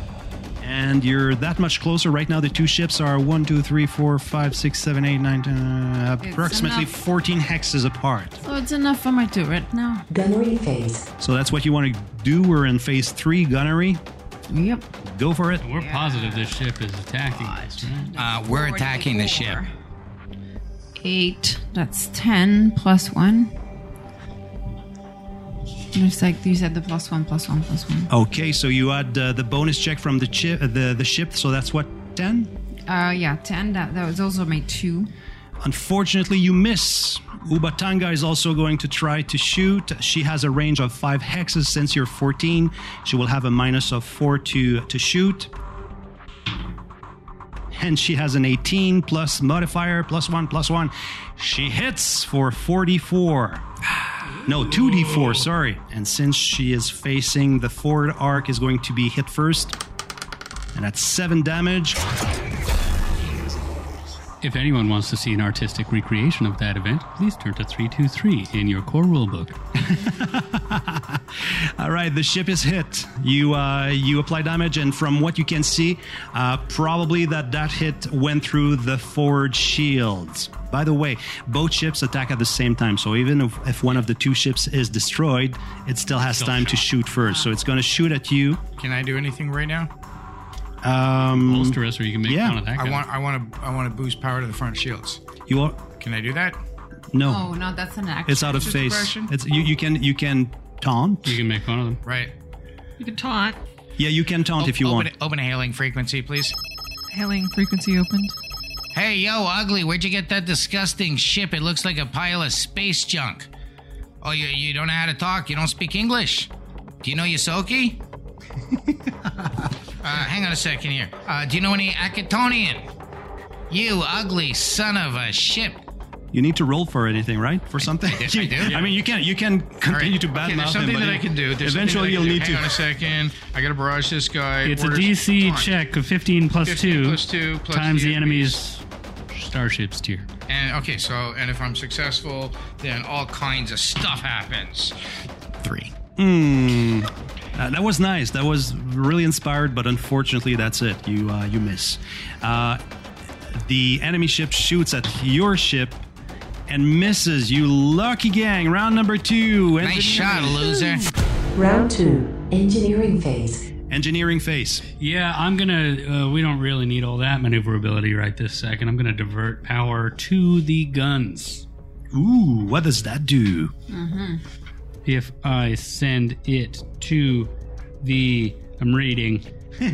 [SPEAKER 2] And you're that much closer right now. The two ships are one, two, three, four, five, six, seven, eight, nine, ten, uh,
[SPEAKER 5] It's
[SPEAKER 2] approximately
[SPEAKER 5] enough.
[SPEAKER 2] 14 hexes apart.
[SPEAKER 5] So it's enough for my turret now.
[SPEAKER 14] Gunnery phase.
[SPEAKER 2] So that's what you want to do. We're in phase three, gunnery.
[SPEAKER 5] Yep.
[SPEAKER 2] Go for it.
[SPEAKER 4] We're positive this ship is attacking us,
[SPEAKER 6] right? Uh, we're attacking the ship.
[SPEAKER 5] Eight. That's ten plus one. And it's like you said, the plus one, plus one, plus one.
[SPEAKER 2] Okay, so you add uh, the bonus check from the, chi- uh, the, the ship. So that's what, 10?
[SPEAKER 5] Uh, yeah, ten. That that was also my two.
[SPEAKER 2] Unfortunately, you miss. Ubatanga is also going to try to shoot. She has a range of five hexes since you're 14. She will have a minus of four to, to shoot. And she has an 18 plus modifier, plus one, plus one. She hits for 44. No, 2d4, sorry. And since she is facing the forward arc, is going to be hit first. And that's seven damage.
[SPEAKER 4] If anyone wants to see an artistic recreation of that event, please turn to 323 in your core rulebook.
[SPEAKER 2] All right, the ship is hit. You uh, you apply damage, and from what you can see, uh, probably that that hit went through the forward shields. By the way, both ships attack at the same time, so even if, if one of the two ships is destroyed, it still has
[SPEAKER 6] Still
[SPEAKER 2] time to shoot first. So it's going to shoot at you.
[SPEAKER 6] Can I do anything right now?
[SPEAKER 2] Um,
[SPEAKER 4] Bolster us, or you can make
[SPEAKER 2] yeah.
[SPEAKER 4] fun of that
[SPEAKER 6] I
[SPEAKER 4] guy.
[SPEAKER 6] want, I want to, I want to boost power to the front shields.
[SPEAKER 2] You are
[SPEAKER 6] Can I do that?
[SPEAKER 2] no.
[SPEAKER 5] Oh no, that's an action.
[SPEAKER 2] it's out of
[SPEAKER 5] It's a
[SPEAKER 2] phase.
[SPEAKER 5] diversion.
[SPEAKER 2] It's you. You can you can taunt. You
[SPEAKER 4] can make fun of them.
[SPEAKER 6] Right.
[SPEAKER 15] You can taunt.
[SPEAKER 2] Yeah, you can taunt
[SPEAKER 6] O-
[SPEAKER 2] if you
[SPEAKER 6] open
[SPEAKER 2] want.
[SPEAKER 6] it- open a hailing frequency, please.
[SPEAKER 15] Hailing frequency opened.
[SPEAKER 6] Hey, yo, ugly! Where'd you get that disgusting ship? It looks like a pile of space junk. Oh, you, you don't know how to talk. You don't speak English. Do you know Yosoki? uh, hang on a second here. Uh, do you know any Akatonian? You ugly son of a ship!
[SPEAKER 2] You need to roll for anything, right? For something.
[SPEAKER 6] I do.
[SPEAKER 2] I mean, you can you can continue to
[SPEAKER 6] Okay,
[SPEAKER 2] badmouth
[SPEAKER 6] there's
[SPEAKER 2] him,
[SPEAKER 6] something
[SPEAKER 2] but
[SPEAKER 6] that I can do. There's something
[SPEAKER 2] eventually
[SPEAKER 6] that I
[SPEAKER 2] you'll
[SPEAKER 6] can do.
[SPEAKER 2] need
[SPEAKER 6] Hang on a
[SPEAKER 2] to.
[SPEAKER 6] second. I got to barrage this guy.
[SPEAKER 4] It's
[SPEAKER 6] Orders-
[SPEAKER 4] a DC
[SPEAKER 6] Come on.
[SPEAKER 4] check of 15 plus
[SPEAKER 6] 15
[SPEAKER 4] 2,
[SPEAKER 6] plus two plus
[SPEAKER 4] times
[SPEAKER 6] the
[SPEAKER 4] the enemy's starship's tier.
[SPEAKER 6] And okay, so and if I'm successful, then all kinds of stuff happens. Three.
[SPEAKER 2] Hmm. Uh, that was nice. That was really inspired, but unfortunately, that's it. You uh, you miss. Uh, the enemy ship shoots at your ship and misses. You lucky gang. Round number two.
[SPEAKER 6] Nice shot, loser.
[SPEAKER 16] Round 2 Engineering Phase.
[SPEAKER 2] Engineering phase.
[SPEAKER 4] Yeah, I'm gonna. Uh, we don't really need all that maneuverability right this second. I'm gonna divert power to the guns.
[SPEAKER 2] Ooh, what does that do?
[SPEAKER 17] Mm-hmm.
[SPEAKER 4] If I send it to the, I'm reading,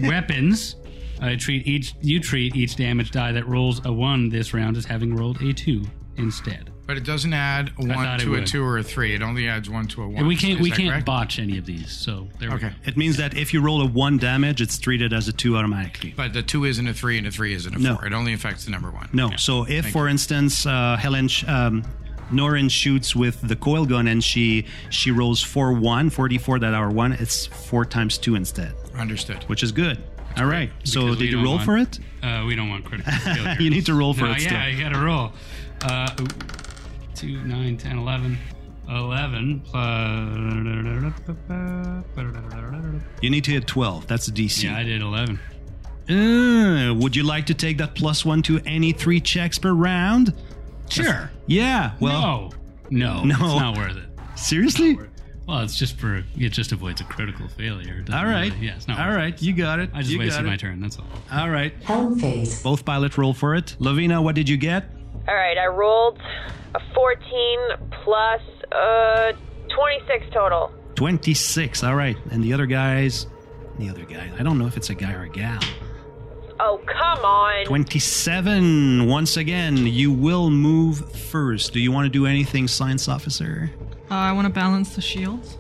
[SPEAKER 4] weapons. I treat each. You treat each damage die that rolls a one this round as having rolled a two instead.
[SPEAKER 6] But it doesn't add a
[SPEAKER 4] I
[SPEAKER 6] one
[SPEAKER 4] thought it
[SPEAKER 6] to a
[SPEAKER 4] would.
[SPEAKER 6] two or a three. It only adds one to a one.
[SPEAKER 4] And we can't.
[SPEAKER 6] Is
[SPEAKER 4] we
[SPEAKER 6] that
[SPEAKER 4] can't
[SPEAKER 6] correct?
[SPEAKER 4] botch any of these. So there we go.
[SPEAKER 2] It means that if you roll a one damage, it's treated as a two automatically.
[SPEAKER 6] But the two isn't a three, and a three isn't a
[SPEAKER 2] No.
[SPEAKER 6] four. It only affects the number one.
[SPEAKER 2] No. So if,
[SPEAKER 6] Thank
[SPEAKER 2] for instance, uh, Helen sh- um, Norin shoots with the coil gun and she she rolls four one, 44 that hour one, it's four times two instead,
[SPEAKER 6] Understood.
[SPEAKER 2] which is good. All right. So
[SPEAKER 4] Because we
[SPEAKER 2] did you
[SPEAKER 4] don't
[SPEAKER 2] roll
[SPEAKER 4] want-
[SPEAKER 2] for it?
[SPEAKER 4] Uh, we don't want critical failure.
[SPEAKER 2] You need to roll for
[SPEAKER 4] no,
[SPEAKER 2] it
[SPEAKER 4] Yeah,
[SPEAKER 2] still.
[SPEAKER 4] you gotta roll. Uh, ooh, 2, 9, 10, 11. 11 plus.
[SPEAKER 2] You need to hit 12. That's a DC.
[SPEAKER 4] Yeah, I did 11.
[SPEAKER 2] Uh, would you like to take that plus one to any three checks per round?
[SPEAKER 4] Sure.
[SPEAKER 2] Yeah. Well,
[SPEAKER 4] No. No.
[SPEAKER 2] No.
[SPEAKER 4] It's not worth it.
[SPEAKER 2] Seriously?
[SPEAKER 4] Well, it's just for. It just avoids a critical failure. It doesn't
[SPEAKER 2] All right.
[SPEAKER 4] Really, yeah, it's not
[SPEAKER 2] All
[SPEAKER 4] worth it.
[SPEAKER 2] right. You got it.
[SPEAKER 4] I just
[SPEAKER 2] You
[SPEAKER 4] wasted
[SPEAKER 2] got it.
[SPEAKER 4] my turn. That's all.
[SPEAKER 2] All right.
[SPEAKER 16] Helm phase.
[SPEAKER 2] Both pilot roll for it. Lavina, what did you get?
[SPEAKER 18] All right, I rolled a 14 plus uh 26 total.
[SPEAKER 2] 26. All right. And the other guys? The other guy. I don't know if it's a guy or a gal.
[SPEAKER 18] Oh, come on.
[SPEAKER 2] 27. Once again, you will move first. Do you want to do anything, science officer?
[SPEAKER 7] Uh, I want to balance the shields.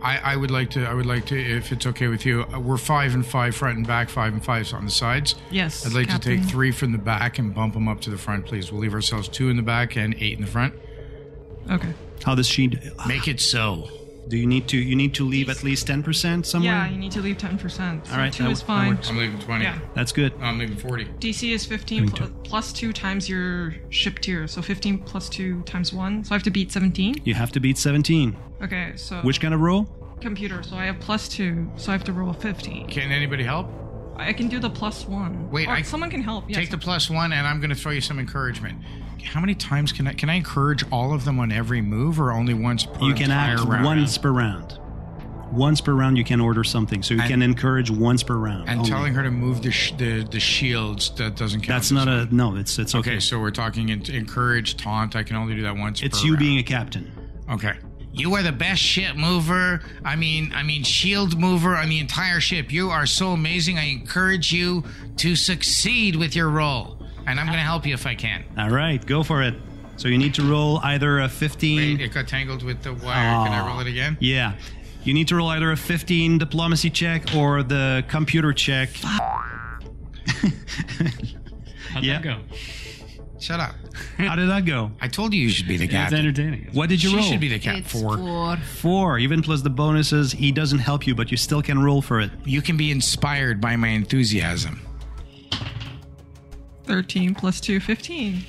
[SPEAKER 6] I, I would like to. I would like to, if it's okay with you. uh, We're five and five front and back, five and five on the sides.
[SPEAKER 7] Yes,
[SPEAKER 6] I'd like to
[SPEAKER 7] Captain.
[SPEAKER 6] take three from the back and bump them up to the front, please. We'll leave ourselves two in the back and eight in the front.
[SPEAKER 7] Okay.
[SPEAKER 2] How does she
[SPEAKER 6] make it so?
[SPEAKER 2] Do you need to you need to leave at least 10% somewhere?
[SPEAKER 7] Yeah, you need to leave 10%. So
[SPEAKER 2] All right,
[SPEAKER 7] two
[SPEAKER 2] that
[SPEAKER 7] is
[SPEAKER 2] wo- that
[SPEAKER 7] fine.
[SPEAKER 2] works.
[SPEAKER 6] I'm leaving twenty.
[SPEAKER 7] Yeah.
[SPEAKER 2] That's good.
[SPEAKER 6] I'm leaving forty.
[SPEAKER 7] DC is 15 pl- plus 2 times your ship tier. So 15 plus 2 times 1. So I have to beat 17.
[SPEAKER 2] You have to beat 17.
[SPEAKER 7] Okay, so.
[SPEAKER 2] Which kind of roll?
[SPEAKER 7] Computer. So I have plus 2. So I have to roll a 15.
[SPEAKER 6] Can anybody help?
[SPEAKER 7] I can do the plus 1.
[SPEAKER 6] Wait,
[SPEAKER 7] Or
[SPEAKER 6] I-
[SPEAKER 7] someone can help. Yes.
[SPEAKER 6] Take the plus one, and I'm going to throw you some encouragement. How many times can I can I encourage all of them on every move, or only once per
[SPEAKER 2] You can
[SPEAKER 6] entire
[SPEAKER 2] act
[SPEAKER 6] round?
[SPEAKER 2] once per round. Once per round, you can order something. So you
[SPEAKER 6] And-
[SPEAKER 2] can encourage once per round.
[SPEAKER 6] And
[SPEAKER 2] only.
[SPEAKER 6] telling her to move the, sh- the the shields that doesn't count.
[SPEAKER 2] That's not a. No, it's it's okay.
[SPEAKER 6] Okay, so we're talking in- encourage, taunt. I can only do that once.
[SPEAKER 2] It's
[SPEAKER 6] per
[SPEAKER 2] you
[SPEAKER 6] round.
[SPEAKER 2] being a captain.
[SPEAKER 6] Okay. You are the best ship mover. I mean, I mean shield mover on the entire ship. You are so amazing. I encourage you to succeed with your role, and I'm going to help you if I can.
[SPEAKER 2] All right, go for it. So you need to roll either a 15.
[SPEAKER 6] It got tangled with the wire. Can I roll it again?
[SPEAKER 2] Yeah. You need to roll either a 15 diplomacy check or the computer check.
[SPEAKER 4] How'd
[SPEAKER 2] Yeah.
[SPEAKER 4] that go?
[SPEAKER 6] Shut up.
[SPEAKER 2] How did that go?
[SPEAKER 6] I told you you should be the
[SPEAKER 4] It's
[SPEAKER 6] captain.
[SPEAKER 4] entertaining.
[SPEAKER 2] What did you
[SPEAKER 6] she
[SPEAKER 2] roll?
[SPEAKER 6] should be the cap four.
[SPEAKER 2] Four, even plus the bonuses. He doesn't help you, but you still can roll for it.
[SPEAKER 6] You can be inspired by my enthusiasm.
[SPEAKER 7] 13 plus 2, 15.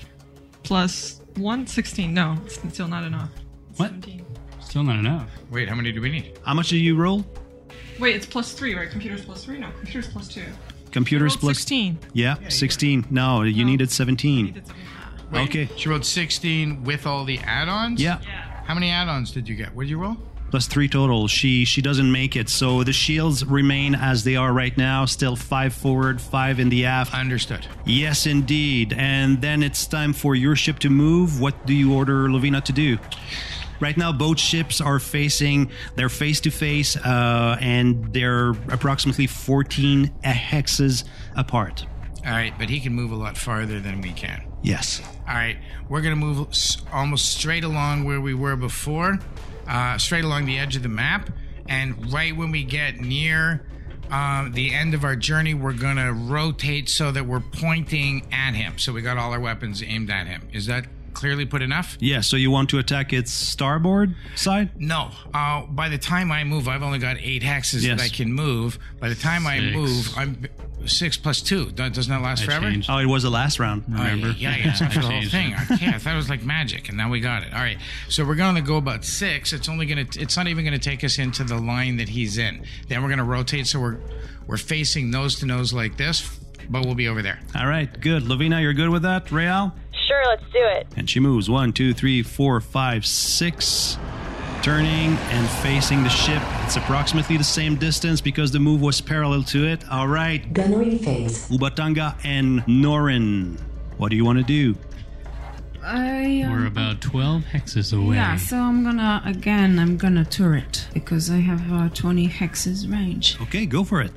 [SPEAKER 7] Plus 1, 16. No, it's still not enough.
[SPEAKER 2] What?
[SPEAKER 7] 17.
[SPEAKER 4] Still not enough.
[SPEAKER 6] Wait, how many do we need?
[SPEAKER 2] How much do you roll?
[SPEAKER 7] Wait, it's plus 3, right? Computer's plus 3? No, computer's plus 2.
[SPEAKER 2] Computers
[SPEAKER 7] rolled
[SPEAKER 2] plus
[SPEAKER 7] 16.
[SPEAKER 2] Yeah, 16. No, you needed 17. Okay.
[SPEAKER 6] She rolled 16 with all the add-ons.
[SPEAKER 2] Yeah.
[SPEAKER 6] How many add-ons did you get? What did you roll?
[SPEAKER 2] Plus three total. She she doesn't make it. So the shields remain as they are right now. Still five forward, five in the aft.
[SPEAKER 6] Understood.
[SPEAKER 2] Yes, indeed. And then it's time for your ship to move. What do you order Lovina to do? Right now, both ships are facing, they're face to face, uh, and they're approximately 14 hexes apart.
[SPEAKER 6] All right, but he can move a lot farther than we can.
[SPEAKER 2] Yes.
[SPEAKER 6] All right, we're gonna move s- almost straight along where we were before, uh, straight along the edge of the map, and right when we get near um, the end of our journey, we're gonna rotate so that we're pointing at him. So we got all our weapons aimed at him. Is that clearly put enough?
[SPEAKER 2] Yeah, so you want to attack its starboard side?
[SPEAKER 6] No. Uh, by the time I move, I've only got eight hexes
[SPEAKER 2] Yes.
[SPEAKER 6] that I can move. By the time I
[SPEAKER 2] Six.
[SPEAKER 6] move, I'm six plus two. That doesn't that last forever?
[SPEAKER 2] Oh, it was the last round. Remember?
[SPEAKER 6] Oh, yeah, yeah, yeah. It's not for the whole thing. I can't. I thought it was like magic, and now we got it. All right, so we're going to go about six. It's only going to. It's not even going to take us into the line that he's in. Then we're going to rotate, so we're we're facing nose to nose like this, but we'll be over there.
[SPEAKER 2] All right, good. Lavina, you're good with that? Real?
[SPEAKER 12] Sure, let's do it.
[SPEAKER 2] And she moves one, two, three, four, five, six, turning and facing the ship. It's approximately the same distance because the move was parallel to it. All right.
[SPEAKER 14] Gunnery phase.
[SPEAKER 2] Ubatanga and Norin. What do you want to do?
[SPEAKER 5] I,
[SPEAKER 19] We're
[SPEAKER 5] um,
[SPEAKER 19] about 12 hexes away.
[SPEAKER 5] yeah, so I'm gonna, again, I'm gonna turret because I have uh, 20 hexes range.
[SPEAKER 2] Okay, go for it.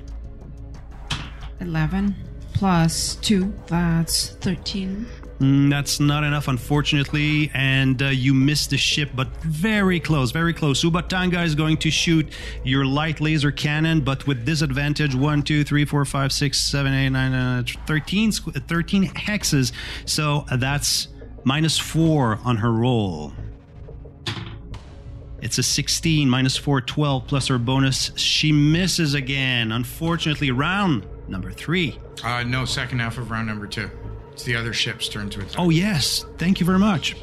[SPEAKER 5] 11 plus 2, that's 13.
[SPEAKER 2] Mm, that's not enough, unfortunately, and uh, you miss the ship, but very close, very close. Ubatanga is going to shoot your light laser cannon, but with disadvantage 1, 2, 3, 4, 5, 6, 7, 8, 9, uh, 13, squ- uh, 13 hexes. So uh, that's minus 4 on her roll. It's a 16, minus 4, 12, plus her bonus. She misses again, unfortunately. Round number 3.
[SPEAKER 6] Uh, no, second half of round number two. It's the other ship's turn to attack.
[SPEAKER 2] Oh, yes. Thank you very much.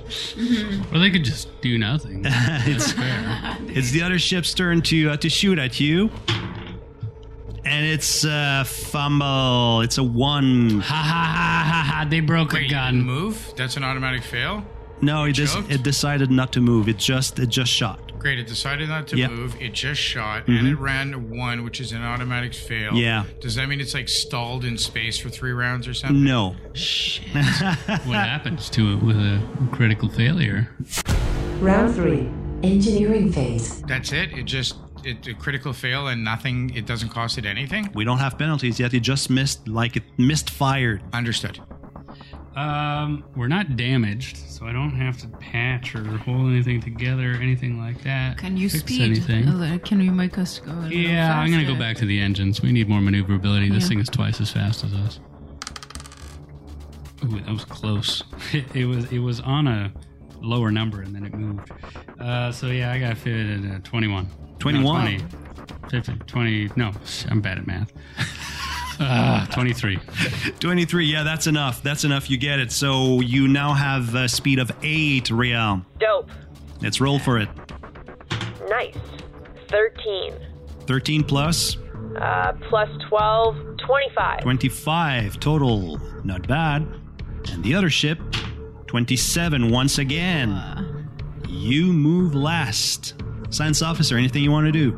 [SPEAKER 19] Well, they could just do nothing.
[SPEAKER 2] it's, it's the other ship's turn to uh, to shoot at you. And it's a fumble. It's a one. Ha ha ha ha ha. They broke
[SPEAKER 6] Wait, move? That's an automatic fail.
[SPEAKER 2] No, it just it decided not to move. It just it just shot.
[SPEAKER 6] Great. It decided not to
[SPEAKER 2] Yeah.
[SPEAKER 6] move. It just shot
[SPEAKER 2] Mhm.
[SPEAKER 6] and it ran one, which is an automatic fail.
[SPEAKER 2] Yeah.
[SPEAKER 6] Does that mean it's like stalled in space for three rounds or something?
[SPEAKER 2] No.
[SPEAKER 19] what happens to it with a critical failure?
[SPEAKER 14] Round 3. Engineering phase.
[SPEAKER 6] That's it. It just it a critical fail and nothing. It doesn't cost it anything.
[SPEAKER 2] We don't have penalties yet. It just missed like it missed fired.
[SPEAKER 6] Understood.
[SPEAKER 19] Um, we're not damaged, so I don't have to patch or hold anything together, anything like that.
[SPEAKER 5] Can you
[SPEAKER 19] fix
[SPEAKER 5] speed?
[SPEAKER 19] anything?
[SPEAKER 5] a little- Can you make us go a little
[SPEAKER 19] Yeah, I'm gonna go
[SPEAKER 5] faster?
[SPEAKER 19] back to the engines. We need more maneuverability. This
[SPEAKER 5] Yeah.
[SPEAKER 19] thing is twice as fast as us. Ooh, that was close. it was it was on a lower number and then it moved. Uh, so yeah, I got fit at uh, 21.
[SPEAKER 2] 21?
[SPEAKER 19] No, 20, 50, 20. No, I'm bad at math. uh, 23.
[SPEAKER 2] 23. Yeah, that's enough. That's enough. You get it. So you now have a speed of 8, Real.
[SPEAKER 12] Dope.
[SPEAKER 2] Let's roll for it.
[SPEAKER 12] Nice. 13.
[SPEAKER 2] 13 plus
[SPEAKER 12] Uh, plus 12, 25.
[SPEAKER 2] 25 total. Not bad. And the other ship, 27 once again. You move last. Science officer, anything you want to do?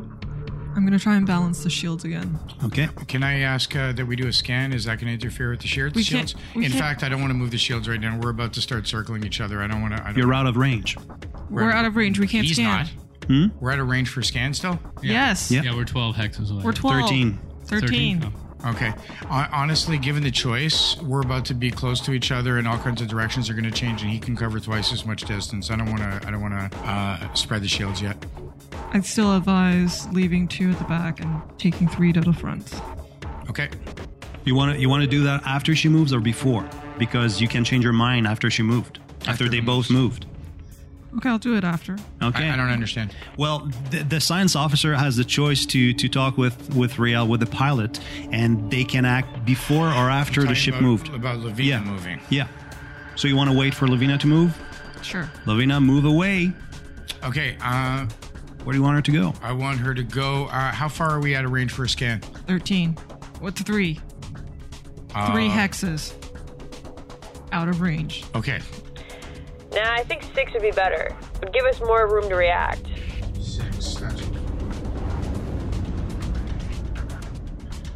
[SPEAKER 7] I'm gonna try and balance the shields again.
[SPEAKER 2] Okay.
[SPEAKER 6] Can I ask uh, that we do a scan? Is that going to interfere with the shields?
[SPEAKER 7] We can't-
[SPEAKER 6] shields?
[SPEAKER 7] we
[SPEAKER 6] In
[SPEAKER 7] can't-
[SPEAKER 6] fact, I don't want to move the shields right now. We're about to start circling each other. I don't want to.
[SPEAKER 2] You're out of range.
[SPEAKER 7] We're out of range. We can't
[SPEAKER 6] He's
[SPEAKER 7] scan.
[SPEAKER 6] not.
[SPEAKER 2] Hmm?
[SPEAKER 6] We're out of range for scan still.
[SPEAKER 7] Yes.
[SPEAKER 19] Yeah. we're 12 hexes away.
[SPEAKER 7] We're 12. 13. 13.
[SPEAKER 6] Okay. Hon- Honestly, given the choice, we're about to be close to each other, and all kinds of directions are going to change, and he can cover twice as much distance. I don't want to. I don't want to uh, spread the shields yet. Oh.
[SPEAKER 7] I'd still advise leaving two at the back and taking three to the front.
[SPEAKER 6] Okay.
[SPEAKER 2] You want to you want to do that after she moves or before? Because you can change your mind after she moved. After, they both moved.
[SPEAKER 7] Okay, I'll do it after.
[SPEAKER 2] Okay.
[SPEAKER 6] I, I don't understand.
[SPEAKER 2] Well, the, the science officer has the choice to to talk with with Riel with the pilot and they can act before or after the
[SPEAKER 6] Talking
[SPEAKER 2] ship
[SPEAKER 6] about-
[SPEAKER 2] moved.
[SPEAKER 6] About Levina
[SPEAKER 2] Yeah.
[SPEAKER 6] moving.
[SPEAKER 2] Yeah. So you want to wait for Lavina to move?
[SPEAKER 7] Sure.
[SPEAKER 2] Lavina, move away.
[SPEAKER 6] Okay. Uh,
[SPEAKER 2] Where do you want her to go?
[SPEAKER 6] I want her to go. Uh, how far are we out of range for a scan?
[SPEAKER 7] 13. What's three?
[SPEAKER 6] Uh,
[SPEAKER 7] three hexes. Out of range.
[SPEAKER 6] Okay.
[SPEAKER 12] Nah, I think six would be better. Would give us more room to react.
[SPEAKER 6] Six. That's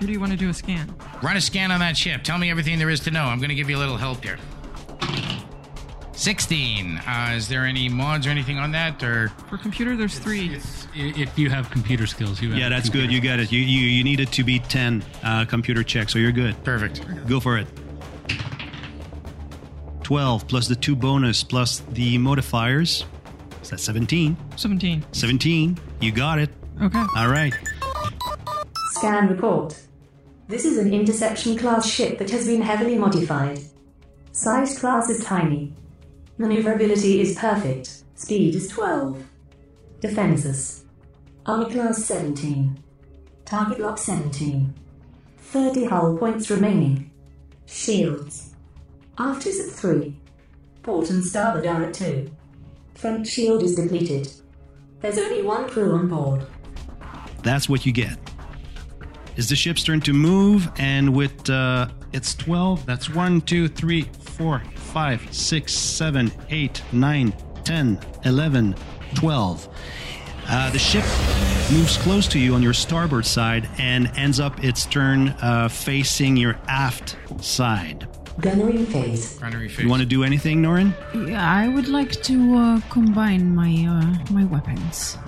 [SPEAKER 7] Or do you want to do a scan?
[SPEAKER 6] Run a scan on that ship. Tell me everything there is to know. I'm going to give you a little help here. 16. Uh, is there any mods or anything on that? Or
[SPEAKER 7] For computer, there's three.
[SPEAKER 19] If you have computer skills, you have
[SPEAKER 2] Yeah, that's good. You got it. You you, you need it to be 10 uh, computer check, so you're good.
[SPEAKER 6] Perfect.
[SPEAKER 2] Go for it. 12 plus the two bonus plus the modifiers. So that's 17.
[SPEAKER 7] 17.
[SPEAKER 2] 17. You got it.
[SPEAKER 7] Okay.
[SPEAKER 2] All right.
[SPEAKER 14] Scan report. This is an interception class ship that has been heavily modified. Size class is tiny. Maneuverability is perfect. Speed is 12. Defenses. Army class 17. Target lock 17. 30 hull points remaining. Shields. Aft is at 3. Port and starboard are at 2. Front shield is depleted. There's only one crew on board.
[SPEAKER 2] That's what you get. Is the ship's turn to move, and with uh, its 12, that's 1, 2, 3, 4, 5, 6, 7, 8, 9, 10, 11, 12. Uh, the ship moves close to you on your starboard side and ends up its turn uh, facing your aft side.
[SPEAKER 14] Gunnery phase.
[SPEAKER 6] Gunnery phase.
[SPEAKER 2] You want to do anything, Norin?
[SPEAKER 5] Yeah, I would like to uh, combine my uh, my weapons.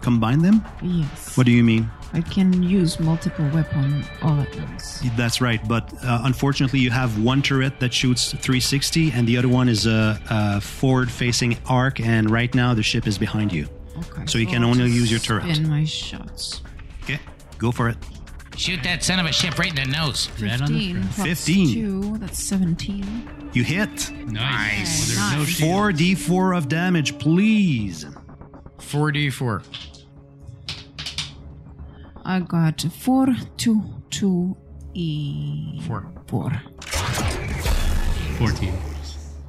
[SPEAKER 2] Combine them?
[SPEAKER 5] Yes.
[SPEAKER 2] What do you mean?
[SPEAKER 5] I can use multiple weapon all at once.
[SPEAKER 2] That's right, but uh, unfortunately, you have one turret that shoots 360, and the other one is a, a forward-facing arc. And right now, the ship is behind you,
[SPEAKER 5] Okay.
[SPEAKER 2] so you
[SPEAKER 5] so
[SPEAKER 2] can
[SPEAKER 5] I'll
[SPEAKER 2] only
[SPEAKER 5] just
[SPEAKER 2] use your turret.
[SPEAKER 5] Spin my shots.
[SPEAKER 2] Okay, go for it.
[SPEAKER 6] Shoot that son of a ship right in the nose.
[SPEAKER 5] Fifteen plus
[SPEAKER 2] 15.
[SPEAKER 5] two. That's seventeen.
[SPEAKER 2] You hit.
[SPEAKER 6] Nice.
[SPEAKER 5] Well, there's no Nice.
[SPEAKER 2] Four D four of damage, please.
[SPEAKER 6] Four D four.
[SPEAKER 5] I got four, two, two, e.
[SPEAKER 6] Four.
[SPEAKER 5] Four.
[SPEAKER 4] 14.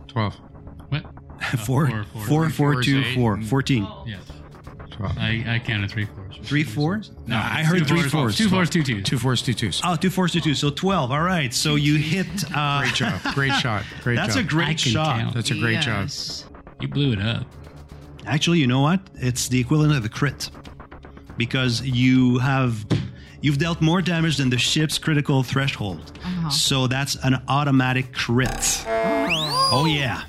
[SPEAKER 6] 12.
[SPEAKER 4] What?
[SPEAKER 2] Four,
[SPEAKER 4] four, four,
[SPEAKER 2] four, four,
[SPEAKER 4] three, four is
[SPEAKER 2] two,
[SPEAKER 4] eight,
[SPEAKER 2] four,
[SPEAKER 4] and-
[SPEAKER 2] 14.
[SPEAKER 4] Yeah. I, I counted three fours.
[SPEAKER 2] Three fours?
[SPEAKER 4] No,
[SPEAKER 2] I heard three
[SPEAKER 4] two fours,
[SPEAKER 2] fours.
[SPEAKER 4] two fours, two twos.
[SPEAKER 6] Two fours, two twos.
[SPEAKER 2] Oh, two fours, two twos. So 12. All right. So you hit. Uh,
[SPEAKER 6] Great job. Great shot. Great
[SPEAKER 2] That's
[SPEAKER 6] job.
[SPEAKER 2] a great
[SPEAKER 6] I can
[SPEAKER 2] shot.
[SPEAKER 6] count. That's a great
[SPEAKER 4] job. You blew it up.
[SPEAKER 2] Actually, you know what? It's the equivalent of a crit because you have you've dealt more damage than the ship's critical threshold.
[SPEAKER 5] Uh-huh.
[SPEAKER 2] So that's an automatic crit. Oh yeah.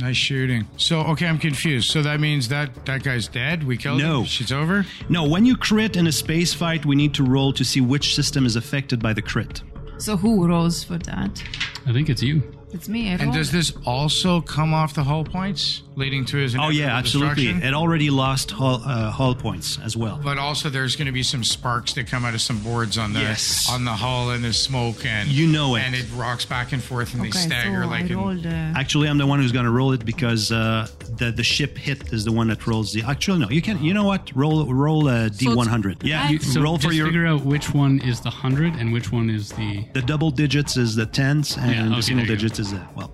[SPEAKER 6] Nice shooting. So okay, I'm confused. So that means that that guy's dead. We killed
[SPEAKER 2] No.
[SPEAKER 6] him. She's over.
[SPEAKER 2] No, when you crit in a space fight, we need to roll to see which system is affected by the crit.
[SPEAKER 5] So who rolls for that?
[SPEAKER 4] I think it's you.
[SPEAKER 5] It's me. I
[SPEAKER 6] And
[SPEAKER 5] rolled.
[SPEAKER 6] does this also come off the hull points, leading to his?
[SPEAKER 2] Oh yeah,
[SPEAKER 6] inevitable
[SPEAKER 2] absolutely.
[SPEAKER 6] destruction?
[SPEAKER 2] It already lost hull, uh, hull points as well.
[SPEAKER 6] But also, there's going to be some sparks that come out of some boards on the
[SPEAKER 2] Yes.
[SPEAKER 6] on the hull, and there's smoke, and
[SPEAKER 2] You know it.
[SPEAKER 6] and it rocks back and forth, and they
[SPEAKER 5] Okay,
[SPEAKER 6] stagger
[SPEAKER 5] so
[SPEAKER 6] like.
[SPEAKER 5] I
[SPEAKER 6] in-
[SPEAKER 5] rolled. Uh,
[SPEAKER 2] Actually, I'm the one who's going to roll it because uh, the the ship hit is the one that rolls the. Actually, no, you can. You know what? Roll roll uh, a d100. Yeah, you
[SPEAKER 4] You, so
[SPEAKER 2] roll for
[SPEAKER 4] just
[SPEAKER 2] your.
[SPEAKER 4] figure out which one is the hundred and which one is the.
[SPEAKER 2] The double digits is the tens, and
[SPEAKER 4] Yeah, okay,
[SPEAKER 2] the single
[SPEAKER 4] there you go.
[SPEAKER 2] digits is the well.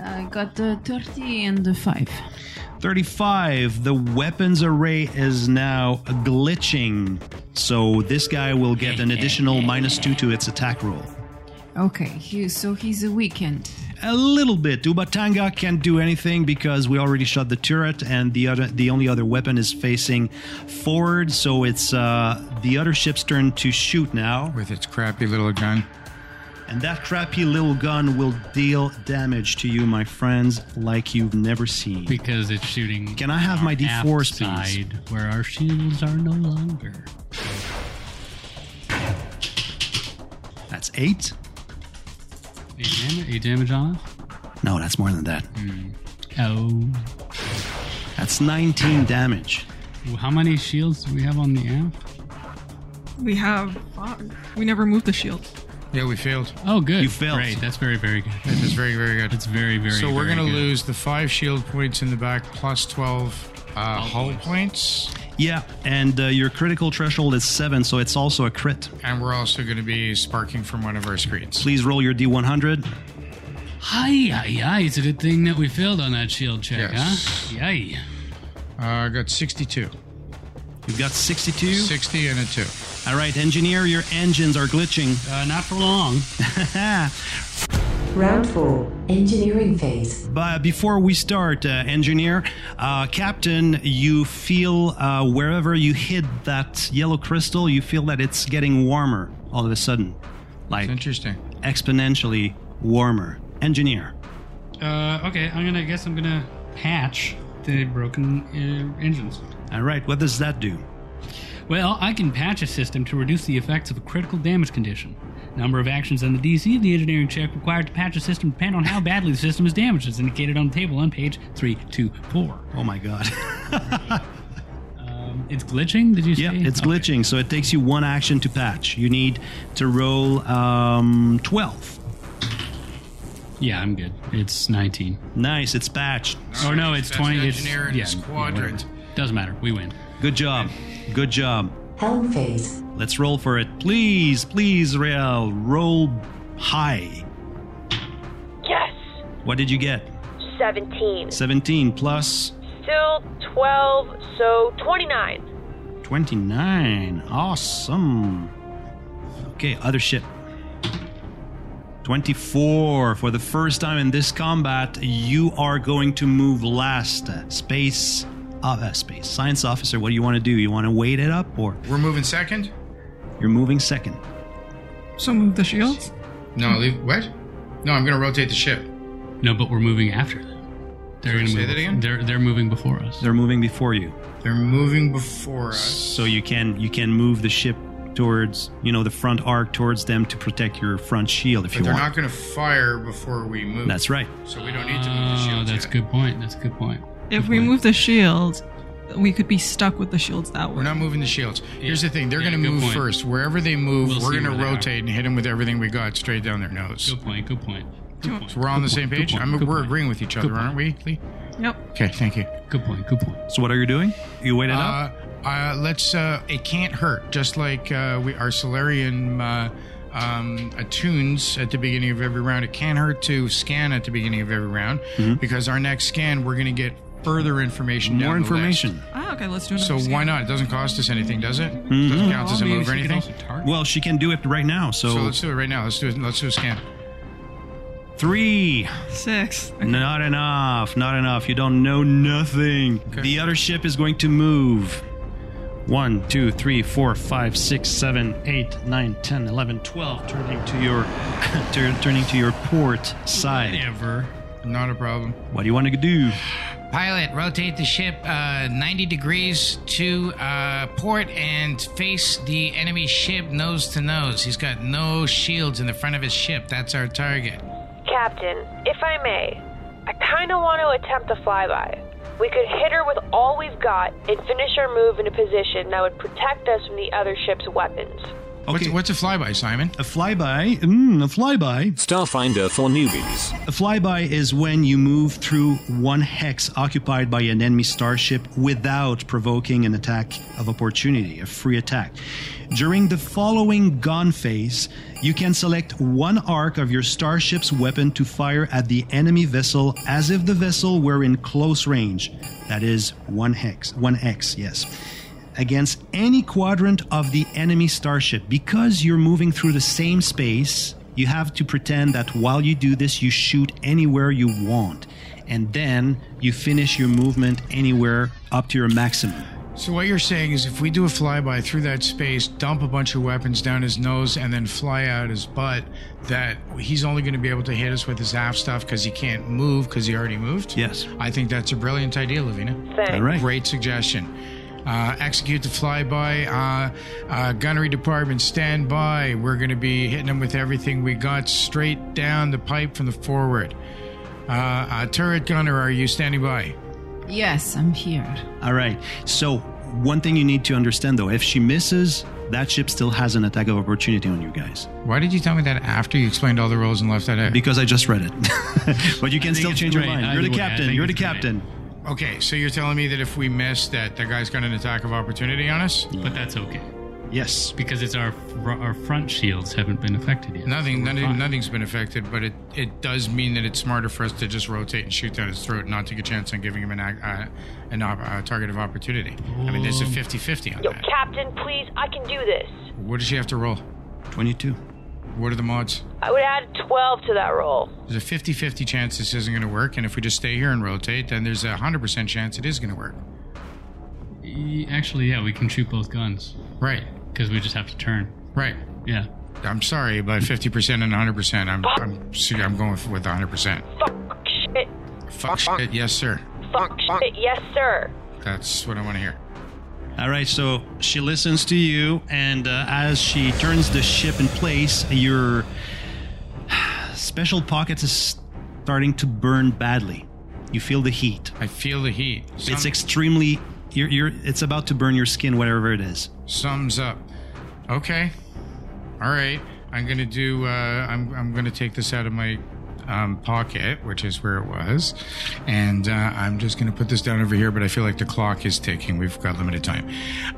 [SPEAKER 5] I got uh, thirty and uh, five.
[SPEAKER 2] 35. The weapons array is now glitching, so this guy will get an additional minus two to its attack roll.
[SPEAKER 5] Okay, he, so he's a weekend.
[SPEAKER 2] A little bit. Ubatanga can't do anything because we already shot the turret, and the other, the only other weapon is facing forward. So it's uh, the other ship's turn to shoot now,
[SPEAKER 6] with its crappy little gun.
[SPEAKER 2] and that crappy little gun will deal damage to you, my friends, like you've never seen.
[SPEAKER 4] Because it's shooting.
[SPEAKER 2] Can I have my
[SPEAKER 4] aft
[SPEAKER 2] d4s, please?
[SPEAKER 4] side where our shields are no longer.
[SPEAKER 2] That's eight.
[SPEAKER 4] Eight damage, eight damage on us.
[SPEAKER 2] No, that's more than that.
[SPEAKER 4] Oh.
[SPEAKER 2] That's 19 damage.
[SPEAKER 4] How many shields do we have on the aft?
[SPEAKER 15] We have. five. We never moved the shield.
[SPEAKER 6] Yeah, we failed.
[SPEAKER 4] Oh, good.
[SPEAKER 2] You failed.
[SPEAKER 4] Great. That's very, very good.
[SPEAKER 6] That is very, very good.
[SPEAKER 4] That's very, very.
[SPEAKER 6] so we're
[SPEAKER 4] very
[SPEAKER 6] going to
[SPEAKER 4] good.
[SPEAKER 6] lose the five shield points in the back plus 12 uh, hull points.
[SPEAKER 2] Yeah, and uh, your critical threshold is seven, so it's also a crit.
[SPEAKER 6] And we're also going to be sparking from one of our screens.
[SPEAKER 2] Please roll your d100.
[SPEAKER 4] Hi, hi, hi. It's a good thing that we failed on that shield check,
[SPEAKER 6] Yes.
[SPEAKER 4] huh? Yay.
[SPEAKER 6] Uh, I got 62.
[SPEAKER 2] You've got 62.
[SPEAKER 6] 60 and a 2.
[SPEAKER 2] All right, engineer, your engines are glitching.
[SPEAKER 4] Uh, not for long.
[SPEAKER 14] Round 4. Engineering phase.
[SPEAKER 2] But before we start, uh, engineer, uh, captain, you feel uh, wherever you hit that yellow crystal, you feel that it's getting warmer all of a sudden, like
[SPEAKER 6] Interesting.
[SPEAKER 2] exponentially warmer. Engineer.
[SPEAKER 4] Uh, okay, I'm gonna guess I'm gonna patch the broken uh, engines.
[SPEAKER 2] All right, what does that do?
[SPEAKER 4] Well, I can patch a system to reduce the effects of a critical damage condition. Number of actions on the DC of the engineering check required to patch a system depend on how badly the system is damaged, as indicated on the table on page 324.
[SPEAKER 2] Oh my god.
[SPEAKER 4] Um, it's glitching, did you
[SPEAKER 2] Yeah,
[SPEAKER 4] say?
[SPEAKER 2] it's
[SPEAKER 4] Okay.
[SPEAKER 2] glitching, so it takes you one action
[SPEAKER 4] Oh.
[SPEAKER 2] to patch. You need to roll um, 12.
[SPEAKER 19] Yeah, I'm good. It's 19.
[SPEAKER 2] Nice. It's patched.
[SPEAKER 19] Oh no, it's
[SPEAKER 6] That's
[SPEAKER 19] 20.
[SPEAKER 6] the
[SPEAKER 19] It's
[SPEAKER 6] engineer in
[SPEAKER 19] yeah,
[SPEAKER 6] his quadrant.
[SPEAKER 19] whatever. Doesn't matter. We win.
[SPEAKER 2] Good job. Good job.
[SPEAKER 14] Helm phase.
[SPEAKER 2] Let's roll for it. Please, please, Rael, roll high.
[SPEAKER 12] Yes!
[SPEAKER 2] What did you get?
[SPEAKER 12] 17.
[SPEAKER 2] 17 plus
[SPEAKER 12] Still 12, so 29.
[SPEAKER 2] 29. Awesome. Okay, other ship. 24. For the first time in this combat, you are going to move last. Uh, Space. Uh, uh, space. Science officer, what do you want to do? You want to wait it up or?
[SPEAKER 6] We're moving second?
[SPEAKER 2] You're moving second.
[SPEAKER 15] So move the shields.
[SPEAKER 6] No, leave. What? No, I'm going to rotate the ship.
[SPEAKER 19] No, but we're moving after them. They're
[SPEAKER 6] Sorry,
[SPEAKER 19] gonna
[SPEAKER 6] say
[SPEAKER 19] move.
[SPEAKER 6] that again?
[SPEAKER 19] They're they're moving before us.
[SPEAKER 2] They're moving before you.
[SPEAKER 6] They're moving before us.
[SPEAKER 2] So you can you can move the ship towards, you know, the front arc towards them to protect your front shield if
[SPEAKER 6] But
[SPEAKER 2] you
[SPEAKER 6] they're
[SPEAKER 2] want.
[SPEAKER 6] not going to fire before we move.
[SPEAKER 2] That's right.
[SPEAKER 6] So we don't need to move the
[SPEAKER 19] Oh,
[SPEAKER 6] shields
[SPEAKER 19] that's
[SPEAKER 6] yet.
[SPEAKER 19] good point. That's a good point.
[SPEAKER 7] If we move the shields, we could be stuck with the shields that
[SPEAKER 6] We're
[SPEAKER 7] way.
[SPEAKER 6] not moving the shields. Here's the thing: they're
[SPEAKER 19] Yeah,
[SPEAKER 6] going to
[SPEAKER 19] good
[SPEAKER 6] move
[SPEAKER 19] point.
[SPEAKER 6] first. Wherever they move,
[SPEAKER 19] We'll
[SPEAKER 6] we're
[SPEAKER 19] see
[SPEAKER 6] going to
[SPEAKER 19] where they are.
[SPEAKER 6] rotate and hit them with everything we got straight down their nose.
[SPEAKER 19] Good point. Good point. Good point.
[SPEAKER 6] So we're all on the
[SPEAKER 19] Good
[SPEAKER 6] same
[SPEAKER 19] point,
[SPEAKER 6] page.
[SPEAKER 19] good
[SPEAKER 6] I
[SPEAKER 19] point,
[SPEAKER 6] mean,
[SPEAKER 19] good
[SPEAKER 6] we're
[SPEAKER 19] point.
[SPEAKER 6] agreeing with each other, aren't we, Lee?
[SPEAKER 7] Yep.
[SPEAKER 6] Okay, thank you.
[SPEAKER 19] Good point. Good point.
[SPEAKER 2] So what are you doing? You wait it up?
[SPEAKER 6] Uh, uh, let's. Uh, it can't hurt. Just like uh, we, our Solarian uh, um, attunes at the beginning of every round, it can hurt to scan at the beginning of every round because our next scan we're going to get further information. down
[SPEAKER 2] Mm-hmm. More
[SPEAKER 6] the list.
[SPEAKER 2] information.
[SPEAKER 7] Ah, okay, let's do another.
[SPEAKER 6] So
[SPEAKER 7] scan.
[SPEAKER 6] why not? It doesn't cost us anything, does it?
[SPEAKER 2] Mm-hmm.
[SPEAKER 6] Doesn't count as a
[SPEAKER 19] Maybe
[SPEAKER 6] move or
[SPEAKER 19] she could
[SPEAKER 6] anything.
[SPEAKER 19] also target.
[SPEAKER 2] Well, she can do it right now. So,
[SPEAKER 6] So let's do it right now. Let's do it. Let's do a scan.
[SPEAKER 2] three.
[SPEAKER 7] Six.
[SPEAKER 2] Not enough. Not enough. You don't know nothing. The other ship is going to move. One, two, three, four, five, six, seven, eight, nine, ten, eleven, twelve. Turning to your, tur- turning to your port side.
[SPEAKER 19] Whatever.
[SPEAKER 6] Not a problem.
[SPEAKER 2] What do you want to do?
[SPEAKER 6] Pilot, rotate the ship uh, 90 degrees to uh, port and face the enemy ship nose to nose. He's got no shields in the front of his ship. That's our target.
[SPEAKER 12] Captain, if I may, I kinda wanna attempt a flyby. We could hit her with all we've got and finish our move in a position that would protect us from the other ship's weapons.
[SPEAKER 6] What's, what's a flyby, Simon?
[SPEAKER 2] A flyby. Mm, a flyby.
[SPEAKER 1] Starfinder for newbies.
[SPEAKER 2] A flyby is when you move through one hex occupied by an enemy starship without provoking an attack of opportunity, a free attack. During the following gun phase, you can select one arc of your starship's weapon to fire at the enemy vessel as if the vessel were in close range. That is one hex, one X, yes. Against any quadrant of the enemy starship. Because you're moving through the same space, you have to pretend that while you do this, you shoot anywhere you want, and then you finish your movement anywhere up to your maximum.
[SPEAKER 6] So, what you're saying is if we do a flyby through that space, dump a bunch of weapons down his nose, and then fly out his butt, that he's only going to be able to hit us with his half stuff because he can't move because he already moved?
[SPEAKER 2] Yes.
[SPEAKER 6] I think that's a brilliant idea, Lavina.
[SPEAKER 12] Thanks.
[SPEAKER 2] All right.
[SPEAKER 6] Great suggestion. Uh, execute the flyby. Uh, uh, gunnery department, stand by. We're going to be hitting them with everything we got straight down the pipe from the forward. Uh, uh, turret gunner, are you standing by?
[SPEAKER 5] Yes, I'm here.
[SPEAKER 2] All right. So, one thing you need to understand though if she misses, that ship still has an attack of opportunity on you guys
[SPEAKER 6] Why did you tell me that after you explained all the rules and left that out?
[SPEAKER 2] because I just read it. but you can
[SPEAKER 19] think
[SPEAKER 2] still
[SPEAKER 19] it's
[SPEAKER 2] change your
[SPEAKER 19] great.
[SPEAKER 2] mind.
[SPEAKER 19] Either
[SPEAKER 2] You're the
[SPEAKER 19] way, I
[SPEAKER 2] captain.
[SPEAKER 19] think
[SPEAKER 2] You're the
[SPEAKER 19] it's great.
[SPEAKER 2] captain.
[SPEAKER 6] okay, so you're telling me that if we miss, that the guy's got an attack of opportunity on us?
[SPEAKER 19] But that's okay
[SPEAKER 2] Yes.
[SPEAKER 19] because it's our fr- our front shields haven't been affected yet.
[SPEAKER 6] Nothing,
[SPEAKER 19] We're
[SPEAKER 6] nothing,
[SPEAKER 19] fine.
[SPEAKER 6] nothing's been affected, but it, it does mean that it's smarter for us to just rotate and shoot down his throat, not take a chance on giving him an ac- uh, an op- uh, target of opportunity. I mean, there's a 50-50 on
[SPEAKER 12] Yo,
[SPEAKER 6] that.
[SPEAKER 12] Captain, please, I can do this.
[SPEAKER 6] What does she have to roll?
[SPEAKER 2] 22.
[SPEAKER 6] What are the mods?
[SPEAKER 12] I would add 12 to that roll.
[SPEAKER 6] There's a 50-50 chance this isn't going to work, and if we just stay here and rotate, then there's a 100% chance it is going to work.
[SPEAKER 19] E- Actually, yeah, we can shoot both guns
[SPEAKER 6] Right,
[SPEAKER 19] because we just have to turn.
[SPEAKER 6] right.
[SPEAKER 19] Yeah.
[SPEAKER 6] I'm sorry, but 50% and 100%. I'm I'm, see, I'm going with 100%.
[SPEAKER 12] Fuck shit.
[SPEAKER 6] Fuck shit, yes sir.
[SPEAKER 12] Fuck shit. Yes, sir.
[SPEAKER 6] That's what I want to hear.
[SPEAKER 2] All right, so she listens to you, and uh, as she turns the ship in place, your special pockets is starting to burn badly. You feel the heat.
[SPEAKER 6] I feel the heat.
[SPEAKER 2] It's
[SPEAKER 6] Some-
[SPEAKER 2] extremely. You're, you're, it's about to burn your skin, whatever it is.
[SPEAKER 6] sums up. Okay. All right. I'm gonna do. Uh, I'm I'm gonna take this out of my um, pocket, which is where it was. And uh, I'm just going to put this down over here, but I feel like the clock is ticking. We've got limited time.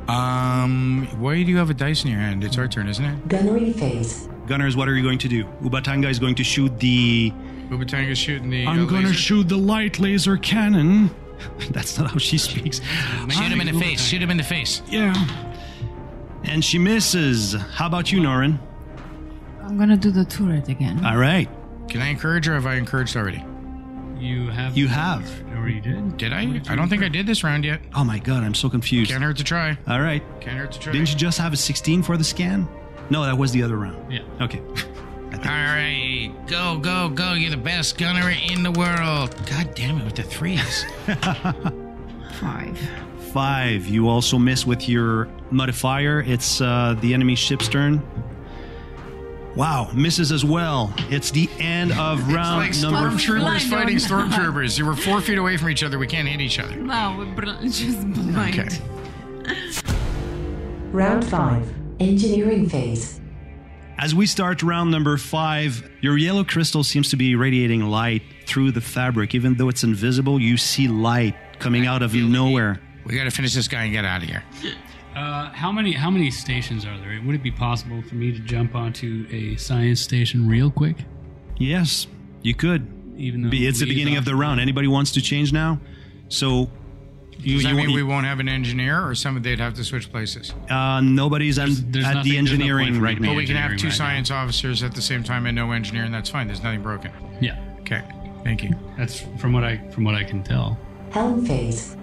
[SPEAKER 6] Um, why do you have a dice in your hand? It's our turn, isn't it?
[SPEAKER 9] Gunnery phase.
[SPEAKER 2] Gunners, what are you going to do? Ubatanga is going to shoot the.
[SPEAKER 6] Ubatanga shooting the.
[SPEAKER 2] I'm
[SPEAKER 6] uh,
[SPEAKER 2] going to
[SPEAKER 6] laser.
[SPEAKER 2] shoot the light laser cannon. That's not how she speaks.
[SPEAKER 6] Shoot him in the face. Shoot him in the face.
[SPEAKER 2] Yeah. And she misses. How about you, Norin?
[SPEAKER 5] I'm gonna do the turret again.
[SPEAKER 2] All right.
[SPEAKER 6] Can I encourage or have I encouraged already?
[SPEAKER 4] You have.
[SPEAKER 2] You have.
[SPEAKER 4] Or you did.
[SPEAKER 6] Did I? I don't think I did this round yet.
[SPEAKER 2] Oh my god, I'm so confused.
[SPEAKER 6] Can't hurt to try.
[SPEAKER 2] All right.
[SPEAKER 6] Can't hurt to try.
[SPEAKER 2] Didn't you just have a 16 for the scan? No, that was the other round.
[SPEAKER 4] Yeah.
[SPEAKER 2] Okay.
[SPEAKER 6] All right, go, go, go! You're the best gunner in the world. God damn it with the threes.
[SPEAKER 5] Five.
[SPEAKER 2] Five. You also miss with your modifier. It's uh, the enemy ship's turn. Wow, misses as well. It's the end of round
[SPEAKER 6] it's like
[SPEAKER 2] number.
[SPEAKER 6] stormtroopers
[SPEAKER 5] Blind
[SPEAKER 6] fighting
[SPEAKER 5] on.
[SPEAKER 6] stormtroopers. You were four feet away from each other. We can't hit each other.
[SPEAKER 5] No, we're bl- just blind.
[SPEAKER 6] Okay.
[SPEAKER 9] Round 5. Engineering phase.
[SPEAKER 2] As we start round number five, your yellow crystal seems to be radiating light through the fabric. Even though it's invisible, you see light coming out of nowhere.
[SPEAKER 6] We got to finish this guy and get out of here.
[SPEAKER 4] Uh, how many how many stations are there? Would it be possible for me to jump onto a science station real quick?
[SPEAKER 2] Yes, you could.
[SPEAKER 4] Even though
[SPEAKER 2] Be- it's the
[SPEAKER 4] we-
[SPEAKER 2] beginning of the round. Anybody wants to change now? So you,
[SPEAKER 6] Does that
[SPEAKER 2] you-
[SPEAKER 6] mean we won't have an engineer, or some they'd have to switch places?
[SPEAKER 2] uh, nobody's at-
[SPEAKER 4] there's
[SPEAKER 2] at
[SPEAKER 4] nothing-
[SPEAKER 2] the
[SPEAKER 4] there's no point
[SPEAKER 2] engineering
[SPEAKER 4] for me
[SPEAKER 2] right
[SPEAKER 4] to
[SPEAKER 2] now.
[SPEAKER 6] But we can have two
[SPEAKER 4] engineering right
[SPEAKER 6] science officers at the same time and no engineer, and that's fine. There's nothing broken.
[SPEAKER 4] Yeah,
[SPEAKER 6] Okay, thank you.
[SPEAKER 4] that's from what I from what I can tell.
[SPEAKER 9] Helm phase.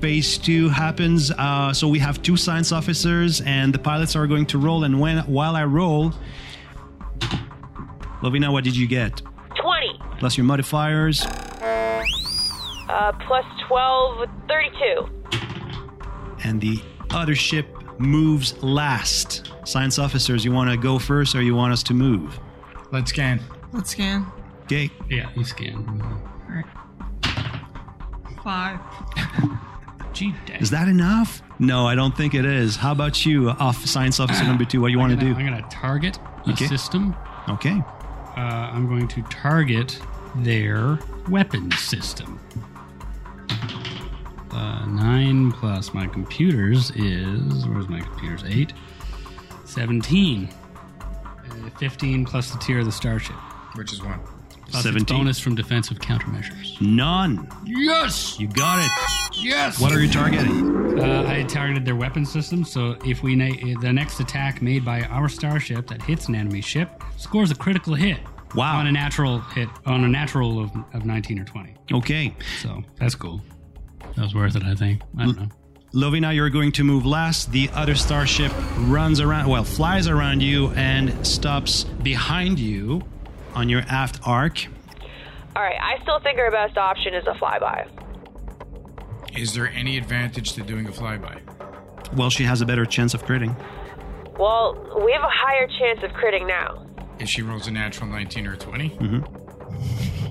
[SPEAKER 2] Phase two happens. Uh, so we have two science officers, and the pilots are going to roll. And when while I roll, Lovina, what did you get?
[SPEAKER 7] 20.
[SPEAKER 2] Plus your modifiers.
[SPEAKER 7] Uh, plus 12, 32.
[SPEAKER 2] and the other ship moves last. Science officers, you want to go first or you want us to move?
[SPEAKER 6] Let's scan.
[SPEAKER 20] Let's scan.
[SPEAKER 2] Okay.
[SPEAKER 4] Yeah, you scan.
[SPEAKER 20] Five.
[SPEAKER 4] Gee, dang.
[SPEAKER 2] Is that enough? No, I don't think it is. How about you, off science officer number two? What do you want to
[SPEAKER 4] I'm
[SPEAKER 2] do?
[SPEAKER 4] gonna target a
[SPEAKER 2] Okay.
[SPEAKER 4] system.
[SPEAKER 2] Okay.
[SPEAKER 4] Uh, I'm going to target their weapon system. Uh, nine plus my computers is where's my computers? Eight. Seventeen. Uh, Fifteen plus the tier of the starship.
[SPEAKER 6] Which is one.
[SPEAKER 4] Plus its
[SPEAKER 2] 17.
[SPEAKER 4] bonus from defensive countermeasures.
[SPEAKER 2] None.
[SPEAKER 4] Yes.
[SPEAKER 2] You got it.
[SPEAKER 4] Yes.
[SPEAKER 2] What are you targeting?
[SPEAKER 4] Uh, I targeted their weapon system, so if we na- the next attack made by our starship that hits an enemy ship scores a critical hit.
[SPEAKER 2] Wow.
[SPEAKER 4] On a natural hit, on a natural of, of 19 or 20.
[SPEAKER 2] Okay.
[SPEAKER 4] So that's cool. Hmm. That was worth it, I think. I don't know.
[SPEAKER 2] Lovina, you're going to move last. The other starship runs around, well, flies around you and stops behind you on your aft arc.
[SPEAKER 7] Alright, I still think our best option is a flyby.
[SPEAKER 6] Is there any advantage to doing a flyby?
[SPEAKER 2] Well, she has a better chance of critting.
[SPEAKER 7] Well, we have a higher chance of critting now.
[SPEAKER 6] If she rolls a natural 19 or 20,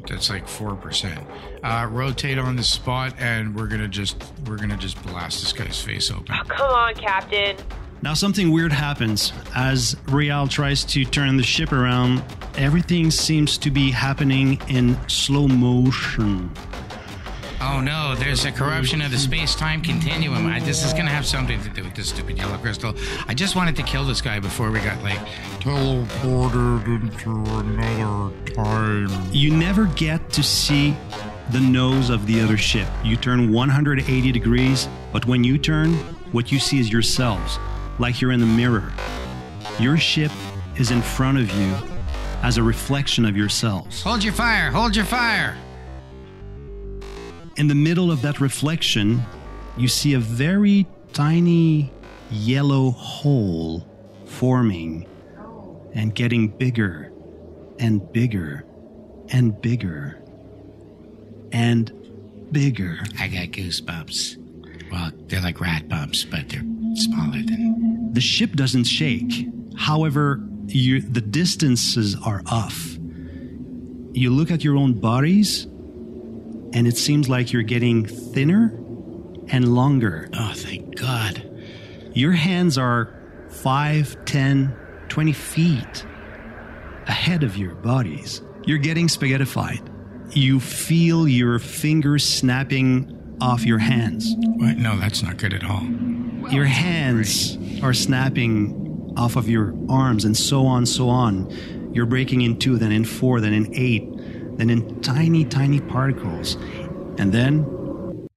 [SPEAKER 6] that's like 4%. Uh, rotate on the spot, and we're gonna just we're gonna just blast this guy's face open.
[SPEAKER 7] Come on, Captain.
[SPEAKER 2] Now, something weird happens. As Rial tries to turn the ship around, everything seems to be happening in slow motion.
[SPEAKER 6] Oh no, there's a corruption of the space time continuum. I, this is gonna have something to do with this stupid yellow crystal. I just wanted to kill this guy before we got like teleported into another time.
[SPEAKER 2] You never get to see the nose of the other ship. You turn 180 degrees, but when you turn, what you see is yourselves, like you're in the mirror. Your ship is in front of you as a reflection of yourselves.
[SPEAKER 6] Hold your fire, hold your fire.
[SPEAKER 2] In the middle of that reflection, you see a very tiny yellow hole forming and getting bigger and bigger and bigger and bigger.
[SPEAKER 6] I got goosebumps. Well, they're like rat bumps, but they're smaller than.
[SPEAKER 2] The ship doesn't shake. However, you, the distances are off. You look at your own bodies, and it seems like you're getting thinner and longer.
[SPEAKER 6] Oh, thank God.
[SPEAKER 2] Your hands are 5, 10, 20 feet ahead of your bodies. You're getting spaghettified. You feel your fingers snapping off your hands.
[SPEAKER 21] What? No, that's not good at all.
[SPEAKER 2] your hands are snapping off of your arms and so on, so on. You're breaking in two, then in four, then in eight, then in tiny, tiny particles. And then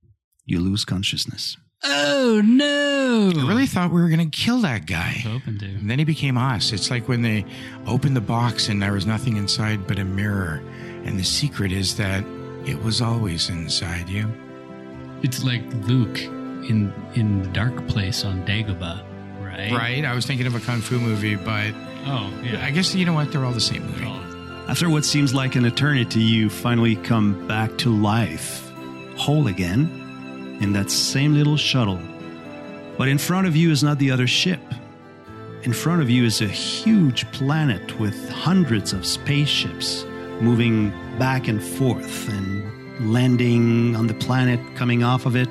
[SPEAKER 2] you lose consciousness.
[SPEAKER 21] Oh no! I really thought we were gonna kill that guy. And then he became us. It's like when they opened the box and there was nothing inside but a mirror. And the secret is that it was always inside you.
[SPEAKER 4] It's like Luke in in the dark place on Dagobah, right?
[SPEAKER 21] Right? I was thinking of a kung fu movie, but
[SPEAKER 4] Oh, yeah.
[SPEAKER 21] I guess you know what? They're all the same movie.
[SPEAKER 2] After what seems like an eternity, you finally come back to life, whole again, in that same little shuttle. But in front of you is not the other ship. In front of you is a huge planet with hundreds of spaceships moving back and forth and landing on the planet, coming off of it,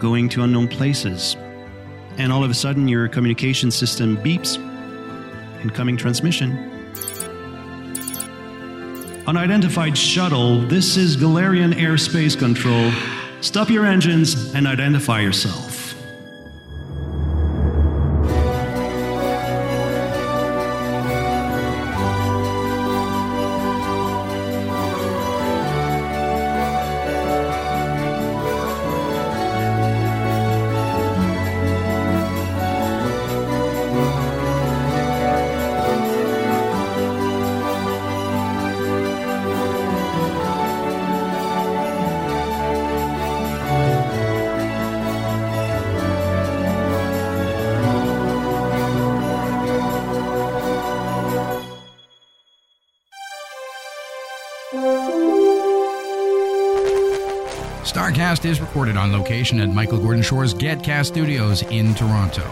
[SPEAKER 2] going to unknown places. And all of a sudden, your communication system beeps incoming transmission. Unidentified shuttle, this is Galarian Airspace Control. Stop your engines and identify yourself.
[SPEAKER 6] Starcast is recorded on location at Michael Gordon Shore's GetCast Studios in Toronto.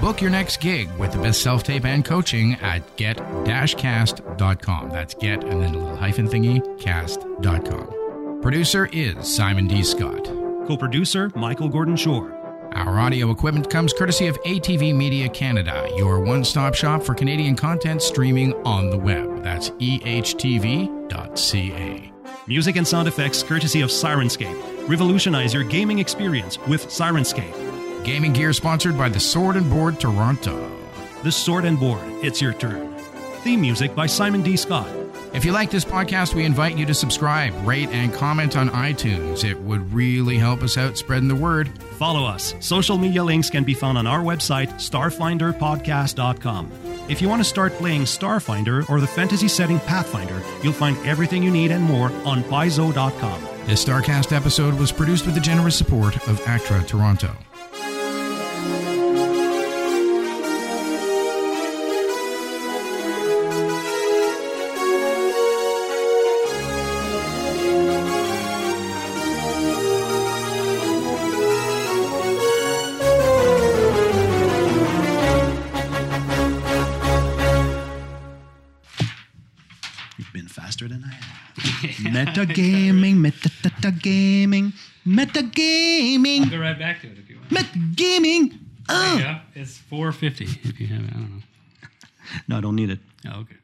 [SPEAKER 6] Book your next gig with the best self tape and coaching at get cast.com. That's get and then a little hyphen thingy cast.com. Producer is Simon D. Scott.
[SPEAKER 2] Co producer Michael Gordon Shore.
[SPEAKER 6] Our audio equipment comes courtesy of ATV Media Canada, your one stop shop for Canadian content streaming on the web. That's E ehtv.ca.
[SPEAKER 2] Music and sound effects courtesy of Sirenscape. Revolutionize your gaming experience with Sirenscape.
[SPEAKER 6] Gaming gear sponsored by the Sword and Board Toronto.
[SPEAKER 2] The Sword and Board, it's your turn. Theme music by Simon D. Scott.
[SPEAKER 6] If you like this podcast, we invite you to subscribe, rate, and comment on iTunes. It would really help us out spreading the word.
[SPEAKER 2] Follow us. Social media links can be found on our website, starfinderpodcast.com. If you want to start playing Starfinder or the fantasy setting Pathfinder, you'll find everything you need and more on paizo.com.
[SPEAKER 6] This StarCast episode was produced with the generous support of ACTRA Toronto.
[SPEAKER 2] You've been faster than I have. metagaming, metagaming, metagaming.
[SPEAKER 4] I'll go right back to it if you want.
[SPEAKER 2] Metagaming. Oh.
[SPEAKER 4] Yeah, it's 450 if you have it. I don't know.
[SPEAKER 2] No, I don't need it.
[SPEAKER 4] Oh, okay.